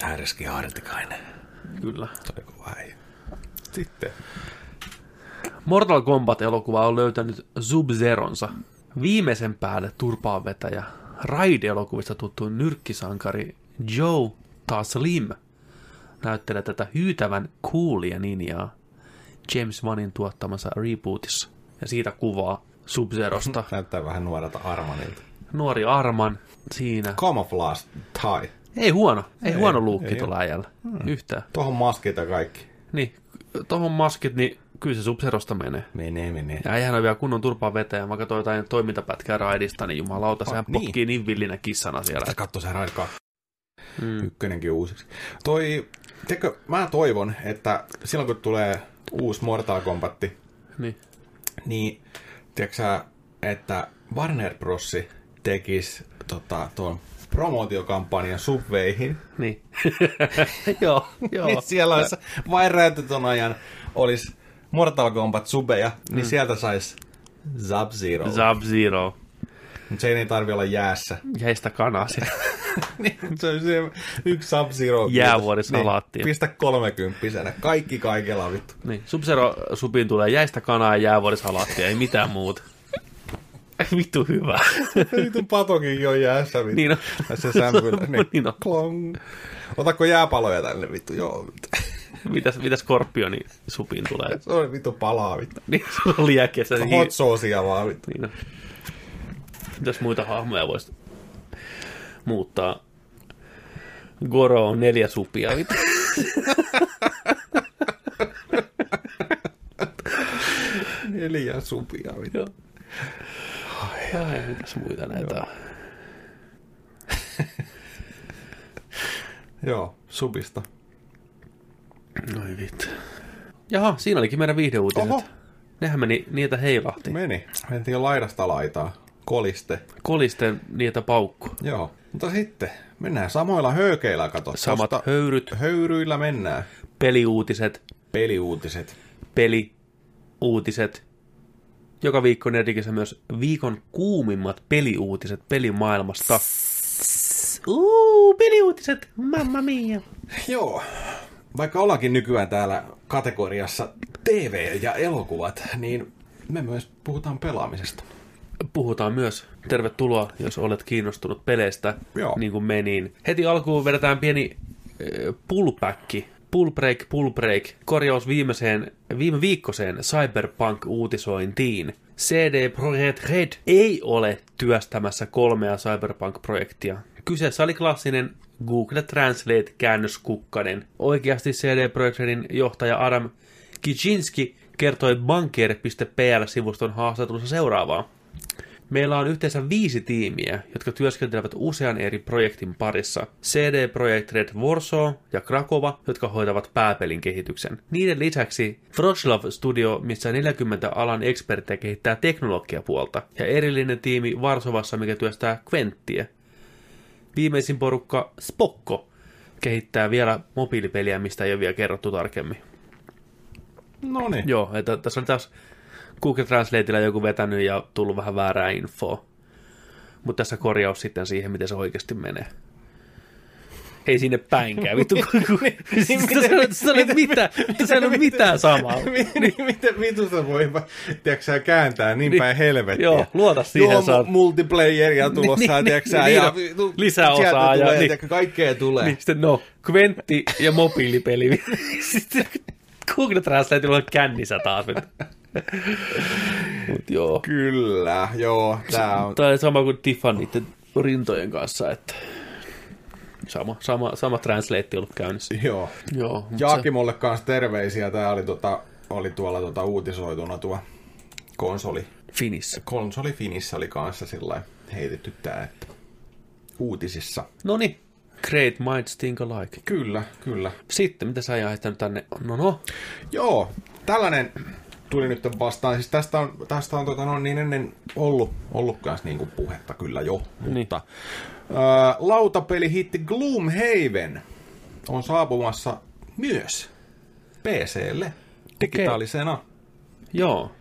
S2: Härski Hartikainen.
S1: Kyllä.
S2: Toi kova äijä. Sitten.
S1: Mortal Kombat-elokuva on löytänyt Sub-Zeronsa. Viimeisen päälle turpaanvetäjä, Raid-elokuvista tuttu nyrkkisankari Joe Taslim näyttelee tätä hyytävän coolia ninjaa James Vanin tuottamassa rebootissa. Ja siitä kuvaa sub
S2: [LAUGHS] Näyttää vähän nuorelta Armanilta.
S1: Nuori Arman siinä.
S2: Camouflage tie.
S1: Ei huono, ei, ei huono
S2: ei
S1: luukki tuolla äijällä. Hmm. Yhtään.
S2: Tuohon maskit ja kaikki.
S1: Niin, tohon maskit, niin kyllä se sub menee.
S2: Menee, menee.
S1: Ja äijähän on vielä kunnon turpaa vetäjä. Mä katsoin jotain toimintapätkää raidista, niin jumalauta, sehän
S2: niin.
S1: niin. potkii niin villinä kissana siellä.
S2: Sä katso sen raikaa.
S1: Mm.
S2: Ykkönenkin uusiksi. Toi, tiedätkö, mä toivon, että silloin kun tulee uusi Mortal Kombatti,
S1: Niin.
S2: niin tiedätkö sä, että Warner Bros. tekisi tota, tuon promootiokampanjan subveihin,
S1: Niin. [LAUGHS] joo,
S2: niin
S1: joo.
S2: siellä olisi vain räätetön ajan olisi Mortal Kombat subeja, niin
S1: Mm.
S2: sieltä saisi Zab Zero.
S1: Sub Zero.
S2: Mutta se ei niin tarvi olla jäässä.
S1: [LAUGHS] Jäistä kanaa siellä.
S2: niin, se on se yksi Zab Zero.
S1: Jäävuorisalaattia.
S2: Niin, pistä kolmekymppisenä. Kaikki kaikella vittu.
S1: niin. Sub Zero supiin tulee jäistä kanaa ja jäävuorisalaattia, ei mitään muuta. Vittu hyvä. [LAUGHS]
S2: Vittu patokin on jäässä vittu.
S1: Niin on. [LAUGHS]
S2: Tässä sämpylä. Niin.
S1: Niin on.
S2: Klong. Otako jääpaloja tänne vittu? Joo. Vittu. [LAUGHS]
S1: mitäs, mitäs skorpioni supiin tulee?
S2: Se on vittu palaa vittu.
S1: Niin, sulla on liäkessä. Niin,
S2: Hot saucea vaan vittu.
S1: niin on. Mitäs muita hahmoja voisi muuttaa? Goro on neljä supia. Vittu.
S2: Neljä supia vittu.
S1: Joo. Ai, mitäs muita näitä on?
S2: Joo, subista.
S1: Noin vittu. Jaha, siinä olikin meidän viihdeuutiset.
S2: Oho.
S1: Oho. Nehän meni, niitä heilahti. Me...
S2: Meni. Mentiin jo laidasta laitaa. Koliste.
S1: Kolisten niitä paukku.
S2: Joo. Mutta sitten mennään samoilla höykeillä, kato.
S1: Samat
S2: Tosta
S1: höyryt,
S2: höyryillä mennään.
S1: peliuutiset,
S2: Peliuutiset.
S1: peliuutiset. Joka viikko netikissä myös viikon kuumimmat peliuutiset pelimaailmasta. Uuu, peliuutiset, mamma mia.
S2: Joo. Vaikka ollaankin nykyään täällä kategoriassa TV ja elokuvat, niin me myös puhutaan pelaamisesta.
S1: puhutaan myös. Tervetuloa, jos olet kiinnostunut peleistä,
S2: Joo.
S1: niin kuin me, niin heti alkuun vedetään pieni äh, pullback, pull break, pull break, korjaus viimeiseen, viime viikkoiseen Cyberpunk-uutisointiin. CD Projekt Red ei ole työstämässä kolmea Cyberpunk-projektia. Kyseessä oli klassinen Google Translate-käännöskukkanen. Oikeasti CD Projekt Redin johtaja Adam Kijinski kertoi banker.pl-sivuston haastattelussa seuraavaa. Meillä on yhteensä viisi tiimiä, jotka työskentelevät usean eri projektin parissa. CD Projekt Red Warsaw ja Krakova, jotka hoitavat pääpelin kehityksen. Niiden lisäksi Froslav Studio, missä 40 alan eksperttiä kehittää teknologiapuolta, ja erillinen tiimi Varsovassa, mikä työstää Quenttiä. Viimeisin porukka Spokko kehittää vielä mobiilipeliä, mistä ei ole vielä kerrottu tarkemmin.
S2: No niin.
S1: Joo, että tässä on taas Google Translateilla joku vetänyt ja tullut vähän väärää infoa. Mutta tässä korjaus sitten siihen, miten se oikeasti menee. Ei sinne päinkään, [LAUGHS] vittu. Siis Tässä on- tässä ei ole mitään, tässä ei ole mitään samaa.
S2: [LAUGHS] Miten, miten vitusta voi va- tiedätkö, sä, kääntää niin
S1: Niin.
S2: päin helvettiä?
S1: Joo, luota siihen,
S2: Joo,
S1: saat-
S2: mu- multiplayeria tulossa,
S1: Niin,
S2: niin, tiedätkö,
S1: niin,
S2: niin,
S1: niin,
S2: ja
S1: niin,
S2: vitu,
S1: lisää
S2: sieltä
S1: osaa ja
S2: tulee,
S1: niin.
S2: tiedätkö, kaikkea tulee.
S1: Niin sitten no, Kventti ja mobiilipeli. [LAUGHS] Sitten Google Translateilla on kännissä [LAUGHS] taas. Mut joo.
S2: Kyllä, joo, tää on.
S1: Tai sama kuin Tiffanyiden rintojen kanssa, että sama, sama, sama translate ollut käynnissä.
S2: Joo.
S1: Joo, mutta se,
S2: Jaakimolle kanssa terveisiä. Tää oli, tota, oli tuolla tota, uutisoituna tuo konsoli.
S1: Finnissä.
S2: Konsoli Finissä oli kanssa sillä heitetty tää, että uutisissa.
S1: No niin, great minds think alike.
S2: Kyllä, kyllä.
S1: Sitten, mitä sä jäit tänne? No no,
S2: Joo, tällainen tuli nyt vastaan. Siis tästä on, tästä on tota, no, niin ennen ollut, ollut kans niinku puhetta kyllä jo, mutta ää, lautapeli hitti Gloomhaven on saapumassa myös PClle digitaalisena.
S1: joo.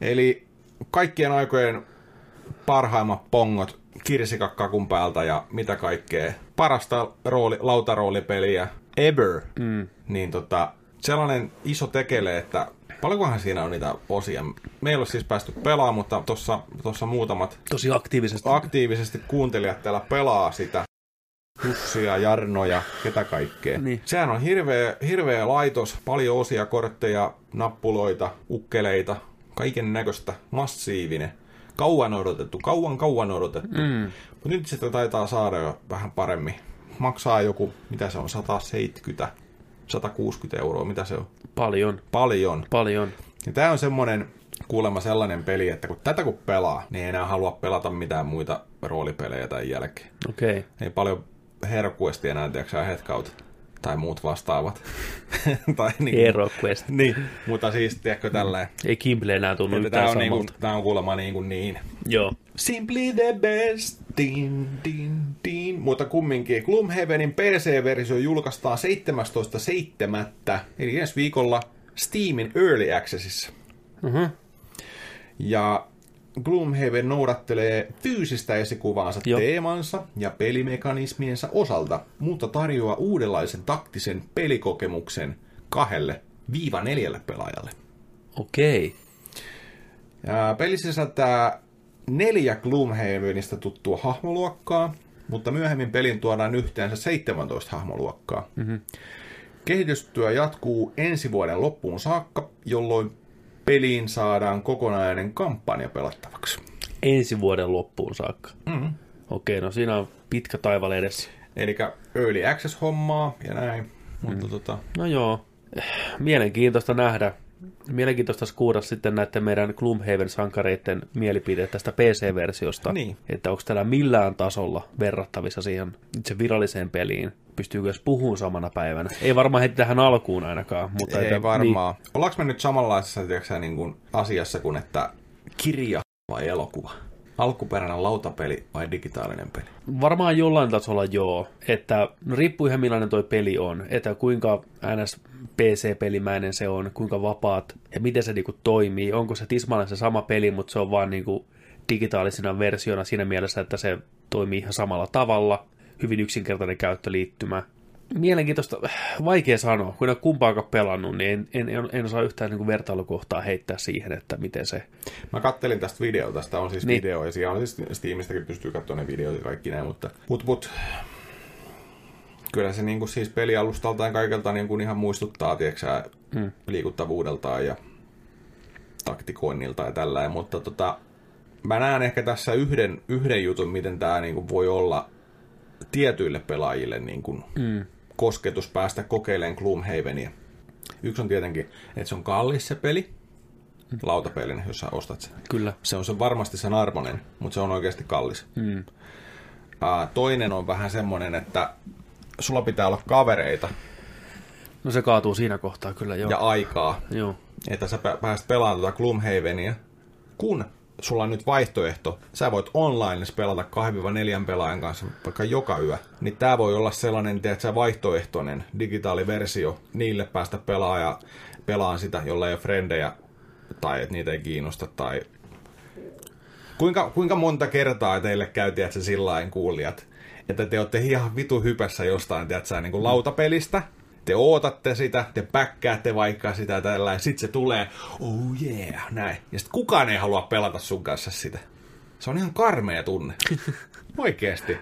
S2: Eli kaikkien aikojen parhaimmat pongot kirsikakkakun päältä ja mitä kaikkea. Parasta rooli, lautaroolipeliä ever. Mm. Niin tota, sellainen iso tekele, että paljonkohan siinä on niitä osia. Meillä ei ole siis päästy pelaamaan, mutta tuossa tossa muutamat
S1: Tosi aktiivisesti.
S2: aktiivisesti kuuntelijat täällä pelaa sitä. Jussia, Jarnoja, ketä kaikkea.
S1: Niin.
S2: Sehän on hirveä, hirveä laitos, paljon osia, kortteja, nappuloita, ukkeleita, kaiken näköistä, massiivinen. Kauan odotettu, kauan kauan odotettu. Mm. Mutta nyt sitä taitaa saada jo vähän paremmin. Maksaa joku, mitä se on, 170, 160 euroa, mitä se on?
S1: Paljon,
S2: Paljon.
S1: paljon.
S2: Ja tämä on semmoinen kuulemma sellainen peli, että kun tätä kun pelaa, niin ei enää halua pelata mitään muita roolipelejä tämän jälkeen.
S1: Okei. Okay.
S2: Ei paljon herkuesti enää, tiedätkö hetkautit tai muut vastaavat. [LAUGHS] tai niin,
S1: Hero Quest.
S2: niin, mutta siis tiedätkö tälleen.
S1: Ei Kimble enää tunnu
S2: Että tämä
S1: yhtään
S2: on,
S1: samalta.
S2: niinku, tää on kuulemma niin, kuin niin.
S1: Joo.
S2: Simply the best, din, din, din. Mutta kumminkin Gloomhavenin PC-versio julkaistaan 17.7. Eli ensi viikolla Steamin Early Accessissa.
S1: Uh-huh.
S2: Ja Gloomhaven noudattelee fyysistä esikuvaansa
S1: Joo.
S2: Joo. teemansa ja pelimekanismiensa osalta, mutta tarjoaa uudenlaisen taktisen pelikokemuksen kahdelle viiva neljälle pelaajalle.
S1: Okei. Okay.
S2: Ja peli sisältää neljä Gloomhavenista tuttua hahmoluokkaa, mutta myöhemmin pelin tuodaan yhteensä 17 hahmoluokkaa. Mm-hmm. Kehitystyö jatkuu ensi vuoden loppuun saakka, jolloin peliin saadaan kokonainen kampanja pelattavaksi.
S1: Ensi vuoden loppuun saakka. Mm.
S2: Mm-hmm.
S1: Okei, okay, no siinä on pitkä taival edessä.
S2: Eli early access-hommaa ja näin. Mutta tota,
S1: No joo, mielenkiintoista nähdä. Mielenkiintoista skuuda sitten näiden meidän Gloomhaven-sankareiden mielipiteet tästä PC-versiosta.
S2: Niin.
S1: Että onko täällä millään tasolla verrattavissa siihen itse viralliseen peliin. pystyykö edes puhumaan samana päivänä. Ei varmaan heti tähän alkuun ainakaan. Mutta
S2: Ei että, varmaan. Niin. Ollaanko me nyt samanlaisessa tiiäksä, niin kuin asiassa kuin, että kirja vai elokuva? Alkuperäinen lautapeli vai digitaalinen peli?
S1: Niin, varmaan jollain tasolla joo. Että no, riippuu ihan millainen toi peli on. Että kuinka ns. PC-pelimäinen se on, kuinka vapaat ja miten se niinku toimii. Onko se tismalleen se sama peli, mutta se on vaan niinku digitaalisena versiona siinä mielessä, että se toimii ihan samalla tavalla. Hyvin yksinkertainen käyttöliittymä. Mielenkiintoista, vaikea sanoa, kun en ole kumpaakaan pelannut, niin en, en, en osaa yhtään niin vertailukohtaa heittää siihen, että miten se...
S2: Mä kattelin tästä videota, tästä on siis
S1: Niin.
S2: niin. video, ja siellä on siis Steamistäkin pystyy katsomaan ne videot ja kaikki näin, mutta mut, mut, kyllä se niinku siis pelialustalta ja kaikelta niinku ihan muistuttaa, tiedätkö hmm. liikuttavuudeltaan ja taktikoinnilta ja tällä, mutta tota, mä näen ehkä tässä yhden, yhden jutun, miten tämä niinku voi olla tietyille pelaajille niinku hmm. kosketus päästä kokeilemaan Gloomhavenia. Yksi on tietenkin, että se on kallis se peli, lautapelin, jos sä ostat sen
S1: Kyllä.
S2: se on se varmasti sen arvoinen, mutta se on oikeasti kallis. Mm. Uh, toinen on vähän semmoinen, että sulla pitää olla kavereita
S1: No se kaatuu siinä kohtaa kyllä, joo.
S2: ja aikaa,
S1: Joo.
S2: että sä pä- pääset pelaamaan tuota Gloomhavenia, kun sulla on nyt vaihtoehto, sä voit online pelata 2-4 pelaajan kanssa vaikka joka yö, niin tämä voi olla sellainen tiedätkö, vaihtoehtoinen digitaaliversio niille päästä pelaaja pelaan sitä, jolla ei ole frendejä tai että niitä ei kiinnosta tai Kuinka, kuinka monta kertaa teille käy, tiedätkö, sillain kuulijat, että te olette ihan vitu hypässä jostain, tiedätkö,
S1: Mm.
S2: niin kuin lautapelistä, te ootatte sitä, te päkkäätte vaikka sitä tällä, ja sit se tulee, oh yeah, näin. Ja sit kukaan ei halua pelata sun kanssa sitä. Se on ihan
S1: [LAUGHS]
S2: karmea tunne. Oikeesti.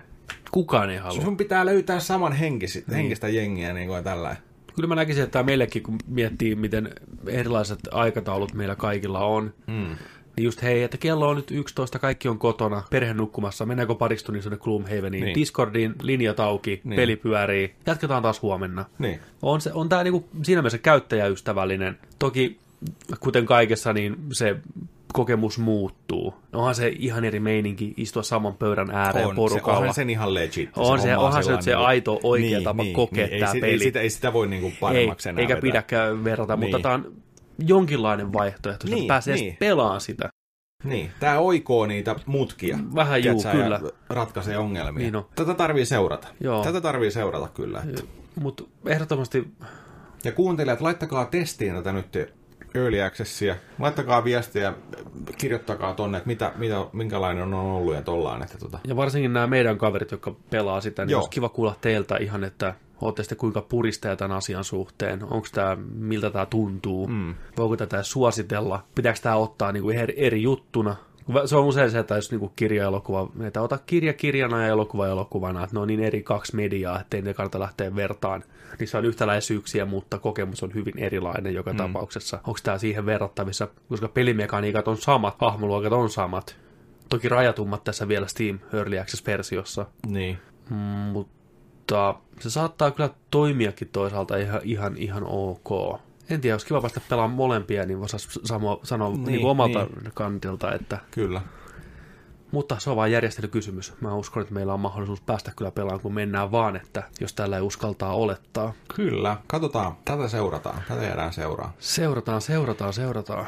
S1: Kukaan ei halua.
S2: Sun pitää löytää saman henkisi, henkistä jengiä niin kuin tällä.
S1: Kyllä mä näkisin, että tämä meillekin, kun miettii, miten erilaiset aikataulut meillä kaikilla on,
S2: Hmm.
S1: mm. niin just hei, että kello on nyt 11, kaikki on kotona, perhe nukkumassa, mennäänkö pariksi tunnin sinne Gloomhaveniin, niin.
S2: Niin.
S1: Discordiin, linjat auki, niin. peli pyörii, jatketaan taas huomenna.
S2: Niin.
S1: On, se, on tämä niinku siinä mielessä käyttäjäystävällinen. Toki, kuten kaikessa, niin se kokemus muuttuu. Onhan se ihan eri meininki istua saman pöydän ääreen
S2: on,
S1: porukalla.
S2: Se, onhan se ihan legit.
S1: On se,
S2: homma
S1: onhan se
S2: sillä
S1: nyt se
S2: niinku-
S1: aito oikea tapa kokea
S2: niin,
S1: tää
S2: ei, si-
S1: peli.
S2: Ei sitä, ei sitä voi niinku
S1: Ei,
S2: paremmaksi enää
S1: eikä
S2: vetää.
S1: pidäkään verrata, niin. mutta
S2: Niin.
S1: tämä on jonkinlainen vaihtoehto, niin, että
S2: Niin,
S1: pääsee niin.
S2: niin.
S1: pelaamaan sitä.
S2: Niin, tämä oikoo niitä mutkia.
S1: Vähän juu,
S2: tiedätkö,
S1: kyllä.
S2: Ja ratkaisee ongelmia.
S1: Niin on.
S2: Tätä tarvii seurata.
S1: Joo.
S2: Tätä tarvii seurata kyllä. Että.
S1: Mutta ehdottomasti
S2: Ja kuuntelijat, laittakaa testiin tätä nyt Early Accessia. Laittakaa viestiä, kirjoittakaa tonne, että mitä, mitä, minkälainen on ollut ja tollaan. Että tota.
S1: Ja varsinkin nämä meidän kaverit, jotka pelaa sitä, niin
S2: Joo.
S1: olisi kiva kuulla teiltä ihan, että olette sitten kuinka puristeja tämän asian suhteen. Onko tämä, miltä tämä tuntuu? Mm. Voiko tätä suositella? Pitääkö tämä ottaa niinku eri, eri juttuna? Vä- Se on usein se, että jos niinku kirja ja elokuva, että ota kirja kirjana ja elokuva elokuvana, että ne on niin eri kaksi mediaa, ettei ne kannata lähteä vertaan. Niissä on yhtäläisyyksiä, mutta kokemus on hyvin erilainen joka mm. tapauksessa. Onko tämä siihen verrattavissa, koska pelimekaniikat on samat, hahmoluokat on samat, Toki rajatummat tässä vielä Steam Early Access-versiossa,
S2: Niin.
S1: Mm, mutta se saattaa kyllä toimiakin toisaalta ihan, ihan, ihan ok. En tiedä, jos kiva päästä pelaamaan molempia, niin voisi sanoa, sanoa niin, niin omalta niin. kantilta, että,
S2: Kyllä.
S1: mutta se on vain järjestelykysymys. Mä uskon, että meillä on mahdollisuus päästä kyllä pelaamaan, kun mennään vaan, että jos tällä ei uskaltaa olettaa.
S2: Kyllä. Katsotaan. Tätä seurataan. Tätä jäädään seuraa.
S1: Seurataan, seurataan, seurataan.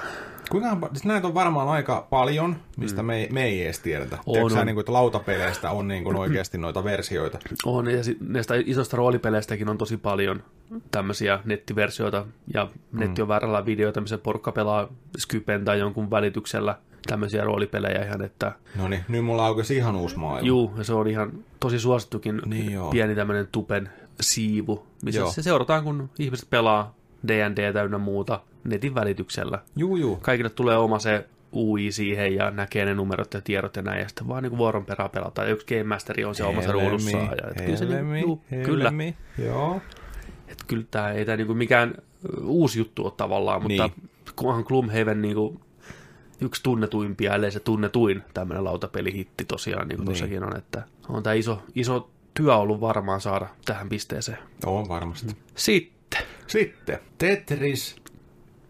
S2: Kuinka, siis näitä on varmaan aika paljon, mistä mm. me, ei, me ei edes tiedetä.
S1: On,
S2: Tiedätkö sä,
S1: on.
S2: niin kuin, että lautapeleistä on niin kuin, oikeasti noita versioita.
S1: On, ja sit näistä isosta roolipeleistäkin on tosi paljon tämmöisiä nettiversioita, ja
S2: Mm.
S1: netti on väärällä videoita, missä porukka pelaa Skypen tai jonkun välityksellä tämmöisiä roolipelejä ihan, että
S2: No niin, nyt mulla aukesi ihan uusi maailma.
S1: juu, ja se on ihan tosi suosittukin
S2: Niin joo.
S1: pieni tämmöinen tupen siivu, missä joo.
S2: Joo.
S1: se seurataan, kun ihmiset pelaa D&D täynnä muuta netin välityksellä.
S2: Juu, juu.
S1: Kaikille tulee oma se UI siihen ja näkee ne numerot ja tiedot ja näin, ja sitten vaan niin vuoron perään pelataan. Yksi Game Masteri on se omassa
S2: Helmi,
S1: ruudussaan. Ja, et kyllä se
S2: helmi,
S1: niin, juu, kyllä,
S2: helmi. Joo.
S1: että kyllä tämä ei tämä niinku mikään ö, uusi juttu ole tavallaan, mutta
S2: Niin.
S1: kunhan Gloomhaven niinku yksi tunnetuimpia, ellei se tunnetuin tämmöinen lautapelihitti tosiaan, niin kuin tossakin on, että on tämä iso, iso työ ollut varmaan saada tähän pisteeseen.
S2: On varmasti.
S1: Sitten,
S2: Sitten Tetris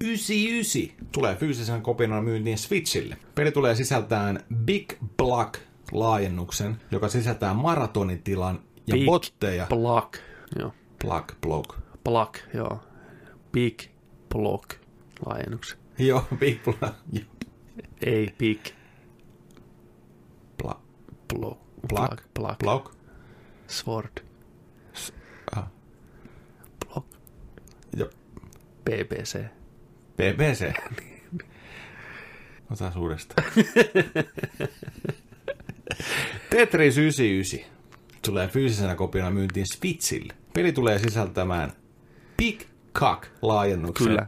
S2: 99 tulee fyysisen kopiona myyntiin Switchille. Peli tulee sisältään Big Block laajennuksen, joka sisältää maratonitilan ja
S1: Big
S2: botteja.
S1: Black. joo.
S2: Plug, plug.
S1: Plug, joo. Big Block laajennuksi.
S2: Joo, [LAUGHS] big plug. Joo,
S1: Ei Big
S2: plug.
S1: Block.
S2: Plug.
S1: Plug. Plug.
S2: Plug.
S1: Sword.
S2: Ah,
S1: Block.
S2: joo.
S1: BBC.
S2: BBC. Otetaan uudestaan. Tetris 99 tulee fyysisenä kopiona myyntiin Switchille. Peli tulee sisältämään Big Cock laajennuksen.
S1: Kyllä.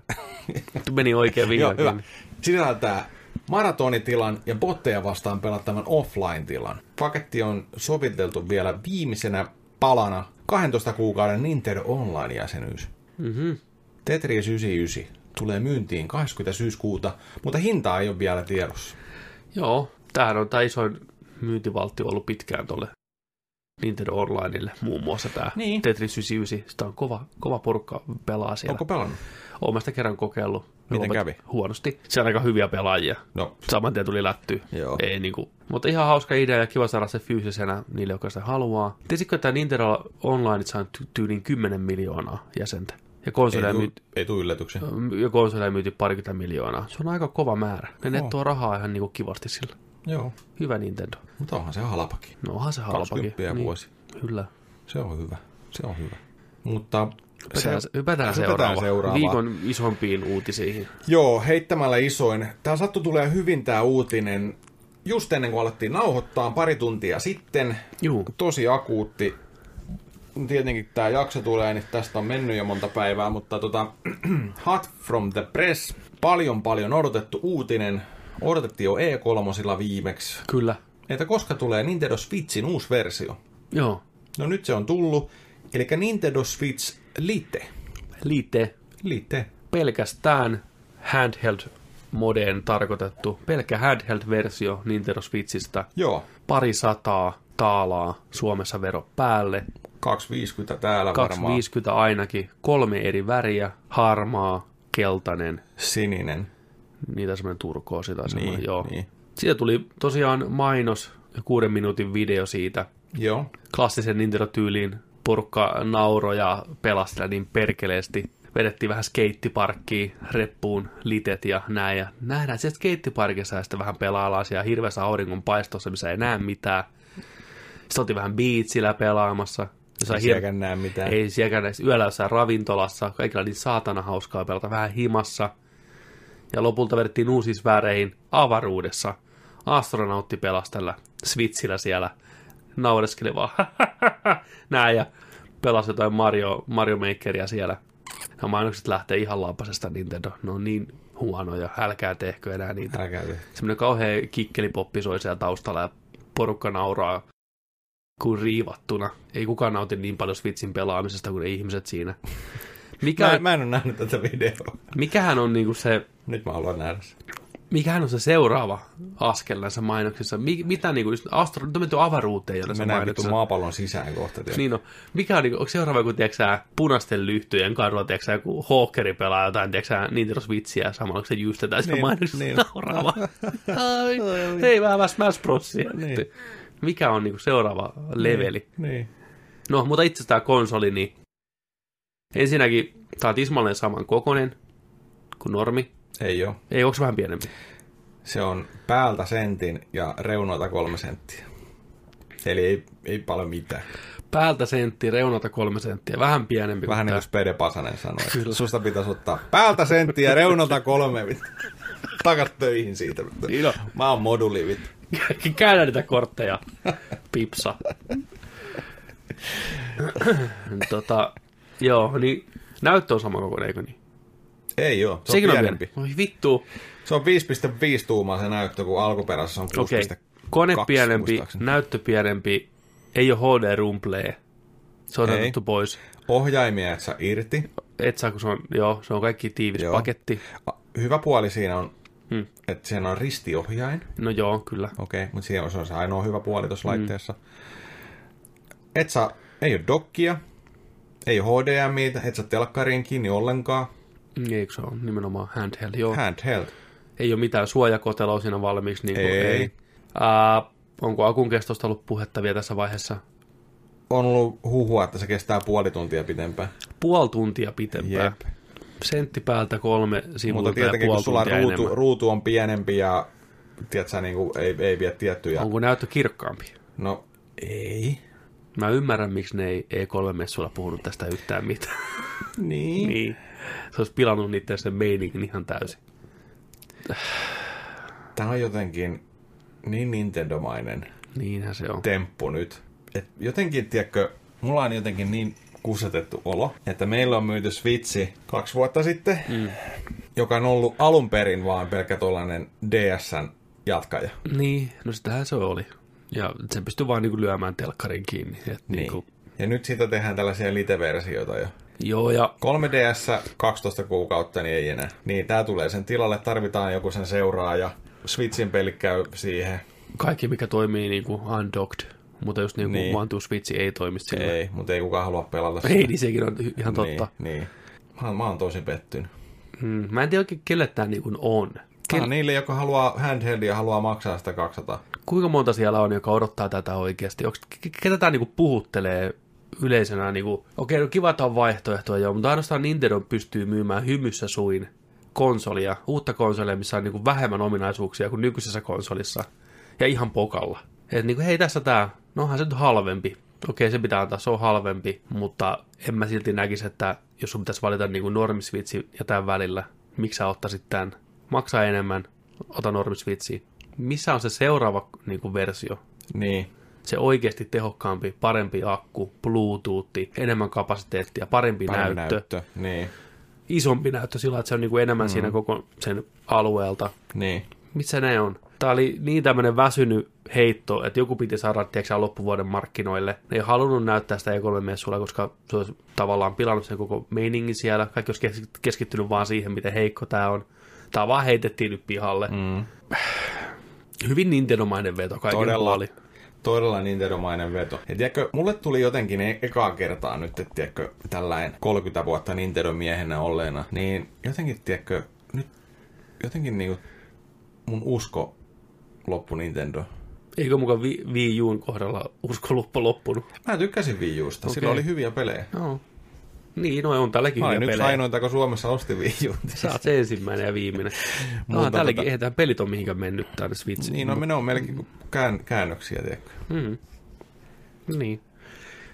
S1: [LAUGHS] Meni oikein
S2: Joo,
S1: vihdoin.
S2: hyvä. Sisältää maratonitilan ja botteja vastaan pelattavan offline-tilan. Paketti on soviteltu vielä viimeisenä palana 12 kuukauden Nintendo Online-jäsenyys.
S1: Mm-hmm.
S2: Tetris 99 tulee myyntiin 20. syyskuuta, mutta hintaa ei ole vielä tiedossa.
S1: Joo, tämähän on tämä isoin myyntivaltti ollut pitkään tuolle Nintendo Onlineille muun muassa tämä
S2: Niin.
S1: Tetris 99. Sitä on kova, kova porukka pelaa siellä.
S2: Onko pelannut?
S1: Olen mä sitä kerran kokeillut.
S2: Miten
S1: Lopet-
S2: kävi?
S1: Huonosti. Siellä on aika hyviä pelaajia.
S2: No,
S1: Saman tien tuli lätty.
S2: Joo.
S1: Ei niinku. Mutta ihan hauska idea ja kiva saada se fyysisenä niille, jotka sitä haluaa. Tiesitkö, että Nintendo Online saa ty- tyylin 10 miljoonaa jäsentä? Ja konsoleja,
S2: ei,
S1: myy-
S2: tu, ei tuu yllätyksiä.
S1: ja konsoleja myyti parikymmentä miljoonaa. Se on aika kova määrä. Ne
S2: Joo.
S1: nettoa rahaa ihan niinku kivasti sillä.
S2: Joo,
S1: Hyvä Nintendo.
S2: mutta onhan se halpakin.
S1: No onhan se halpakin. Niin.
S2: 20 vuosi.
S1: Kyllä.
S2: Se on hyvä, se on hyvä. Mutta
S1: Hypätään, se, hypätään
S2: hypätään
S1: seuraava.
S2: seuraavaan.
S1: Viikon isompiin uutisiin.
S2: Joo, heittämällä isoin. Tää sattu tulee hyvin tää uutinen just ennen kuin alettiin nauhoittaa pari tuntia sitten.
S1: Juu.
S2: Tosi akuutti. Tietenkin tämä jakso tulee, niin tästä on mennyt jo monta päivää, mutta tota, [CLEARS THROAT] Hot from the Press. Paljon paljon odotettu uutinen. Odotettiin jo E3 viimeksi.
S1: Kyllä.
S2: Että koska tulee Nintendo Switchin uusi versio.
S1: Joo.
S2: No nyt se on tullut. Eli Nintendo Switch Lite.
S1: Liite.
S2: Lite.
S1: pelkästään handheld modeen tarkoitettu, pelkkä handheld-versio Nintendo Switchistä,
S2: Joo.
S1: pari sataa taalaa Suomessa vero päälle,
S2: 250 täällä varmaan.
S1: 250 ainakin, kolme eri väriä, harmaa, keltainen,
S2: Sininen.
S1: niitä semmoinen turkoosi tai semmoinen,
S2: Niin,
S1: joo.
S2: niin.
S1: Siitä tuli tosiaan mainos, kuuden minuutin video siitä,
S2: Joo.
S1: klassisen Nintendo-tyyliin porukka nauroi ja pelasteli niin perkeleesti. Vedettiin vähän skeittiparkkiin, reppuun, litet ja näin. Ja nähdään siellä skeittiparkissa ja sitten vähän pelaillaan siellä hirveässä auringon paistossa, missä ei näe mitään. Sitten oltiin vähän beatsillä pelaamassa. Jossain
S2: Ei sielläkään näe mitään.
S1: Ei sielläkään näe. Yöllä jossain ravintolassa. Kaikilla oli niin saatana hauskaa pelata vähän himassa. Ja lopulta vedettiin uusiin väreihin avaruudessa. Astronautti pelasi tällä Switchillä siellä. Naureskeli vaan [LAUGHS] näin ja pelasi jotain Mario, Mario Makeria siellä. Ja mainokset lähtee ihan lampasesta Nintendo. Ne on niin huonoja, älkää tehkö enää niin. niitä.
S2: Älkää te.
S1: Semmoinen kauhea kikkelipoppi soi siellä taustalla ja porukka nauraa kuin riivattuna. Ei kukaan nauti niin paljon Switchin pelaamisesta kuin ne ihmiset siinä.
S2: Mä,
S1: Mikä,
S2: mä en ole nähnyt tätä videoa.
S1: mikähän on niinku se
S2: Nyt mä haluan nähdä sen.
S1: mikähän on se seuraava askel näissä mainoksissa? Mi- mitä niinku, just astro, nyt on menty avaruuteen jo näissä
S2: Mennään vittu
S1: mainoksissa.
S2: maapallon sisään kohta. Niin.
S1: Niin on. Mikä on, niinku, onko seuraava joku, tiedätkö punaisten lyhtyjen kadulla, tiedätkö joku hawkeri pelaa jotain, tiedätkö Nintendo Switchiä samalla, kun se jystetään siinä
S2: Niin,
S1: mainoksessa
S2: niin.
S1: niin.
S2: [LAUGHS]
S1: nauraava. Ai, Niin. hei vähän vähän Smash Brosia.
S2: Niin.
S1: Mikä on niinku seuraava leveli?
S2: Niin.
S1: No, mutta itse tämä konsoli, niin ensinnäkin tämä on tismalleen saman kokonen kuin normi.
S2: Ei oo.
S1: Ei, onko se vähän pienempi?
S2: Se on päältä sentin ja reunoilta kolme senttiä. Eli ei, ei paljon mitään.
S1: päältä sentti, reunalta kolme senttiä, vähän pienempi
S2: Vähän niin
S1: kuin
S2: kuin Spede Pasanen sanoi.
S1: Kyllä.
S2: Susta pitäisi ottaa päältä sentti ja reunalta kolme. vittu. Takas töihin siitä. vittu.
S1: Niin on.
S2: Mä oon moduli. vittu.
S1: niin [LAUGHS] Käännä niitä kortteja,
S2: [LAUGHS]
S1: pipsa. tota, joo, niin näyttö on sama kokoinen, eikö niin?
S2: Ei oo. Se on
S1: Sekin
S2: pienempi.
S1: on pienempi. Oi vittu.
S2: Se on 5,5 tuumaa se näyttö, kun alkuperäisessä on 6,2.
S1: Okei, kone pienempi,
S2: muistaakseni.
S1: näyttö pienempi, ei ole HD-rumplee. Se on
S2: Ei.
S1: otettu pois.
S2: Ohjaimia et saa irti.
S1: Et saa, kun se on, joo, se on kaikki tiivis
S2: Joo.
S1: paketti.
S2: A- Hyvä puoli siinä on,
S1: Hmm.
S2: että siinä on ristiohjain.
S1: No joo, kyllä.
S2: Okei, okay, mutta siinä on- se on se ainoa hyvä puoli
S1: Mm.
S2: tuossa laitteessa. Et saa, ei ole dokkia, ei ole HDMI, et saa telkkariin kiinni ollenkaan.
S1: Eikö se ole nimenomaan handheld, joo.
S2: Handheld.
S1: ei ole mitään suojakoteloa siinä valmiiksi. Niin kuin,
S2: Ei.
S1: ei. Ää, onko akun kestosta ollut puhetta vielä tässä vaiheessa?
S2: on ollut huhua, että se kestää puoli tuntia pitempään.
S1: Puoli tuntia pitempää.
S2: Jep.
S1: Sentti päältä kolme
S2: Mutta
S1: sivulta ja
S2: tietenkin, kun
S1: puoli
S2: sulla
S1: tuntia
S2: ruutu,
S1: enemmän.
S2: ruutu on pienempi ja tiedätkö, niin kuin, ei, ei vie tiettyjä...
S1: Onko näyttö kirkkaampi?
S2: No, ei.
S1: Mä ymmärrän, miksi ne ei E3-messuilla puhunut tästä yhtään mitään.
S2: Niin.
S1: niin. Se olisi pilannut niiden sen meiningin ihan täysin.
S2: Tämä on jotenkin niin Nintendo-mainen
S1: Niinhän se on.
S2: temppu nyt. Et jotenkin, tiedätkö, mulla on jotenkin niin kusetettu olo, että meillä on myyty Switchi kaksi vuotta sitten, mm. joka on ollut alun perin vaan pelkkä tuollainen DSn jatkaja.
S1: Niin, no sitähän se oli. Ja sen pystyy vaan niinku lyömään telkkarin kiinni. Et
S2: Niin.
S1: niinku,
S2: Ja nyt siitä tehdään tällaisia lite-versioita jo.
S1: joo, ja
S2: 3DS 12 kuukautta, niin ei enää. Niin, tää tulee sen tilalle, tarvitaan joku sen seuraaja. Switchin peli käy siihen.
S1: kaikki mikä toimii niinku undocked, mutta just niinku
S2: Niin.
S1: niin. one to switch ei toimi sillä. Ei,
S2: Ei, mutta ei kukaan halua pelata sitä.
S1: ei niin sekin on hy- ihan totta. Niin.
S2: Niin, niin. Mä, oon- mä oon tosi pettynyt.
S1: Mm, mä en tiedä oikein, kelle tämä niinku on.
S2: Tämä on niille, jotka haluaa handheldia, haluaa maksaa sitä 200.
S1: Kuinka monta siellä on, joka odottaa tätä oikeasti? Onks, ke- ke- ketä tämä niinku puhuttelee yleisenä? Niinku, okei, no kiva, että on vaihtoehtoja, joo, mutta ainoastaan Nintendo pystyy myymään hymyssä suin konsolia, uutta konsolia, missä on niinku vähemmän ominaisuuksia kuin nykyisessä konsolissa. Ja ihan pokalla. Et niinku, hei, tässä tämä. No onhan se nyt halvempi. Okei, se pitää antaa, se on halvempi, mutta en mä silti näkisi, että jos sun pitäisi valita niinku normisvitsi ja tämän välillä, miksi sä ottaisit tämän? Maksaa enemmän, ota normisvitsi. Missä on se seuraava niinku, versio?
S2: Niin.
S1: Se oikeasti tehokkaampi, parempi akku, Bluetooth, enemmän kapasiteettia, parempi,
S2: parempi
S1: parempi näyttö, näyttö,
S2: Niin.
S1: isompi näyttö sillä, lailla, että se on niinku, enemmän mm. siinä koko sen alueelta.
S2: Niin.
S1: Missä ne on? Tämä oli niin tämmöinen väsynyt heitto, että joku piti saada tiedätkö, loppuvuoden markkinoille. Ne ei halunnut näyttää sitä E3-messuilla, koska se olisi tavallaan pilannut sen koko meiningin siellä. Kaikki olisi keski- keskittynyt vaan siihen, miten heikko tämä on. Tämä vaan heitettiin nyt pihalle. Mm. Hyvin Nintendo-mainen veto kaiken
S2: Todella.
S1: puoli.
S2: Todella Nintendo-mainen veto. Ja tiedätkö, mulle tuli jotenkin e- ekaa kertaa nyt, että tiedätkö, tällainen 30 vuotta Nintendo-miehenä olleena, niin jotenkin, tiedätkö, nyt jotenkin niinku mun usko loppu Nintendo.
S1: Eikö mukaan Vi- Wii Uun kohdalla uskoluppo loppunut?
S2: Mä tykkäsin Wii Usta, okay. sillä
S1: Okei.
S2: oli hyviä pelejä.
S1: No. Niin, no on tälläkin
S2: Mä olin
S1: hyviä
S2: yksi
S1: pelejä.
S2: ainoita, kun Suomessa osti Wii Uta.
S1: Sä oot se ensimmäinen ja viimeinen.
S2: Muuta
S1: No, tälläkin,
S2: tota-
S1: eihän tämä pelit ole mihinkään mennyt tänne Switchiin.
S2: Niin, no me ne on melkein kuin kään, käännöksiä, tiedätkö.
S1: Mm. Niin.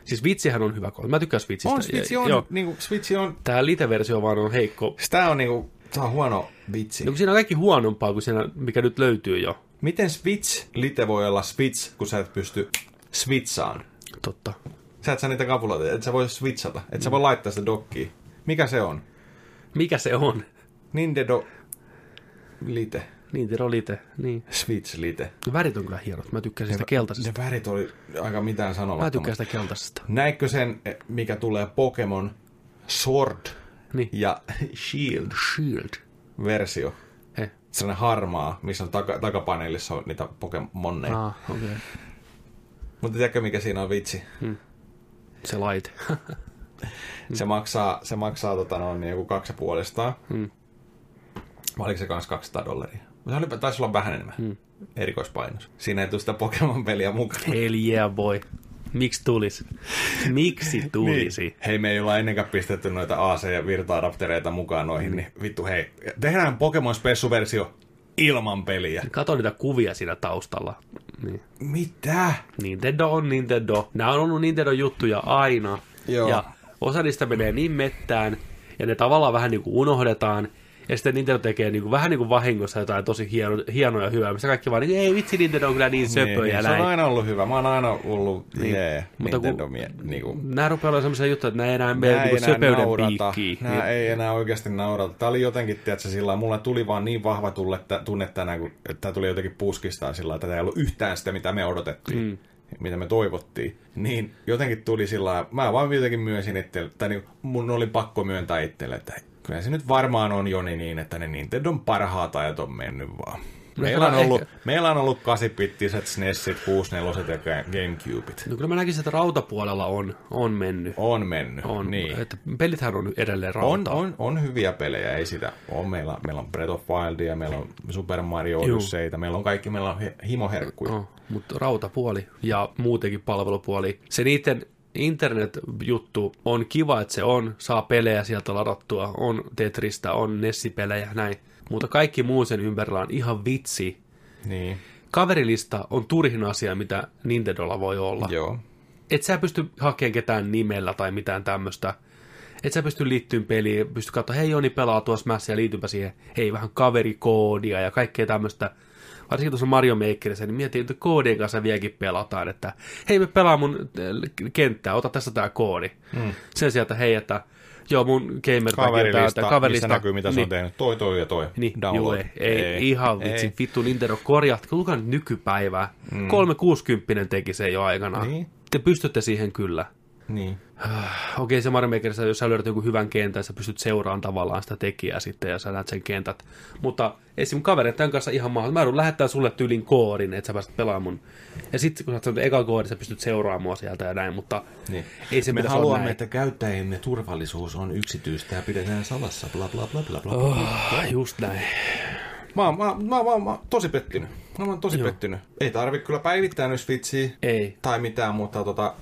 S1: Siis vitsihän on hyvä konsoli. Mä tykkään Switchistä.
S2: On, Switch
S1: Ja-
S2: on,
S1: joo.
S2: niinku, Switch on
S1: Tää lite-versio vaan on heikko.
S2: Tämä on niinku, tää on huono vitsi.
S1: No, kun siinä on kaikki huonompaa kuin siinä, mikä nyt löytyy jo.
S2: Miten Switch lite voi olla Switch, kun sä et pysty switchaan?
S1: Totta.
S2: Sä et saa niitä kapuloita, et sä voi switchata, et
S1: Mm.
S2: sä voi laittaa sitä dokkiin. Mikä se on?
S1: Mikä se on? [LAUGHS]
S2: Nintendo lite.
S1: Niin, Tero lite. Niin.
S2: Switch lite.
S1: Värit on kyllä hienot. Mä tykkäsin sitä keltaisesta.
S2: Ne värit oli aika mitään
S1: Mä
S2: sanomatta.
S1: tykkään sitä keltaisesta.
S2: Näitkö sen, mikä tulee Pokemon Sword
S1: Niin.
S2: ja [LAUGHS] Shield
S1: Shield.
S2: versio?
S1: Eh.
S2: Sellainen harmaa, missä on taka- takapaneelissa on niitä Pokemonneja.
S1: Ah, okei. Okay.
S2: Mutta tiedätkö mikä siinä on vitsi?
S1: Se laite.
S2: Se maksaa, se maksaa tota noin, niin joku kaksi ja puolestaan. Hmm. Vai oliko se kans 200 dollaria? Se oli, taisi olla vähän enemmän. Hmm. Erikoispainos. Siinä ei tule sitä Pokemon-peliä
S1: [LAUGHS]
S2: mukana.
S1: [LAUGHS] Hell yeah, boy. Miksi tulis? Miksi tulisi?
S2: Niin. Hei, me ei olla ennenkään pistetty noita AC- ja virta-adaptereita mukaan
S1: Hmm.
S2: noihin, niin vittu hei. Tehdään Pokemon Spessu-versio ilman peliä.
S1: Kato niitä kuvia siinä taustalla. Niin.
S2: Mitä?
S1: Nintendo on Nintendo. Nämä on ollut Nintendo-juttuja aina.
S2: Joo.
S1: Ja osa niistä menee niin mettään, ja ne tavallaan vähän niin kuin unohdetaan. Ja sitten Nintendo tekee niin kuin, vähän niin kuin vahingossa jotain tosi hieno, hienoa ja hyvää, missä kaikki vaan niin kuin, ei vitsi, Nintendo on kyllä niin söpö
S2: Niin,
S1: ja
S2: niin, se
S1: näin.
S2: on aina ollut hyvä. Mä oon aina ollut niin. jee,
S1: Mutta kun-
S2: Nintendo mie, niinku,
S1: Nämä rupeaa olemaan sellaisia juttuja, että nämä ei enää
S2: Nää
S1: mene
S2: ei
S1: niin
S2: enää
S1: söpeyden
S2: naurata.
S1: piikkiin.
S2: Nää
S1: Niin,
S2: ei enää oikeasti naurata. Tämä oli jotenkin, tiedätkö, sillä lailla, mulla tuli vaan niin vahva tulle, tunne tänään, kun tämä tuli jotenkin puskistaan sillä lailla, että tämä ei ollut yhtään sitä, mitä me odotettiin. Mm mitä me toivottiin, niin jotenkin tuli sillä lailla- mä vaan jotenkin myönsin itselle, tai niin, mun oli pakko myöntää itselle, että kyllä se nyt varmaan on Joni niin, että ne Nintendon parhaat ajat on mennyt vaan. Meillä on
S1: kyllä
S2: ollut,
S1: No ehkä-
S2: meillä on ollut 8-pittiset SNESit, 64 ja Ga- Gamecubeit.
S1: no kyllä mä näkisin, että rautapuolella on, on mennyt.
S2: On mennyt.
S1: On,
S2: niin.
S1: että pelithän on edelleen
S2: On,
S1: rautaa.
S2: on, on hyviä pelejä, ei sitä on. Meillä, meillä on Breath of Wildia, meillä on Super Mario Odysseyta, meillä on kaikki,
S1: Mm.
S2: meillä on he- himoherkkuja.
S1: No, mutta rautapuoli ja muutenkin palvelupuoli, se niiden internet-juttu on kiva, että se on, saa pelejä sieltä ladattua, on Tetristä, on Nessipelejä, näin. Mutta kaikki muu sen ympärillä on ihan vitsi.
S2: Niin.
S1: Kaverilista on turhin asia, mitä Nintendolla voi olla.
S2: Joo.
S1: Et sä pysty hakemaan ketään nimellä tai mitään tämmöistä. Et sä pysty liittyyn peliin, pysty katsoa, hei Joni pelaa tuossa mässä ja liitypä siihen, hei vähän kaverikoodia ja kaikkea tämmöistä. Varsinkin tuossa Mario Makerissa, niin mietin, että koodien kanssa vieläkin pelataan, että hei me pelaa mun äh, kenttää, ota tässä tää koodi. Mm. Sen sieltä, hei, että joo mun gamer
S2: Kaverilista, kaverilista, missä näkyy, mitä se on tehnyt. Toi, toi ja toi.
S1: niin, juu, ei, ei, ei, ihan vitsi, ei. vittu Nintendo korjat, kuka nyt nykypäivää. Mm. 360 teki se jo aikanaan.
S2: Niin.
S1: Te pystytte siihen kyllä. [SIGHS]
S2: Niin.
S1: Okei, se Mario Makerissa, jos sä löydät jonkun hyvän kentän, sä pystyt seuraamaan tavallaan sitä tekijää sitten ja sä näet sen kentät. Mutta esim. kavereiden kanssa ihan mahdollista. Mä joudun lähettää sulle tyylin koodin, että sä pääset pelaamaan mun. Ja sitten kun sä oot eka koodin, sä pystyt seuraamaan mua sieltä ja näin, mutta
S2: Niin.
S1: ei se
S2: Me
S1: pitäisi olla
S2: haluamme,
S1: näin.
S2: että käyttäjiemme turvallisuus on yksityistä ja pidetään salassa, bla bla bla bla bla. Oh.
S1: Oh, just näin.
S2: Mä, oon- mä, mä, mä, mä, mä oon tosi pettynyt. Mä oon tosi Joo. pettynyt. Ei tarvi kyllä päivittää nyt Switchiä
S1: Ei.
S2: tai mitään, mutta tota,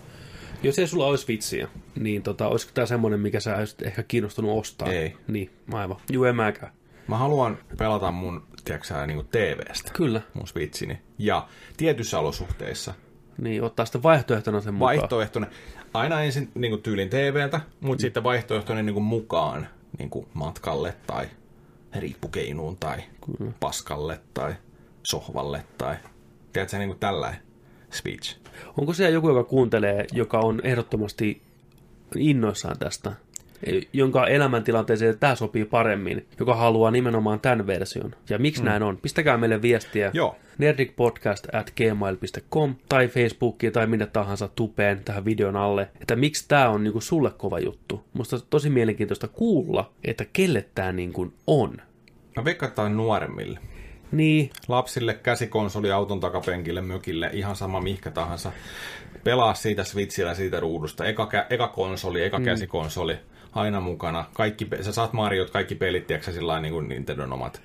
S1: Jos ei sulla olisi vitsiä, niin tota, olisiko tämä semmoinen, mikä sä olisit ehkä kiinnostunut ostaa?
S2: Ei.
S1: Niin, aivan. Juu, en mäkään.
S2: mä haluan pelata mun, tiedätkö niin TVstä.
S1: Kyllä.
S2: Mun Switchini. Ja tietyissä olosuhteissa
S1: Niin, ottaa sitten vaihtoehtona sen mukaan.
S2: vaihtoehtoinen, aina ensin niin kuin tyylin TVltä, mutta sitten vaihtoehtoinen niin kuin mukaan niin kuin matkalle tai riippukeinuun tai Kyllä. paskalle tai sohvalle tai tiedätkö niin kuin tällainen speech.
S1: Onko siellä joku, joka kuuntelee, joka on ehdottomasti innoissaan tästä, E, jonka elämäntilanteeseen tämä sopii paremmin, joka haluaa nimenomaan tämän version? Ja miksi mm. näin on? Pistäkää meille viestiä
S2: Joo.
S1: nerdicpodcast at gmail.com tai Facebookiin tai minne tahansa tupeen tähän videon alle, että miksi tämä on niinku sulle kova juttu. Musta olisi tosi mielenkiintoista kuulla, että kelle tämä niinku on.
S2: Mä veikkaan, että tää on nuoremmille.
S1: Niin,
S2: Lapsille käsikonsoli auton takapenkille, mökille, ihan sama mihkä tahansa. Pelaa siitä Switchillä siitä ruudusta. Eka, kä- eka konsoli, eka mm. käsikonsoli, aina mukana. Kaikki, pe- sä saat Mariot, kaikki pelit, tiedätkö sillä lailla, niin kuin Nintendon omat.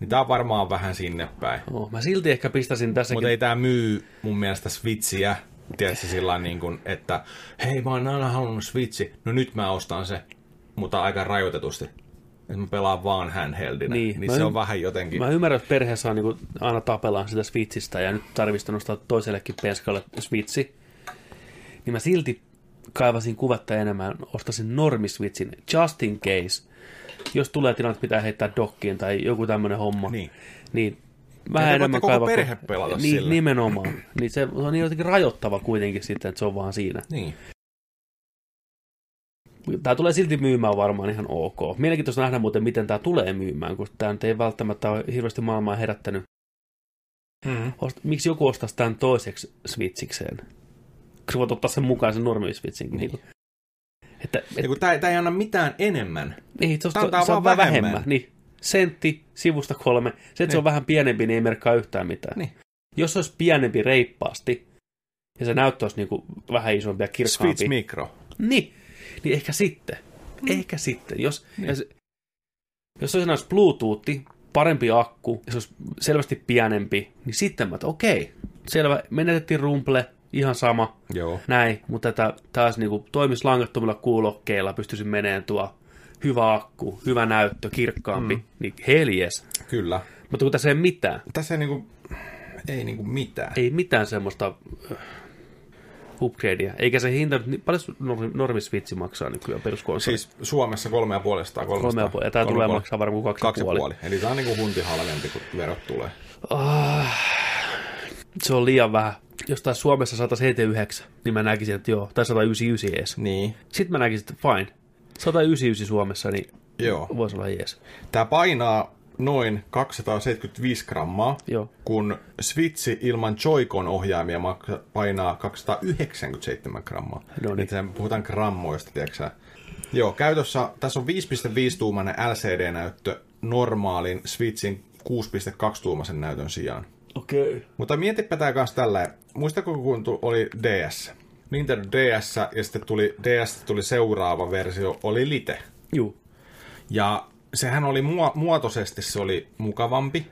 S2: Niin tää on varmaan vähän sinne päin.
S1: oh, mä silti ehkä pistäisin tässäkin
S2: Mutta ei tää myy mun mielestä Switchiä. Tiedätkö sillä lailla, niin kuin, että hei mä oon aina halunnut Switchi, no nyt mä ostan se, mutta aika rajoitetusti. Että mä pelaan vaan handheldinä.
S1: Niin,
S2: Niin, niin
S1: mä
S2: se
S1: ym-
S2: on vähän jotenkin...
S1: Mä ymmärrän, jos perheessä on niin aina tapellaan sitä Switchistä ja nyt tarvitsisi nostaa toisellekin peskalle Switchi, niin mä silti kaivasin kuvetta enemmän, ostaisin normiswitchin just in case. Jos tulee tilanne, että pitää heittää dokkiin tai joku tämmöinen homma,
S2: Niin.
S1: niin
S2: Ja te
S1: vähän enemmän
S2: voitte koko
S1: kaivaa-
S2: perhe pelata
S1: niin,
S2: sillä.
S1: Nimenomaan. Niin se on jotenkin rajoittava kuitenkin sitten, että se on vaan siinä.
S2: Niin.
S1: Tämä tulee silti myymään varmaan ihan ok. Mielenkiintoista nähdä muuten, miten tämä tulee myymään, kun tämä nyt ei välttämättä ole hirveästi maailmaa herättänyt
S2: Mm.
S1: Ost- miksi joku ostaisi tämän toiseksi switchikseen? Kun sä voit ottaa sen mukaan sen normiswitchin. Niin. Niin että, et,
S2: Kun tää, tää ei anna mitään enemmän.
S1: ei, tosta,
S2: tää antaa
S1: se on
S2: Niin, vaan
S1: vähän vähemmän.
S2: vähemmän.
S1: Niin. Sentti, sivusta kolme. Se, että se
S2: Niin.
S1: on vähän pienempi, niin ei merkkaa yhtään mitään.
S2: Niin.
S1: Jos se olisi pienempi reippaasti, ja se näyttö olisi niin kuin vähän isompi ja kirkkaampi.
S2: Switch Micro.
S1: Niin, niin ehkä sitten. Ehkä sitten. Jos, jos, jos se olisi näissä Bluetooth, parempi akku, ja se olisi selvästi pienempi, niin sitten mä, että okei, selvä, menetettiin rumple, ihan sama,
S2: Joo.
S1: näin, mutta tätä taas niin toimisi langattomilla kuulokkeilla, pystyisin meneen tuo hyvä akku, hyvä näyttö, kirkkaampi, mm. niin heljes.
S2: Kyllä.
S1: Mutta kun tässä ei mitään,
S2: Tässä ei niinku, ei niinku mitään.
S1: ei mitään semmoista äh, upgradea, eikä se hinta, nyt niin- paljon se normi- normisvitsi maksaa nykyään peruskonsoli?
S2: Siis Suomessa kolme ja puolestaan.
S1: Kolme ja puoli. Ja tää tulee maksaa varmaan kuin kaksi,
S2: kaksi
S1: ja
S2: puoli.
S1: puoli.
S2: puoli. Eli tää on niinku hunti halvempi, kun verot tulee.
S1: Se on liian vähän. Jos taas Suomessa 179, niin mä näkisin, että joo, tai 199 ees.
S2: Niin.
S1: Sitten mä näkisin, että fine. 199 Suomessa, niin
S2: Joo.
S1: voisi olla jees.
S2: Tää painaa noin 275 grammaa,
S1: Joo.
S2: kun Switchi ilman Joy-Con ohjaimia maksa, painaa 297 grammaa.
S1: No niin.
S2: Et sen puhutaan grammoista, tiedätkö sä? Joo, käytössä tässä on 5.5-tuumainen LCD-näyttö normaalin Switchin 6.2-tuumaisen näytön sijaan.
S1: Okei. Okay.
S2: Mutta mietipä tää kanssa tällä. Muistako, kun tu- oli DS? Nintendo DS ja sitten tuli DS tuli seuraava versio, oli Lite.
S1: Juu.
S2: Ja sehän oli mua- muotoisesti se oli mukavampi.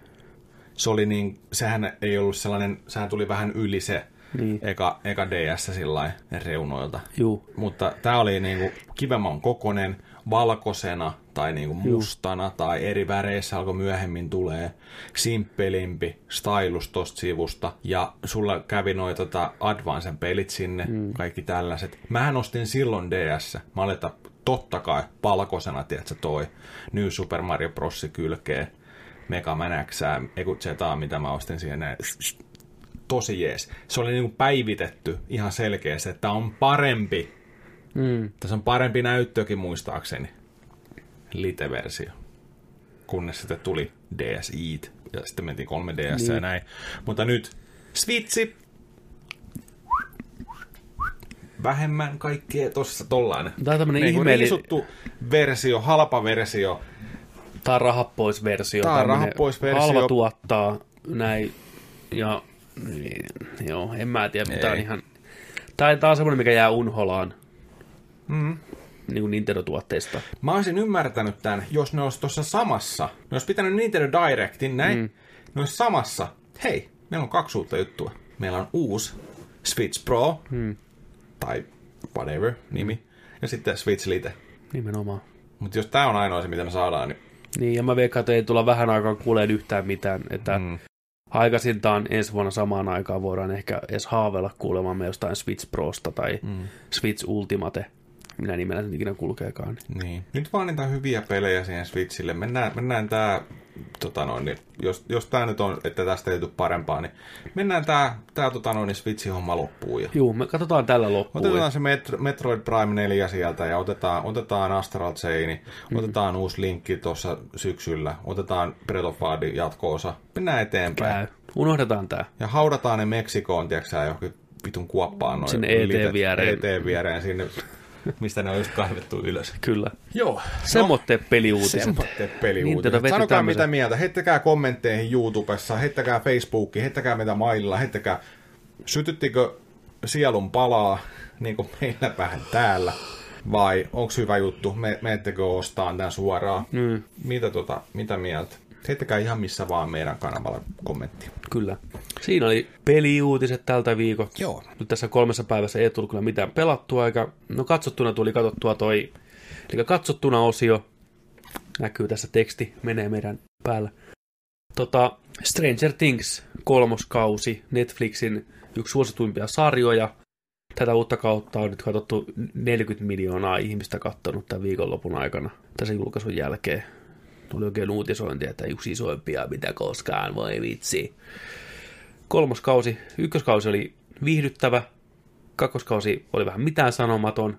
S2: Se oli niin, sehän ei ollut sellainen, sehän tuli vähän yli se
S1: Niin.
S2: eka, eka DS sillä reunoilta.
S1: Juu.
S2: Mutta tämä oli niinku kivemman kokonen, valkoisena tai niinku mustana tai eri väreissä alkoi myöhemmin tulee simppelimpi stylus tosta sivusta. Ja sulla kävi noita tota Advancen pelit sinne, mm. kaikki tällaiset. Mähän ostin silloin DS. Mä olin, että totta kai valkoisena, tiedätkö, toi New Super Mario Bros. kylkeen. Mega Man Xää, ei kun Zetaa, mitä mä ostin siihen näin tosi jees. Se oli niinku päivitetty ihan selkeästi, että tämä on parempi.
S1: Mm.
S2: Tässä on parempi näyttökin muistaakseni. Lite-versio. Kunnes sitten tuli DSi ja sitten mentiin 3DS niin. ja näin. Mutta nyt Switchi. Vähemmän kaikkea tossa tollainen.
S1: Tää on tämmönen
S2: Niin kuin
S1: ihmeellinen-
S2: riisuttu versio, halpa versio.
S1: Tää on raha pois versio.
S2: Tää on
S1: tämmönen
S2: raha pois versio.
S1: Halva tuottaa näin. Ja niin, joo, en mä tiedä, mitä on
S2: Ei.
S1: ihan... Tää, tää on semmoinen, mikä jää unholaan.
S2: Mm-hmm.
S1: Mm. Niin kuin Nintendo-tuotteista.
S2: Mä olisin ymmärtänyt tämän, jos ne olisi tuossa samassa. Ne olisi pitänyt Nintendo Directin näin. Mm. Ne olisi samassa. Hei, meillä on kaksi uutta juttua. Meillä on uusi Switch Pro, mm. tai whatever nimi, ja sitten Switch Lite.
S1: Nimenomaan.
S2: Mutta jos tämä on ainoa se, mitä me saadaan, niin
S1: Niin, ja mä veikkaan, että ei tulla vähän aikaa kuuleen yhtään mitään, että mm. aikaisintaan ensi vuonna samaan aikaan voidaan ehkä edes haaveilla kuulemamme jostain Switch Prosta tai mm. Switch Ultimate, minä nimellä se nyt ikinä kulkeekaan.
S2: Niin. Nyt vaan niitä hyviä pelejä siihen Switchille. Mennään, mennään tää, tota noin, niin jos, jos tää nyt on, että tästä ei tule parempaa, niin mennään tää, tää tota noin, niin Switch-homma loppuun. Ja
S1: Juu, me katsotaan tällä loppuun.
S2: otetaan se Metro, Metroid Prime 4 sieltä ja otetaan, otetaan Astral Chain,
S1: Mm.
S2: mm-hmm. otetaan uusi linkki tuossa syksyllä, otetaan Breath of Wild jatkoosa. Mennään eteenpäin.
S1: Käy. Unohdetaan tämä.
S2: Ja haudataan ne Meksikoon, tiedätkö sä, johonkin vitun kuoppaan noin.
S1: Sinne ET
S2: litet-
S1: viereen.
S2: ET viereen sinne, mistä ne on just kaivettu ylös.
S1: Kyllä.
S2: Joo.
S1: Semmoitteet peliuutiset.
S2: Semmoitteet
S1: Nintendo niin,
S2: peliuutiset.
S1: veti
S2: Sanokaa
S1: tämmösen.
S2: mitä mieltä. Heittäkää kommentteihin YouTubessa, heittäkää Facebookiin, heittäkää meitä mailla, heittäkää... Sytyttikö sielun palaa, niin kuin meillä vähän täällä? Vai onko hyvä juttu, me, meettekö ostaan tämän suoraan? Mm. Mitä, tota, mitä mieltä? Heittäkää ihan missä vaan meidän kanavalla kommentti.
S1: Kyllä. Siinä oli peliuutiset tältä viikolta.
S2: Joo.
S1: Nyt tässä kolmessa päivässä ei tullut kyllä mitään pelattua, eikä, no katsottuna tuli katsottua toi, eli katsottuna osio, näkyy tässä teksti, menee meidän päällä. Tota, Stranger Things kolmoskausi, Netflixin yksi suosituimpia sarjoja. Tätä uutta kautta on nyt katsottu 40 miljoonaa ihmistä kattonut tämän viikonlopun aikana, tässä julkaisun jälkeen. Oli oikein uutisointi, että yksi isoimpia mitä koskaan, voi vitsi kolmas kausi, ykköskausi oli viihdyttävä, kakkoskausi oli vähän mitään sanomaton,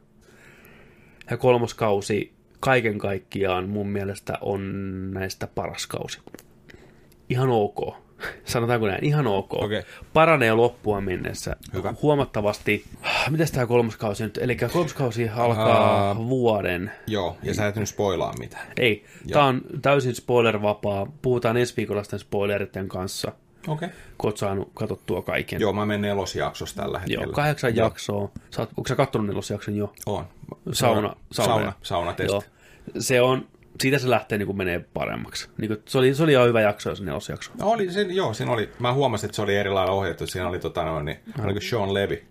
S1: ja kolmoskausi kaiken kaikkiaan mun mielestä on näistä paras kausi. Ihan ok. [LAUGHS] Sanotaanko näin, ihan ok.
S2: Okei.
S1: Paranee loppua mennessä.
S2: Hyvä.
S1: Huomattavasti. Ah, Mitäs tämä kolmoskausi nyt? Eli kolmoskausi alkaa vuoden
S2: Joo, ja sä et nyt spoilaa mitään.
S1: ei, tämä on täysin spoilervapaa. Puhutaan ensi viikolla sitten spoileritten kanssa,
S2: Okei. Okay.
S1: kun oot saanut katsottua kaiken.
S2: Joo, mä menen nelosjaksossa tällä hetkellä.
S1: Joo, kahdeksan Joo. jaksoa. Sä oot, onko sä kattonut nelosjakson jo?
S2: On.
S1: Sauna. Sauna.
S2: Sauna. Saunatesti.
S1: Joo. Se on, siitä se lähtee niin kuin menee paremmaksi. Niin kuin, se, oli, se oli ihan hyvä jakso, se nelosjakso.
S2: No oli, se, joo, siinä oli, mä huomasin, että se oli eri lailla ohjattu, että siinä oli tota noin, niin, oliko Sean Levy.
S1: Mm.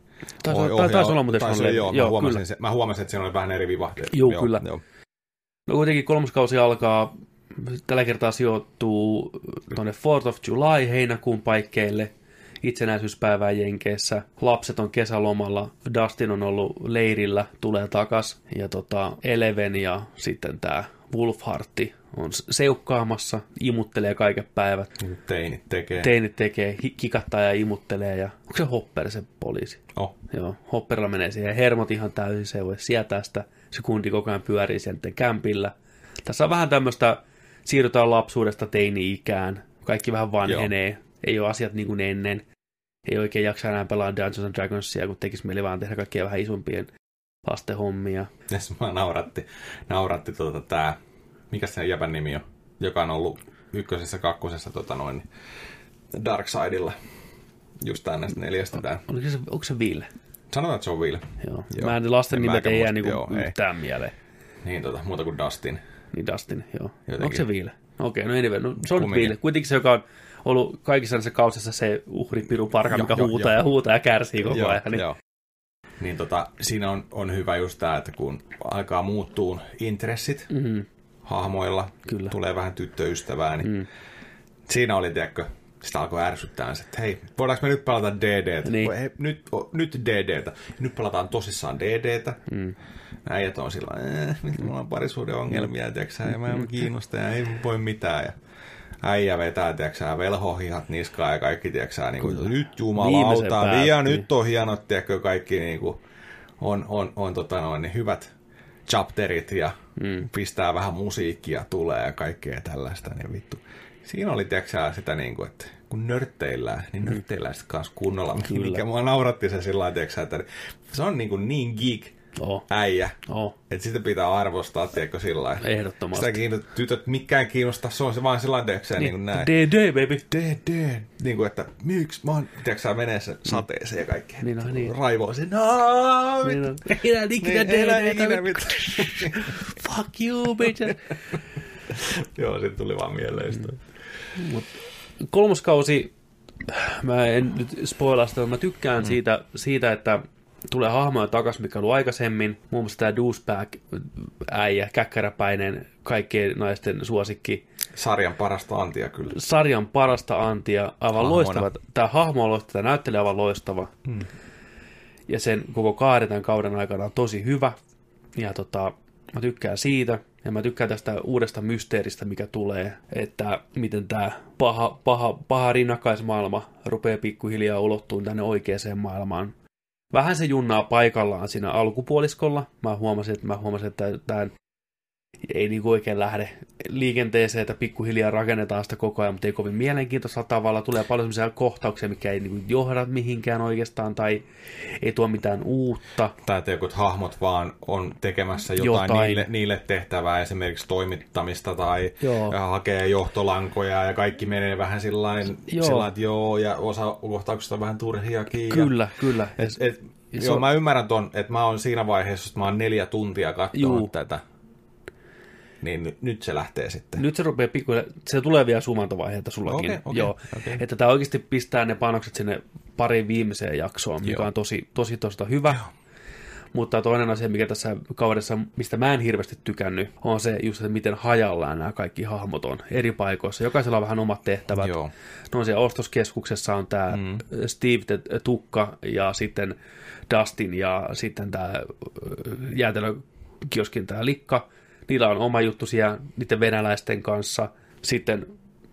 S1: Taisi-
S2: Oi,
S1: tai-
S2: ohjaa-
S1: taisi olla muuten
S2: taisi
S1: Sean
S2: olla,
S1: Levy.
S2: Joo,
S1: Joo,
S2: mä, huomasin,
S1: kyllä.
S2: se, mä huomasin, että siinä oli vähän eri vivahteet.
S1: Juu, kyllä.
S2: Joo.
S1: No kuitenkin kolmas kausi alkaa, tällä kertaa sijoittuu tuonne 4th of July heinäkuun paikkeille itsenäisyyspäivää Jenkeissä. Lapset on kesälomalla, Dustin on ollut leirillä, tulee takas ja tota Eleven ja sitten tämä Wolfhartti on s- seukkaamassa, imuttelee kaiken päivät.
S2: Teinit tekee. Te-
S1: Teinit tekee, hi- kikattaa ja imuttelee ja onko se Hopper se poliisi?
S2: oh.
S1: Joo, Hopperilla menee siihen hermot ihan täysin, se ei voi sietää sitä. Se kundi koko ajan pyörii sieltä kämpillä. Tässä on vähän tämmöistä, siirrytään lapsuudesta teini-ikään. Kaikki vähän vanhenee, Joo. ei ole asiat niin kuin ennen. Ei oikein jaksa enää pelaa Dungeons and Dragonsia, kun tekisi mieli vaan tehdä kaikkia vähän isompien lasten hommia.
S2: Tässä mä nauratti, nauratti tota, tää, mikä se jäbän nimi on, joka on ollut ykkösessä, kakkosessa tota noin, niin Darksidella. Just tää näistä neljästä tää.
S1: Oliko se, onko se Ville?
S2: Sanotaan, että se on Will.
S1: Joo.
S2: Joo.
S1: Joo. Mä en lasten
S2: En
S1: nimet
S2: mäkään
S1: ei jää
S2: muista.
S1: niinku
S2: Joo, ei.
S1: yhtään mieleen.
S2: Niin tota, muuta kuin Dustin.
S1: Niin Dustin, joo. Jotenkin.
S2: Jotenkin.
S1: Onko se Viile? Okei, no anyway, no se on nyt
S2: Kumminkin.
S1: Viile. Kuitenkin se, joka on, ollut kaikissa näissä kausissa se uhripiru parka,
S2: Joo,
S1: mikä
S2: joo,
S1: huutaa
S2: joo.
S1: ja huutaa ja kärsii koko ajan. Niin
S2: joo. Niin tota, siinä on, on hyvä just tämä, että kun alkaa muuttuu intressit
S1: Mhm.
S2: hahmoilla,
S1: Kyllä.
S2: tulee vähän tyttöystävää, niin mm. siinä oli, tiedätkö, sitä alkoi ärsyttää, se, että hei, voidaanko me nyt pelata DDtä?
S1: Niin.
S2: Niin. Hei, nyt, o, nyt DDtä. Nyt pelataan tosissaan DDtä. Mm. Äijät on sillä eh, nyt mulla on parisuuden ongelmia, tiedätkö, ja mä en kiinnosta ja ei voi mitään. Ja äijä vetää, tiedätkö, sä, velhohihat niskaan ja kaikki, tiedätkö, niin kuin, nyt
S1: Viimeisen
S2: jumalauta,
S1: päät,
S2: ja
S1: niin.
S2: nyt on hienot, tiedätkö, kaikki niin kuin, on, on, on tota noin, niin hyvät chapterit ja mm. pistää vähän musiikkia tulee ja kaikkea tällaista, niin vittu. Siinä oli, tiedätkö sä, sitä niin kuin, että kun nörtteillään, niin nörtteillään sitten kanssa kunnolla.
S1: Mm. Kyllä.
S2: Mikä mua nauratti se sillä lailla, tiedätkö sä, että se on niin, kuin niin geek
S1: Oo,
S2: äijä,
S1: oo,
S2: että sitä pitää arvostaa, tiedätkö, sillä lailla.
S1: ehdottomasti.
S2: Sitä kiinnostaa, tytöt mikään kiinnostaa, se on se vaan sillä lailla, tiedätkö sä, niin, kuin näin.
S1: DD, baby.
S2: DD, niin kuin, että miksi mä oon, tiedätkö sä, menee se sateeseen ja kaikkeen.
S1: Mm. Niin on, niin.
S2: Raivoo se, no,
S1: Niin
S2: vittu.
S1: on. Ei enää ikinä
S2: Niin, ei enää
S1: DDtä,
S2: ikinä
S1: vittu.
S2: mitään.
S1: fuck you, bitch.
S2: [LAUGHS] Joo, siitä tuli vaan mieleen sitä.
S1: Mm. Kolmas kausi, mä en nyt spoilaa sitä, mutta mä
S2: Mm.
S1: tykkään siitä, siitä, että tulee hahmoja takas, mikä on ollut aikaisemmin. Muun muassa tämä douchebag äijä, käkkäräpäinen, kaikkien naisten suosikki.
S2: Sarjan parasta antia kyllä.
S1: sarjan parasta antia, aivan
S2: Hahmona.
S1: loistava. Tämä hahmo on loistava, tämä näyttelijä on aivan loistava. Hmm. Ja sen koko kahdetan kauden aikana on tosi hyvä. Ja tota, mä tykkään siitä. Ja mä tykkään tästä uudesta mysteeristä, mikä tulee. Että miten tämä paha, paha, paha rinnakkaismaailma rupeaa pikkuhiljaa ulottumaan tänne oikeaan maailmaan. Vähän se junnaa paikallaan siinä alkupuoliskolla. Mä huomasin, että, mä huomasin, että tämä ei niin oikein lähde liikenteeseen, että pikkuhiljaa rakennetaan sitä koko ajan, mutta ei kovin mielenkiintoisella tavalla. Tulee paljon sellaisia kohtauksia, mikä ei niin johda mihinkään oikeastaan tai ei tuo mitään uutta.
S2: Tai että jotkut hahmot vaan on tekemässä jotain,
S1: Jotain.
S2: jotain. Niille, niille tehtävää, esimerkiksi toimittamista tai
S1: Joo.
S2: ja hakee johtolankoja ja kaikki menee vähän sillä
S1: Joo.
S2: lailla, että joo, ja osa kohtauksista on vähän turhiakin. Ja,
S1: Kyllä, kyllä.
S2: et, et,
S1: Ja se
S2: joo,
S1: on-
S2: mä ymmärrän ton, että mä oon siinä vaiheessa, että mä oon neljä tuntia katsonut
S1: Juu.
S2: tätä. Niin nyt, nyt se lähtee sitten.
S1: Nyt se rupeaa pikkuhiljaa, se tulee vielä sumantovaiheelta sullakin.
S2: Okei, okei,
S1: Joo.
S2: okei.
S1: Että tämä oikeasti pistää ne panokset sinne pariin viimeiseen jaksoon, mikä
S2: Joo.
S1: on tosi, tosi tosta hyvä. Mutta toinen asia, mikä tässä kaudessa, mistä mä en hirveästi tykännyt, on se just, että miten hajallaan nämä kaikki hahmot on eri paikoissa. Jokaisella on vähän omat tehtävät.
S2: Joo.
S1: No siellä ostoskeskuksessa on tämä mm. Steve the Tukka ja sitten Dustin ja sitten tämä jäätelökioskin tämä Likka. Niillä on oma juttu siellä niiden venäläisten kanssa. Sitten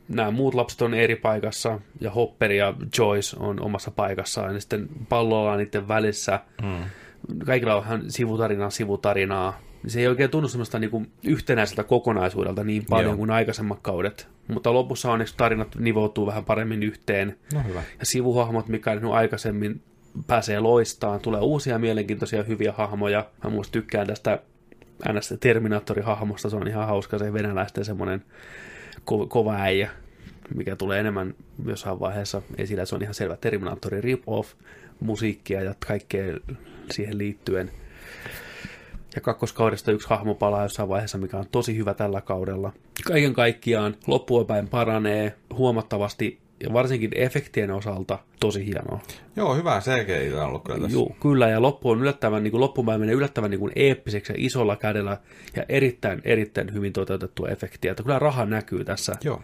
S1: nämä muut lapset on eri paikassa ja Hopper ja Joyce on omassa paikassaan. Ja sitten pallolla on niiden välissä. Mm. Kaikilla on ihan sivutarinaa sivutarinaa. Se ei oikein tunnu semmoista niin yhtenäiseltä kokonaisuudelta niin paljon
S2: Joo.
S1: kuin aikaisemmat kaudet. Mutta lopussa onneksi tarinat nivoutuu vähän paremmin yhteen.
S2: No hyvä.
S1: Ja sivuhahmot, mikä on aikaisemmin pääsee loistaan. Tulee uusia mielenkiintoisia hyviä hahmoja. Mä muista tykkään tästä ns. Terminaattori-hahmosta. Se on ihan hauska se venäläisten semmoinen ko- kova äijä, mikä tulee enemmän jossain vaiheessa esillä. Se on ihan selvä Terminaattori rip-off musiikkia ja kaikkea siihen liittyen. Ja kakkoskaudesta yksi hahmo palaa jossain vaiheessa, mikä on tosi hyvä tällä kaudella. Kaiken kaikkiaan loppuapäin paranee huomattavasti ja varsinkin efektien osalta tosi hienoa.
S2: Joo, hyvä CGI tää on ollut kyllä tässä.
S1: Joo, kyllä, ja loppu on yllättävän, niin kuin loppupäin menee yllättävän niin kuin eeppiseksi ja isolla kädellä ja erittäin, erittäin hyvin toteutettua efektiä. Että kyllä raha näkyy tässä
S2: Joo.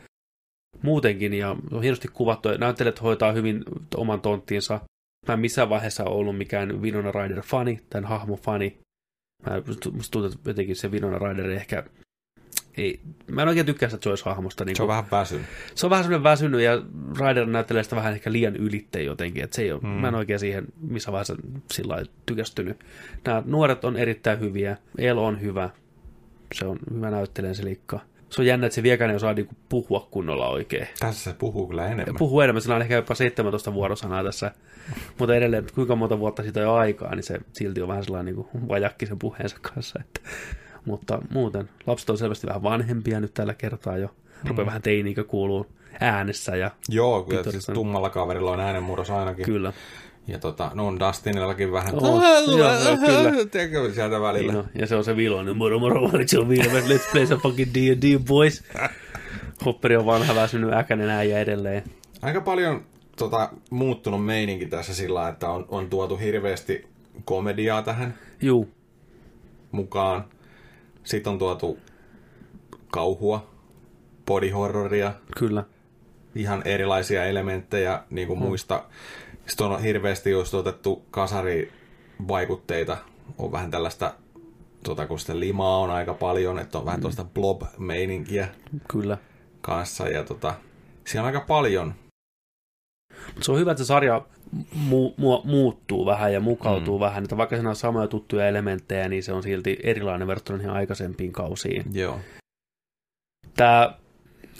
S1: muutenkin ja on hienosti kuvattu. ja Näyttelijät hoitaa hyvin oman tonttinsa. Mä en missään vaiheessa ollut mikään Vinona Rider-fani, tämän hahmo-fani. Mä, musta tuntuu, että jotenkin se Vinona Rider ehkä... Ei, mä en oikein tykkää sitä Joyce-hahmosta. Niin
S2: Se on vähän väsynyt.
S1: se on vähän semmoinen väsynyt ja Ryder näyttelee sitä vähän ehkä liian ylitteen jotenkin, että se ei ole, mm. mä en oikein siihen missä vaiheessa sillä lailla tykästynyt. Nämä nuoret on erittäin hyviä, El on hyvä, se on hyvä näyttelijä se liikka. Se on jännä, että se viekään ei osaa niinku puhua kunnolla oikein.
S2: Tässä se puhuu kyllä enemmän.
S1: Puhuu enemmän, sillä on ehkä jopa 17 vuorosanaa tässä, mutta edelleen, että kuinka monta vuotta siitä on jo aikaa, niin se silti on vähän sellainen niin vajakki sen puheensa kanssa. Että. Mutta muuten, lapset on selvästi vähän vanhempia nyt tällä kertaa jo, rupeaa vähän teiniikä kuuluu äänessä ja
S2: Joo, kyllä
S1: Pitoisessa.
S2: siis tummalla kaverilla on äänenmurros ainakin. Kyllä.
S1: Kyllä.
S2: Ja tota, no on Dustinillakin vähän.
S1: Oo,
S2: [LAUGHS]
S1: joo, kyllä.
S2: Tiedätkö, sieltä välillä.
S1: No, ja se on se viloinen. Moro, moro, moro, se on viileä. Let's play some fucking D&D, boys. Hopperi on vanha väsynyt äkänen äijä edelleen.
S2: Aika paljon tota, muuttunut meininki tässä sillä, että on, on tuotu hirveästi komediaa tähän
S1: Juu,
S2: mukaan. Sitten on tuotu kauhua, body horroria,
S1: kyllä.
S2: ihan erilaisia elementtejä niin kuin muista. Sitten on hirveästi just otettu kasarivaikutteita. On vähän tällaista, tota, kun sitä limaa on aika paljon, että on vähän mm. tuosta blob-meininkiä
S1: Kyllä.
S2: kanssa. Ja tota, siellä on aika paljon.
S1: Mut se on hyvä, että se sarja mu- mu- muuttuu vähän ja mukautuu mm. vähän. Että vaikka siinä on samoja tuttuja elementtejä, niin se on silti erilainen verrattuna niihin aikaisempiin kausiin.
S2: Joo.
S1: Tämä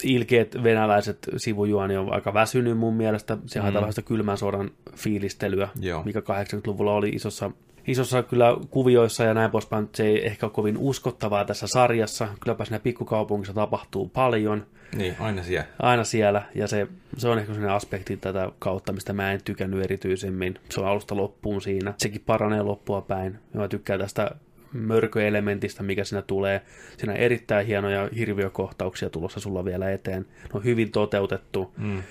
S1: ilkeät venäläiset sivujuoni on aika väsynyt mun mielestä. Se mm.
S2: Mm.
S1: haetaan vähän sitä kylmän sodan fiilistelyä,
S2: Joo.
S1: mikä 80-luvulla oli isossa, isossa kyllä kuvioissa ja näin poispäin. Se ei ehkä ole kovin uskottavaa tässä sarjassa. Kylläpä siinä pikkukaupungissa tapahtuu paljon
S2: Niin, aina siellä.
S1: aina siellä, ja se, se on ehkä sellainen aspekti tätä kautta, mistä mä en tykännyt erityisemmin. Se on alusta loppuun siinä. Sekin paranee loppua päin. Ja Mä tykkään tästä mörköelementistä, mikä siinä tulee. Siinä on erittäin hienoja hirviökohtauksia tulossa sulla vielä eteen. Ne on hyvin toteutettu.
S2: Mm.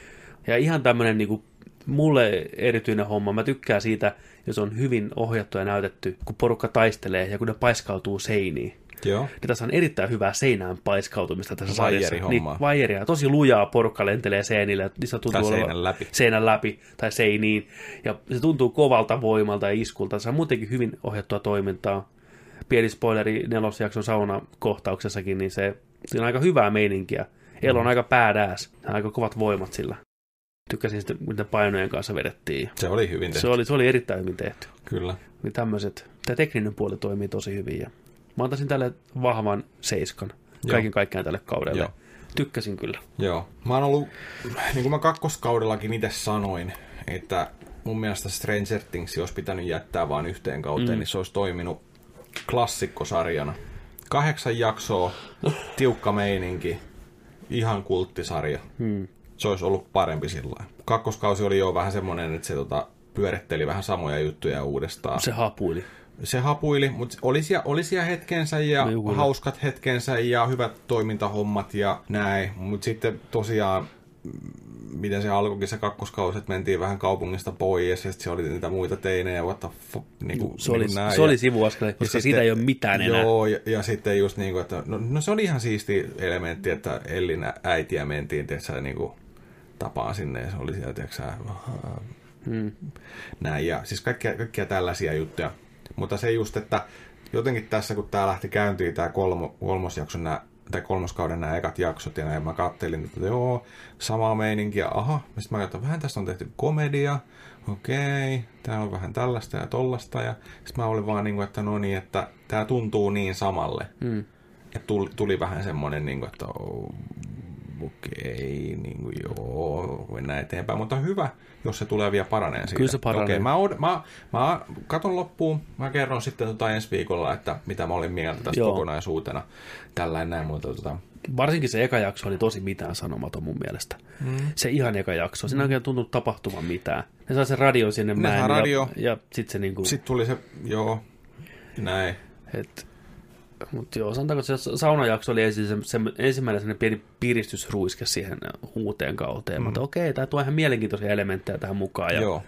S1: Ja ihan tämmöinen niin mulle erityinen homma. Mä tykkään siitä, jos on hyvin ohjattu ja näytetty, kun porukka taistelee ja kun ne paiskautuu seiniin.
S2: Joo.
S1: Ja Niin tässä on erittäin hyvää seinään paiskautumista tässä sarjassa. Niin,
S2: Vaijerihommaa.
S1: vaijeria. Tosi lujaa porukka lentelee seinillä. Niistä tuntuu
S2: Tai
S1: olevan-
S2: seinän läpi.
S1: Seinän läpi tai seiniin. Ja se tuntuu kovalta voimalta ja iskulta. Se on muutenkin hyvin ohjattua toimintaa. Pieni spoileri nelosjakson saunakohtauksessakin, niin se, siinä on aika hyvää meininkiä. Elo
S2: Mm.
S1: on aika päädääs. Aika kovat voimat sillä. Tykkäsin sitten, miten painojen kanssa vedettiin.
S2: Se oli hyvin tehty.
S1: Se oli, se oli erittäin hyvin tehty
S2: Kyllä.
S1: niin tämmöiset, tämä tekninen puoli toimii tosi hyvin ja mä antaisin tälle vahvan seiskan kaiken kaikkiaan tälle kaudelle.
S2: Joo.
S1: Tykkäsin kyllä.
S2: Joo. Mä oon ollut, niin kuin mä kakkoskaudellakin itse sanoin, että mun mielestä Stranger Things olisi pitänyt jättää vain yhteen kauteen, mm. niin se olisi toiminut klassikkosarjana. Kahdeksan jaksoa, tiukka meininki, ihan kulttisarja. Mm. Se olisi ollut parempi sillä Kakkoskausi oli jo vähän semmoinen, että se tota, pyöritteli vähän samoja juttuja uudestaan
S1: Se hapuili.
S2: se hapuili, mutta oli siellä, oli siellä hetkensä ja
S1: No juu, kyllä.
S2: hauskat hetkensä ja hyvät toimintahommat ja näin. Mutta sitten tosiaan, mm, miten se alkoikin se kakkoskausi, että mentiin vähän kaupungista pois ja sitten se oli niitä muita teinejä, what the fuck, niin kuin,
S1: Se oli,
S2: niin näin.
S1: se oli
S2: Ja-
S1: sivuaskele, koska
S2: sitten-
S1: siitä ei ole mitään enää.
S2: Joo, ja, ja sitten just niin kuin, että no, no se oli ihan siisti elementti, että Ellin ä- äitiä mentiin, tiedätkö, niin kuin, tapaan sinne, ja se oli siellä, tiedätkö, hmm. näin, ja siis kaikkia, kaikkia tällaisia juttuja. Mutta se just, että jotenkin tässä, kun tämä lähti käyntiin, tämä kolmo, kolmosjakson nää, tai kolmoskauden nämä ekat jaksot, ja näin mä kattelin, että joo, samaa meininkiä, aha, sitten mä katsoin, vähän tästä on tehty komedia, okei, tää on vähän tällaista ja tollasta, ja sitten mä olin vaan niin kuin, että no niin, että tämä tuntuu niin samalle. Mm. Ja tuli, tuli vähän semmoinen, niin kuin, että oh, okei, niin kuin, joo, mennään eteenpäin, mutta hyvä, jos se tulee vielä paraneen siitä.
S1: Kyllä se paranee.
S2: Okei, mä, od- mä, mä katon loppuun, mä kerron sitten tota ensi viikolla, että mitä mä olin mieltä tästä
S1: Joo.
S2: Joo. kokonaisuutena. Tällainen näin, mutta tota,
S1: Varsinkin se eka jakso oli tosi mitään sanomaton mun mielestä. Mm. Se ihan eka jakso.
S2: Mm.
S1: Siinä ei oikein tuntunut tapahtuvan mitään. Ne sai sen radion sinne
S2: Ne
S1: mäen
S2: saa radio.
S1: ja, ja sitten se niinku, sit.
S2: sitten tuli se, joo, näin.
S1: et, mutta joo, sanotaanko, että se saunajakso oli ensin se, se, ensimmäinen sellainen pieni piristysruiske siihen uuteen kauteen. Mm. Mutta okei, tämä tuo ihan mielenkiintoisia elementtejä tähän mukaan. Ja
S2: Joo.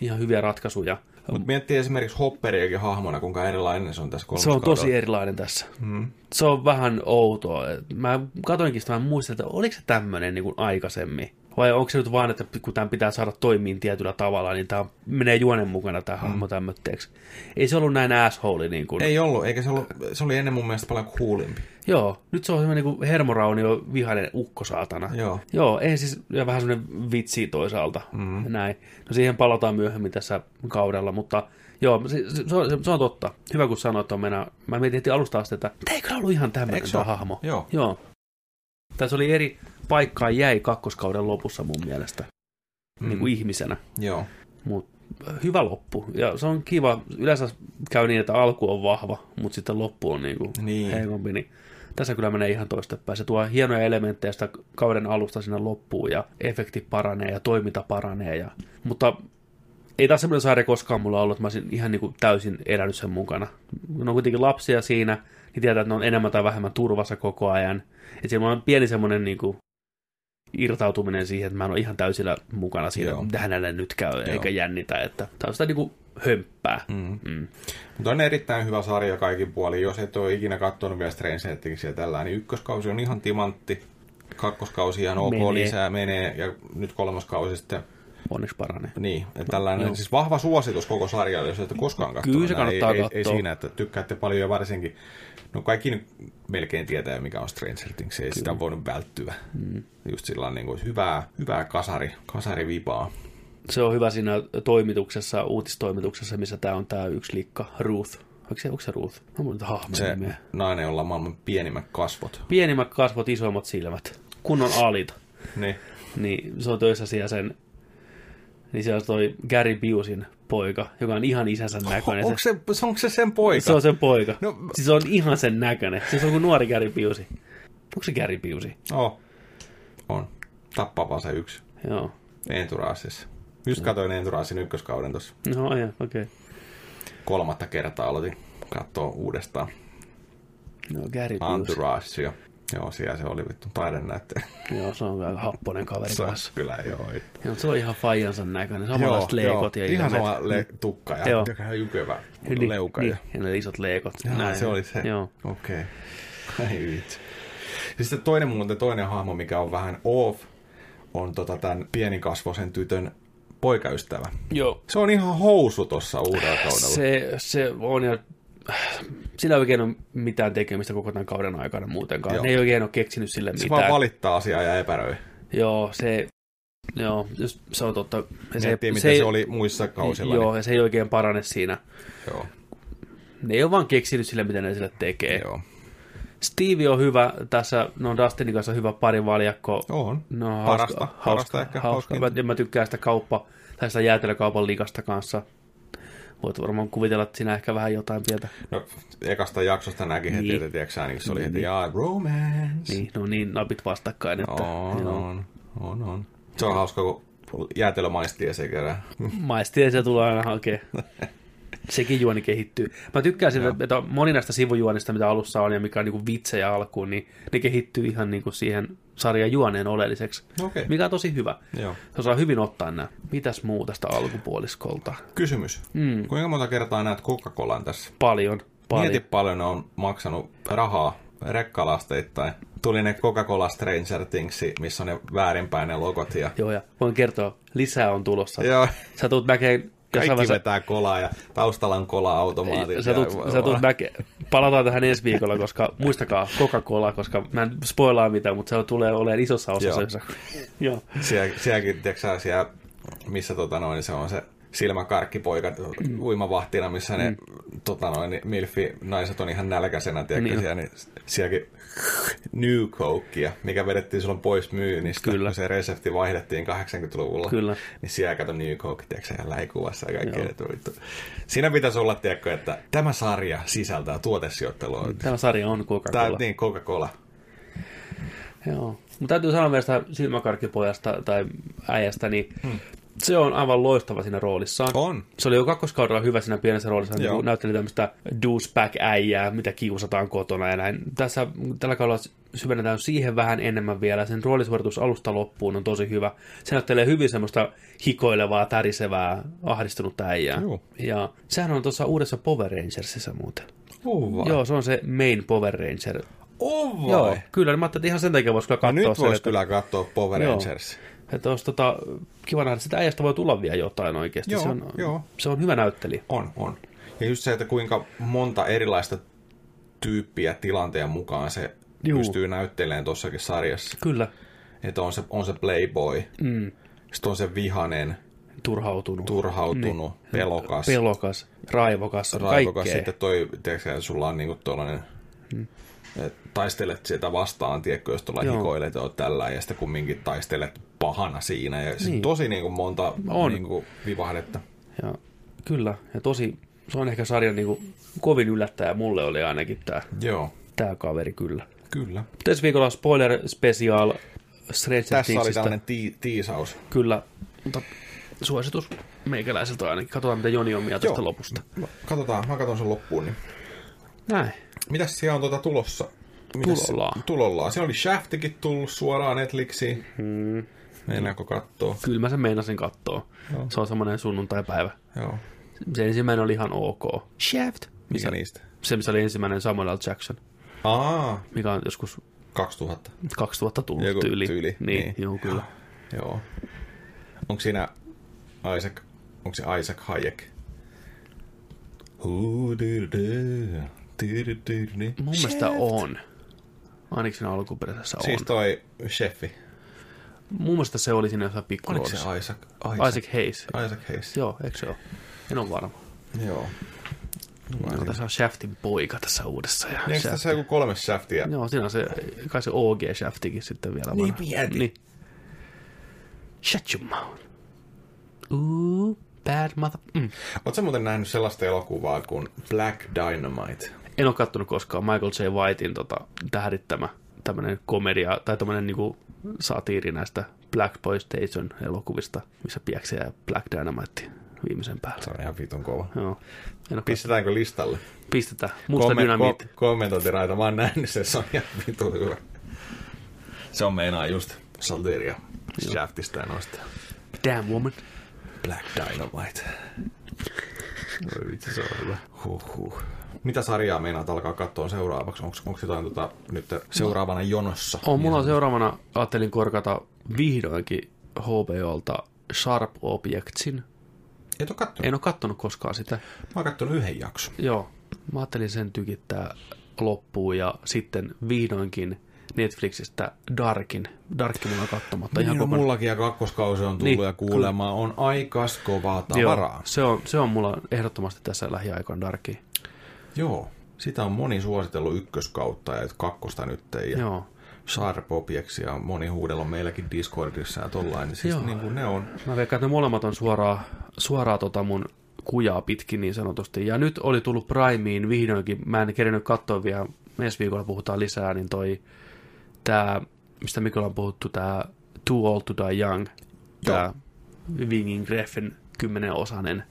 S1: ihan hyviä ratkaisuja.
S2: Mutta miettii esimerkiksi Hopperiakin hahmona, kuinka erilainen se on tässä
S1: Se on
S2: kolmoskaudella.
S1: tosi erilainen tässä. Mm. Se on vähän outoa. Mä katoinkin sitä, mä muistin, että oliko se tämmöinen niin aikaisemmin. Vai onko se nyt vaan, että kun tämän pitää saada toimiin tietyllä tavalla, niin tämä menee juonen mukana tämä hahmo mm. tämmöitteeksi. Ei se ollut näin asshole. Niin kuin.
S2: Ei ollut, eikä se ollut, se oli ennen mun mielestä paljon coolimpi.
S1: Joo, nyt se on semmoinen niin hermoraunio vihainen ukko saatana.
S2: Joo.
S1: Joo, ei siis, ja vähän semmoinen vitsi toisaalta, mm. näin. No siihen palataan myöhemmin tässä kaudella, mutta joo, se, se, se, on, se on totta. Hyvä kun sanoit on mennä. Mä mietin heti alusta asti, että tämä ei kyllä ollut ihan tämmöinen
S2: Eikö
S1: tämä
S2: ole?
S1: hahmo.
S2: Joo.
S1: Joo. Tässä oli eri paikkaa jäi kakkoskauden lopussa mun mielestä, mm. niin kuin ihmisenä.
S2: Joo.
S1: Mut hyvä loppu. Ja se on kiva. Yleensä käy niin, että alku on vahva, mutta sitten loppu on niinku
S2: Niin.
S1: heikompi. Niin tässä kyllä menee ihan toistepäin. Se tuo hienoja elementtejä sitä kauden alusta sinne loppuun ja efekti paranee ja toiminta paranee. Ja... Mutta ei taas semmoinen sarja koskaan mulla ollut, että mä olisin ihan niin kuin täysin elänyt sen mukana. Kun on kuitenkin lapsia siinä, niin tietää, että ne on enemmän tai vähemmän turvassa koko ajan. Että siinä on pieni semmoinen niin kuin irtautuminen siihen, että mä en ole ihan täysillä mukana siinä,
S2: Joo.
S1: mitä hänelle nyt käy, Joo. eikä jännitä. Että tämä on sitä niinku hömppää. Mm. Mm.
S2: Mutta on erittäin hyvä sarja kaikin puolin. Jos et ole ikinä katsonut vielä Strange Thingsia tällä, niin ykköskausi on ihan timantti. Kakkoskausi ihan ok
S1: Menee.
S2: menee. lisää menee ja nyt kolmoskausi sitten.
S1: Onneksi paranee.
S2: Niin, että tällainen Joo. siis vahva suositus koko sarjalle, jos et ole koskaan katsonut.
S1: Kyllä se
S2: näin.
S1: kannattaa
S2: ei, ei, ei,
S1: katsoa.
S2: siinä, että tykkäätte paljon ja varsinkin, no kaikki nyt melkein tietää, mikä on Stranger Things, ei Kyllä. sitä voinut välttyä. Mm. Just sillä niin kuin, hyvää, hyvää kasari, kasarivipaa.
S1: Se on hyvä siinä toimituksessa, uutistoimituksessa, missä tämä on tämä yksi liikka, Ruth. Onko se, onko se Ruth? Mä muistan hahmon
S2: Se
S1: nimeä.
S2: nainen, jolla on maailman pienimmät kasvot.
S1: Pienimmät kasvot, isommat silmät. Kunnon alita.
S2: Niin.
S1: Niin se on töissä siellä sen niin siellä on toi Gary Biusin poika, joka on ihan isänsä näköinen.
S2: Onko se, onko se sen poika?
S1: Se on sen poika. No,
S2: No-
S1: siis se on ihan sen näköinen. Siis se on kuin nuori Gary Piusi. Onko se Gary Piusi?
S2: Oh. On. Tappava se yksi.
S1: Joo.
S2: Enturaasissa.
S1: Mm.
S2: Just katsoin Enturaasin ykköskauden tuossa.
S1: No aja, okei. Okay.
S2: Kolmatta kertaa aloitin katsoa uudestaan
S1: No Gary Piusi.
S2: Entouragea. Joo, siellä se oli vittu taidenäyttely.
S1: Joo, se on aika happonen kaveri
S2: Se on
S1: kanssa.
S2: kyllä joo.
S1: Joo, se on ihan faijansa näköinen. Samanlaiset leikot ja
S2: ihan
S1: ilmeet.
S2: sama le- tukka ja
S1: Joo.
S2: joka on jykevä
S1: Niin,
S2: leuka.
S1: Niin,
S2: ja-
S1: ja ne isot leikot.
S2: Jaa, se oli se.
S1: Joo.
S2: Okei. [LAUGHS] Okay. Ei vitsi. Ja sitten toinen muuten, toinen hahmo, mikä on vähän off, on tota tämän pienikasvoisen tytön poikaystävä.
S1: Joo.
S2: Se on ihan housu tuossa uudella kaudella. Se...
S1: Se, se on ja sillä ei oikein ole mitään tekemistä koko tämän kauden aikana muutenkaan. Joo.
S2: Joo.
S1: Ne ei oikein ole keksinyt sille
S2: Se
S1: mitään.
S2: vaan valittaa asiaa ja epäröi.
S1: Joo, se, joo, just, se on totta. Ja
S2: Se, Miettii, miten se,
S1: ei-
S2: se oli muissa kausilla.
S1: Joo, ja se ei oikein parane siinä.
S2: Niin, joo,
S1: Ne ei ole vaan keksinyt sille, mitä ne sille tekee. Joo.
S2: joo.
S1: Steve on hyvä tässä, no Dustinin kanssa hyvä pari valjakko.
S2: On.
S1: No, hauska,
S2: parasta,
S1: hauska,
S2: parasta ehkä
S1: hauska.
S2: hauskinta.
S1: Mä, mä, tykkään sitä kauppa, tai sitä jäätelökaupan liikasta kanssa. Voit varmaan kuvitella, että siinä ehkä vähän jotain pientä.
S2: No, ekasta jaksosta näki heti,
S1: Niin.
S2: niin. että tiedätkö, sä, niin se oli heti, jaa, romance.
S1: Niin, no niin, napit vastakkain. Että,
S2: On,
S1: joo.
S2: on, on, on. Se on hauska, kun jäätelö maistii ja se kerää. [LAUGHS]
S1: Maistia se tulee aina hakea. Sekin juoni kehittyy. Mä tykkään siitä, että moni näistä sivujuonista, mitä alussa on ja mikä on niinku vitsejä alkuun, niin ne kehittyy ihan niinku siihen sarjan juoneen oleelliseksi,
S2: Okei.
S1: mikä on tosi hyvä.
S2: Joo.
S1: Se osaa hyvin ottaa nämä. Mitäs muu tästä alkupuoliskolta?
S2: Kysymys. Mm. Kuinka monta kertaa näet Coca-Colan tässä?
S1: Paljon, paljon.
S2: Paljon. Mieti paljon ne on maksanut rahaa rekkalasteittain. Tuli ne Coca-Cola Stranger Things, missä on ne väärinpäin ne logot ja
S1: Joo, ja voin kertoa, lisää on tulossa.
S2: Joo.
S1: Sä tulet näkemään...
S2: kaikki vetää kolaa ja taustalla on kola-automaatit.
S1: Sä tulet, sä tulet näke- palataan tähän ensi viikolla, koska muistakaa Coca-Cola, koska mä en spoilaa mitään, mutta se tulee olemaan isossa osassa.
S2: Joo.
S1: jossa- [LAUGHS] Joo.
S2: [LAUGHS] Siellä, sielläkin, tiedätkö sä, siellä, missä tota noin, se on se silmäkarkkipoika
S1: Mm.
S2: uimavahtina, missä ne tota noin, milfi-naiset on ihan nälkäisenä, tiedätkö
S1: Niin.
S2: niin. siellä, niin sielläkin [LAUGHS] New Cokea, mikä vedettiin silloin pois myynnistä,
S1: Kyllä.
S2: kun se resepti vaihdettiin 80-luvulla.
S1: Kyllä.
S2: Niin siellä kato New Coke, tiedätkö sä, läikuvassa ja kaikkea. Vittu. Siinä pitäisi olla, tiedätkö, että tämä sarja sisältää tuotesijoittelua. Mm.
S1: Tämä sarja on
S2: Tää,
S1: Coca-Cola.
S2: niin, Coca-Cola.
S1: Joo. Mutta täytyy sanoa vielä sitä silmäkarkkipojasta tai äijästä, niin hmm. se on aivan loistava siinä roolissaan.
S2: On.
S1: Se oli jo kakkoskaudella hyvä siinä pienessä roolissa,
S2: Joo.
S1: niin näytteli tämmöistä douchebag-äijää, mitä kiusataan kotona ja näin. Tässä tällä kaudella syvennetään siihen vähän enemmän vielä. Sen roolisuoritus alusta loppuun on tosi hyvä. Se näyttelee hyvin semmoista hikoilevaa, tärisevää, ahdistunutta äijää.
S2: Joo.
S1: Ja sehän on tuossa uudessa Power Rangersissa muuten.
S2: On vai?
S1: Joo, se on se main Power Ranger
S2: On vai?
S1: Joo, kyllä. Niin mä ajattelin, että ihan sen takia voisi kyllä
S2: No
S1: katsoa
S2: nyt
S1: sen,
S2: voisi
S1: että,
S2: kyllä katsoa Power
S1: Joo.
S2: Rangers.
S1: että olisi tota, kiva nähdä, että sitä äijästä voi tulla vielä jotain oikeasti.
S2: Joo,
S1: se, on,
S2: joo.
S1: se on hyvä näyttelijä.
S2: On, on. Ja just se, että kuinka monta erilaista tyyppiä tilanteen mukaan se
S1: Juu.
S2: Juu. pystyy näyttelemään tuossakin sarjassa.
S1: Kyllä,
S2: Että on se, on se playboy, mm. sitten on se vihanen,
S1: turhautunut,
S2: turhautunut, niin. pelokas,
S1: pelokas, raivokas,
S2: raivokas.
S1: kaikkea. Hmm.
S2: Sitten toi, tiedätkö, sä, sulla on niinku tollanen, mm. taistelet sitä vastaan, tiedätkö, jos tuolla
S1: Joo.
S2: hikoilet ja oot tällä, ja sitten kumminkin taistelet pahana siinä. Ja niin. tosi niinku monta
S1: On.
S2: Niinku vivahdetta.
S1: Ja, kyllä, ja tosi, se on ehkä sarjan niin kuin, kovin yllättäjä mulle oli ainakin tämä
S2: Joo,
S1: tää kaveri kyllä.
S2: kyllä.
S1: Tässä viikolla spoiler special Stranger
S2: Tässä oli
S1: Thingsista.
S2: tällainen ti- tiisaus.
S1: Kyllä, mutta suositus meikäläiseltä ainakin. Katsotaan, mitä Joni on mieltä tästä
S2: Joo.
S1: lopusta.
S2: Katsotaan, mä katson sen loppuun. Niin.
S1: Näin.
S2: Mitäs siellä on tuota tulossa? Mitäs-
S1: Tulollaan.
S2: Tulollaan. Siellä oli Shaftikin tullut suoraan Netflixiin.
S1: Mm.
S2: Meinaako katsoa?
S1: Kyllä mä sen meinasin katsoa.
S2: Joo.
S1: Se on semmoinen sunnuntaipäivä.
S2: Joo.
S1: Se ensimmäinen oli ihan ok. Shaft.
S2: Mikä
S1: Missä,
S2: niistä?
S1: se, missä oli ensimmäinen Samuel L. Jackson,
S2: Aa,
S1: mikä on joskus
S2: 2000.
S1: 2000 tullut
S2: Joku
S1: tyyli.
S2: tyyli,
S1: Niin,
S2: niin.
S1: niin, juu, kyllä.
S2: [LAUGHS] Joo. Onko siinä Isaac, onko se Isaac Hayek? Huu, dyr, dyr, dyr, dyr, dyr.
S1: Mun mielestä on. Ainakin siinä alkuperäisessä on.
S2: Siis toi chefi.
S1: Mun mielestä se oli siinä jossain
S2: Oliko se
S1: pikkuluodossa.
S2: Isaac?
S1: Isaac Hayes.
S2: Isaac Hayes.
S1: Joo, eikö se ole? En ole varma.
S2: Joo. Niin,
S1: Joo, tässä on Shaftin poika tässä uudessa. Ja
S2: Eikö
S1: Shaft-
S2: tässä joku kolme shaftia?
S1: Joo, siinä on se, kai se OG-shaftikin sitten vielä
S2: Niin
S1: vanha.
S2: mieti.
S1: Niin. Shut your mouth. Ooh, bad mother... Mm.
S2: Oletko muuten nähnyt sellaista elokuvaa kuin Black Dynamite?
S1: En ole kattonut koskaan Michael J. Whitein tota, tähdittämä tämmöinen komedia, tai tämmöinen niinku satiiri näistä Black Boy Station elokuvista, missä piäksiä ja Black Dynamite viimeisen päällä.
S2: Se on ihan vitun kova.
S1: Joo. En ole Pist-
S2: Pistetäänkö listalle?
S1: pistetään. Musta dynamiitti.
S2: ko- kommentointiraita, mä oon nähnyt sen, se on ihan vitun hyvä. Se on meinaa just satiria Shaftista ja noista.
S1: Damn woman.
S2: Black Dynamite. Voi vitsi, se on hyvä. Huhhuh. Mitä sarjaa meinaat alkaa katsoa seuraavaksi? Onko, onko jotain tota, nyt seuraavana jonossa?
S1: On, Oh, mulla on seuraavana, ajattelin korkata vihdoinkin HBOlta Sharp Objectsin.
S2: Et oo kattonut?
S1: En ole kattonut koskaan sitä.
S2: Mä oon kattonut yhden jakson.
S1: Joo, mä ajattelin sen tykittää loppuun ja sitten vihdoinkin Netflixistä Darkin. Darkin mulla on kattomatta ihan
S2: Ihan
S1: kokonaan.
S2: Niin, no mullakin ja kakkoskausi on tullut
S1: Niin,
S2: ja kuulemaan on aikas kovaa
S1: Joo,
S2: tavaraa.
S1: se on, se on mulla ehdottomasti tässä lähiaikoina Darki.
S2: Joo. Sitä on moni suositellut ykköskautta ja kakkosta nyt. Ja
S1: Joo.
S2: Sharp Objectsia on moni huudellut meilläkin Discordissa ja tollain. Siis
S1: Joo.
S2: niin kuin ne on.
S1: Mä veikkaan, että ne molemmat on suoraan, suoraan tota mun kujaa pitkin niin sanotusti. Ja nyt oli tullut Primeen vihdoinkin, mä en kerennyt katsoa vielä, ensi viikolla puhutaan lisää, niin toi tää, mistä Mikolla on puhuttu, tää Too Old to Die Young, tää Winging Greffen kymmenen osanen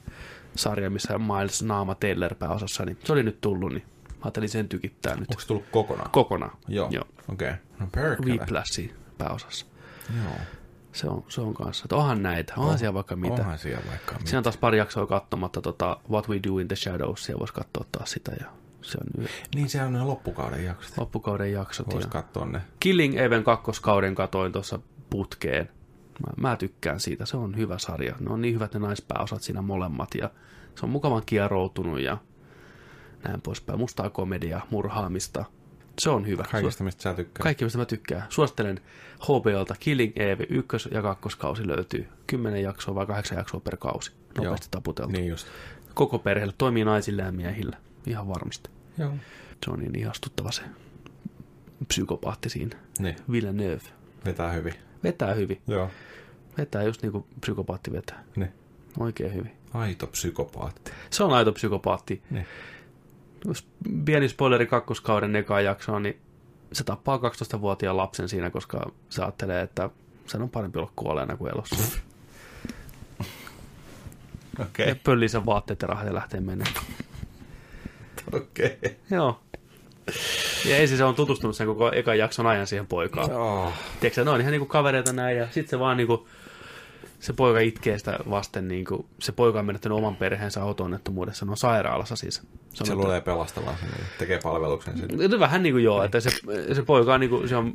S1: sarja, missä Miles Naama Teller pääosassa, niin se oli nyt tullut, niin mä ajattelin sen tykittää nyt
S2: Onko se tullut kokonaan?
S1: kokonaan.
S2: Joo.
S1: Joo.
S2: Okei. Okay. No perkele.
S1: Whiplashin pääosassa.
S2: Joo.
S1: Se on, se on kanssa. Että onhan näitä, onhan siellä vaikka mitä.
S2: Onhan siellä vaikka.
S1: Siinä on taas pari jaksoa katsomatta tota What We Do in the Shadows, ja voisi katsoa taas sitä, ja se on yö-
S2: Niin se on ne loppukauden jaksot.
S1: loppukauden jaksot.
S2: Vois
S1: Ja
S2: katsoa ne.
S1: Killing Even kakkoskauden katoin tuossa putkeen. Mä, mä, tykkään siitä, se on hyvä sarja. Ne on niin hyvät ne naispääosat siinä molemmat, ja se on mukavan kieroutunut, ja näin poispäin. Mustaa komediaa, murhaamista. Se on hyvä.
S2: Kaikista, mistä sä tykkäät.
S1: Kaikki, mistä mä tykkään. Suosittelen HBOlta Killing Eve ykkös- ja kakkoskausi löytyy. Kymmenen jaksoa vai kahdeksan jaksoa per kausi. Nopeasti taputeltu.
S2: Niin just.
S1: Koko perheellä toimii naisilla ja miehillä. Ihan varmasti.
S2: Joo.
S1: Se on niin ihastuttava se psykopaatti siinä.
S2: Niin.
S1: Villeneuve.
S2: Vetää hyvin.
S1: Vetää hyvin.
S2: Joo.
S1: Vetää just niin kuin psykopaatti vetää.
S2: Niin.
S1: Oikein hyvin.
S2: Aito psykopaatti.
S1: Se on aito psykopaatti.
S2: Niin.
S1: Jos pieni spoileri kakkoskauden ekaa jaksoa, niin se tappaa 12-vuotiaan lapsen siinä, koska se ajattelee, että sen on parempi olla kuolleena kuin elossa.
S2: Okei.
S1: Ja pöllii sen vaatteet ja rahat ja lähtee menemään.
S2: Okei.
S1: Joo. Ja ensin se on tutustunut sen koko ekan jakson ajan siihen poikaan.
S2: Joo.
S1: Tiedätkö, ne on ihan niinku kavereita näin ja sitten se vaan niinku, se poika itkee sitä vasten, niinku, se poika on menettänyt oman perheensä auto-onnettomuudessa, ne on sairaalassa siis. Se on
S2: Se luulee pelastavan sen, tekee palveluksen sinne.
S1: No Vähän niin kuin joo, että se, se poika on, niin kuin, se on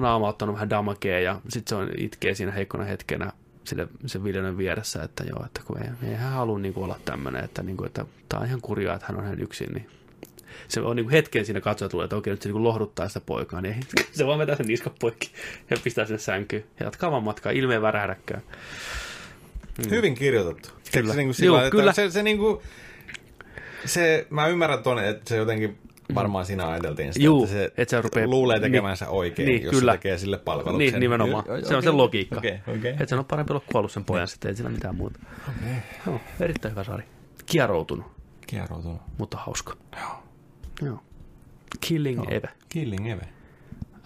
S1: naama ottanut vähän damakea ja sitten se on itkee siinä heikkona hetkenä sille, se Viljonen vieressä, että joo, että kun ei, ei hän halua niin kuin olla tämmöinen, että, niin kuin, että tämä on ihan kurjaa, että hän on hän yksin, niin se on niin kuin hetken siinä katsoja tulee, että okei, nyt se niin kuin lohduttaa sitä poikaa, niin ei, [LAUGHS] se vaan vetää sen niska poikki ja pistää sen sänkyyn ja jatkaa vaan matkaa, ilmeen värähdäkään.
S2: Mm. Hyvin kirjoitettu. Kyllä. Se, niin kuin sillä,
S1: Joo,
S2: Joo, että
S1: kyllä.
S2: kyllä. Se, se, niin kuin, se, mä ymmärrän ton, että se jotenkin varmaan siinä ajateltiin sitä,
S1: Juu,
S2: että se,
S1: et sä rupee-
S2: luulee tekemänsä niin, oikein,
S1: niin,
S2: niin, jos
S1: kyllä.
S2: kyllä. se tekee sille palveluksen.
S1: Niin, nimenomaan.
S2: Joo, joo,
S1: Se on se
S2: okei.
S1: logiikka.
S2: Okei, okei.
S1: Että sen on parempi olla kuollut sen pojan sitten, ei sillä mitään muuta. Joo, erittäin hyvä sarja. Kieroutunut,
S2: Kieroutunut.
S1: mutta hauska.
S2: Joo.
S1: Joo. Killing Eve.
S2: Killing Eve.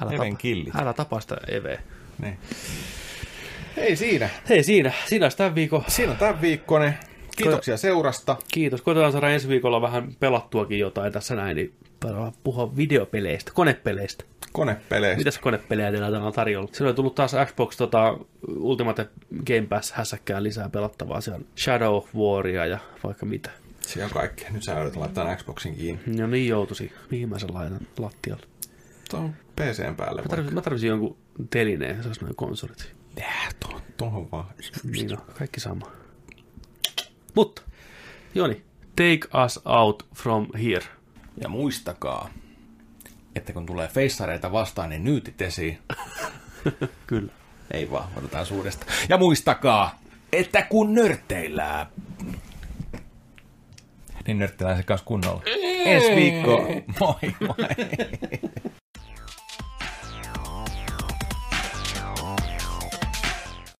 S1: Älä,
S2: Even
S1: tapa,
S2: killit.
S1: älä tapa sitä Eveä.
S2: Niin. Ei siinä.
S1: Hei siinä, siinä olisi tämän viikon.
S2: Siinä on tämän viikkoinen. Kiitoksia seurasta.
S1: Kiitos. Koitetaan saada ensi viikolla vähän pelattuakin jotain tässä näin, niin voidaan puhua videopeleistä, konepeleistä.
S2: Konepeleistä.
S1: Mitäs konepelejä teillä täällä on tarjolla? Siellä on tullut taas Xbox tota, Ultimate Game Pass hässäkkään lisää pelattavaa. Siellä on Shadow of Waria ja vaikka mitä.
S2: Siinä on kaikki. Nyt sä yrität laittaa Xboxin kiinni.
S1: No niin joutuisi. Mihin mä sen laitan lattialle?
S2: Tuon PCn päälle.
S1: Mä
S2: vaan.
S1: tarvitsin, mä tarvitsin jonkun telineen, se olisi noin konsolit.
S2: Tää, tuohon, tuohon vaan.
S1: Niin on, kaikki sama. Mutta, Joni, take us out from here.
S2: Ja muistakaa, että kun tulee feissareita vastaan, niin nyytit esiin.
S1: Kyllä.
S2: Ei vaan, otetaan suuresta. Ja muistakaa, että kun nörtteillään, niin nörtteillään se kanssa kunnolla. Ensi viikko. Moi moi.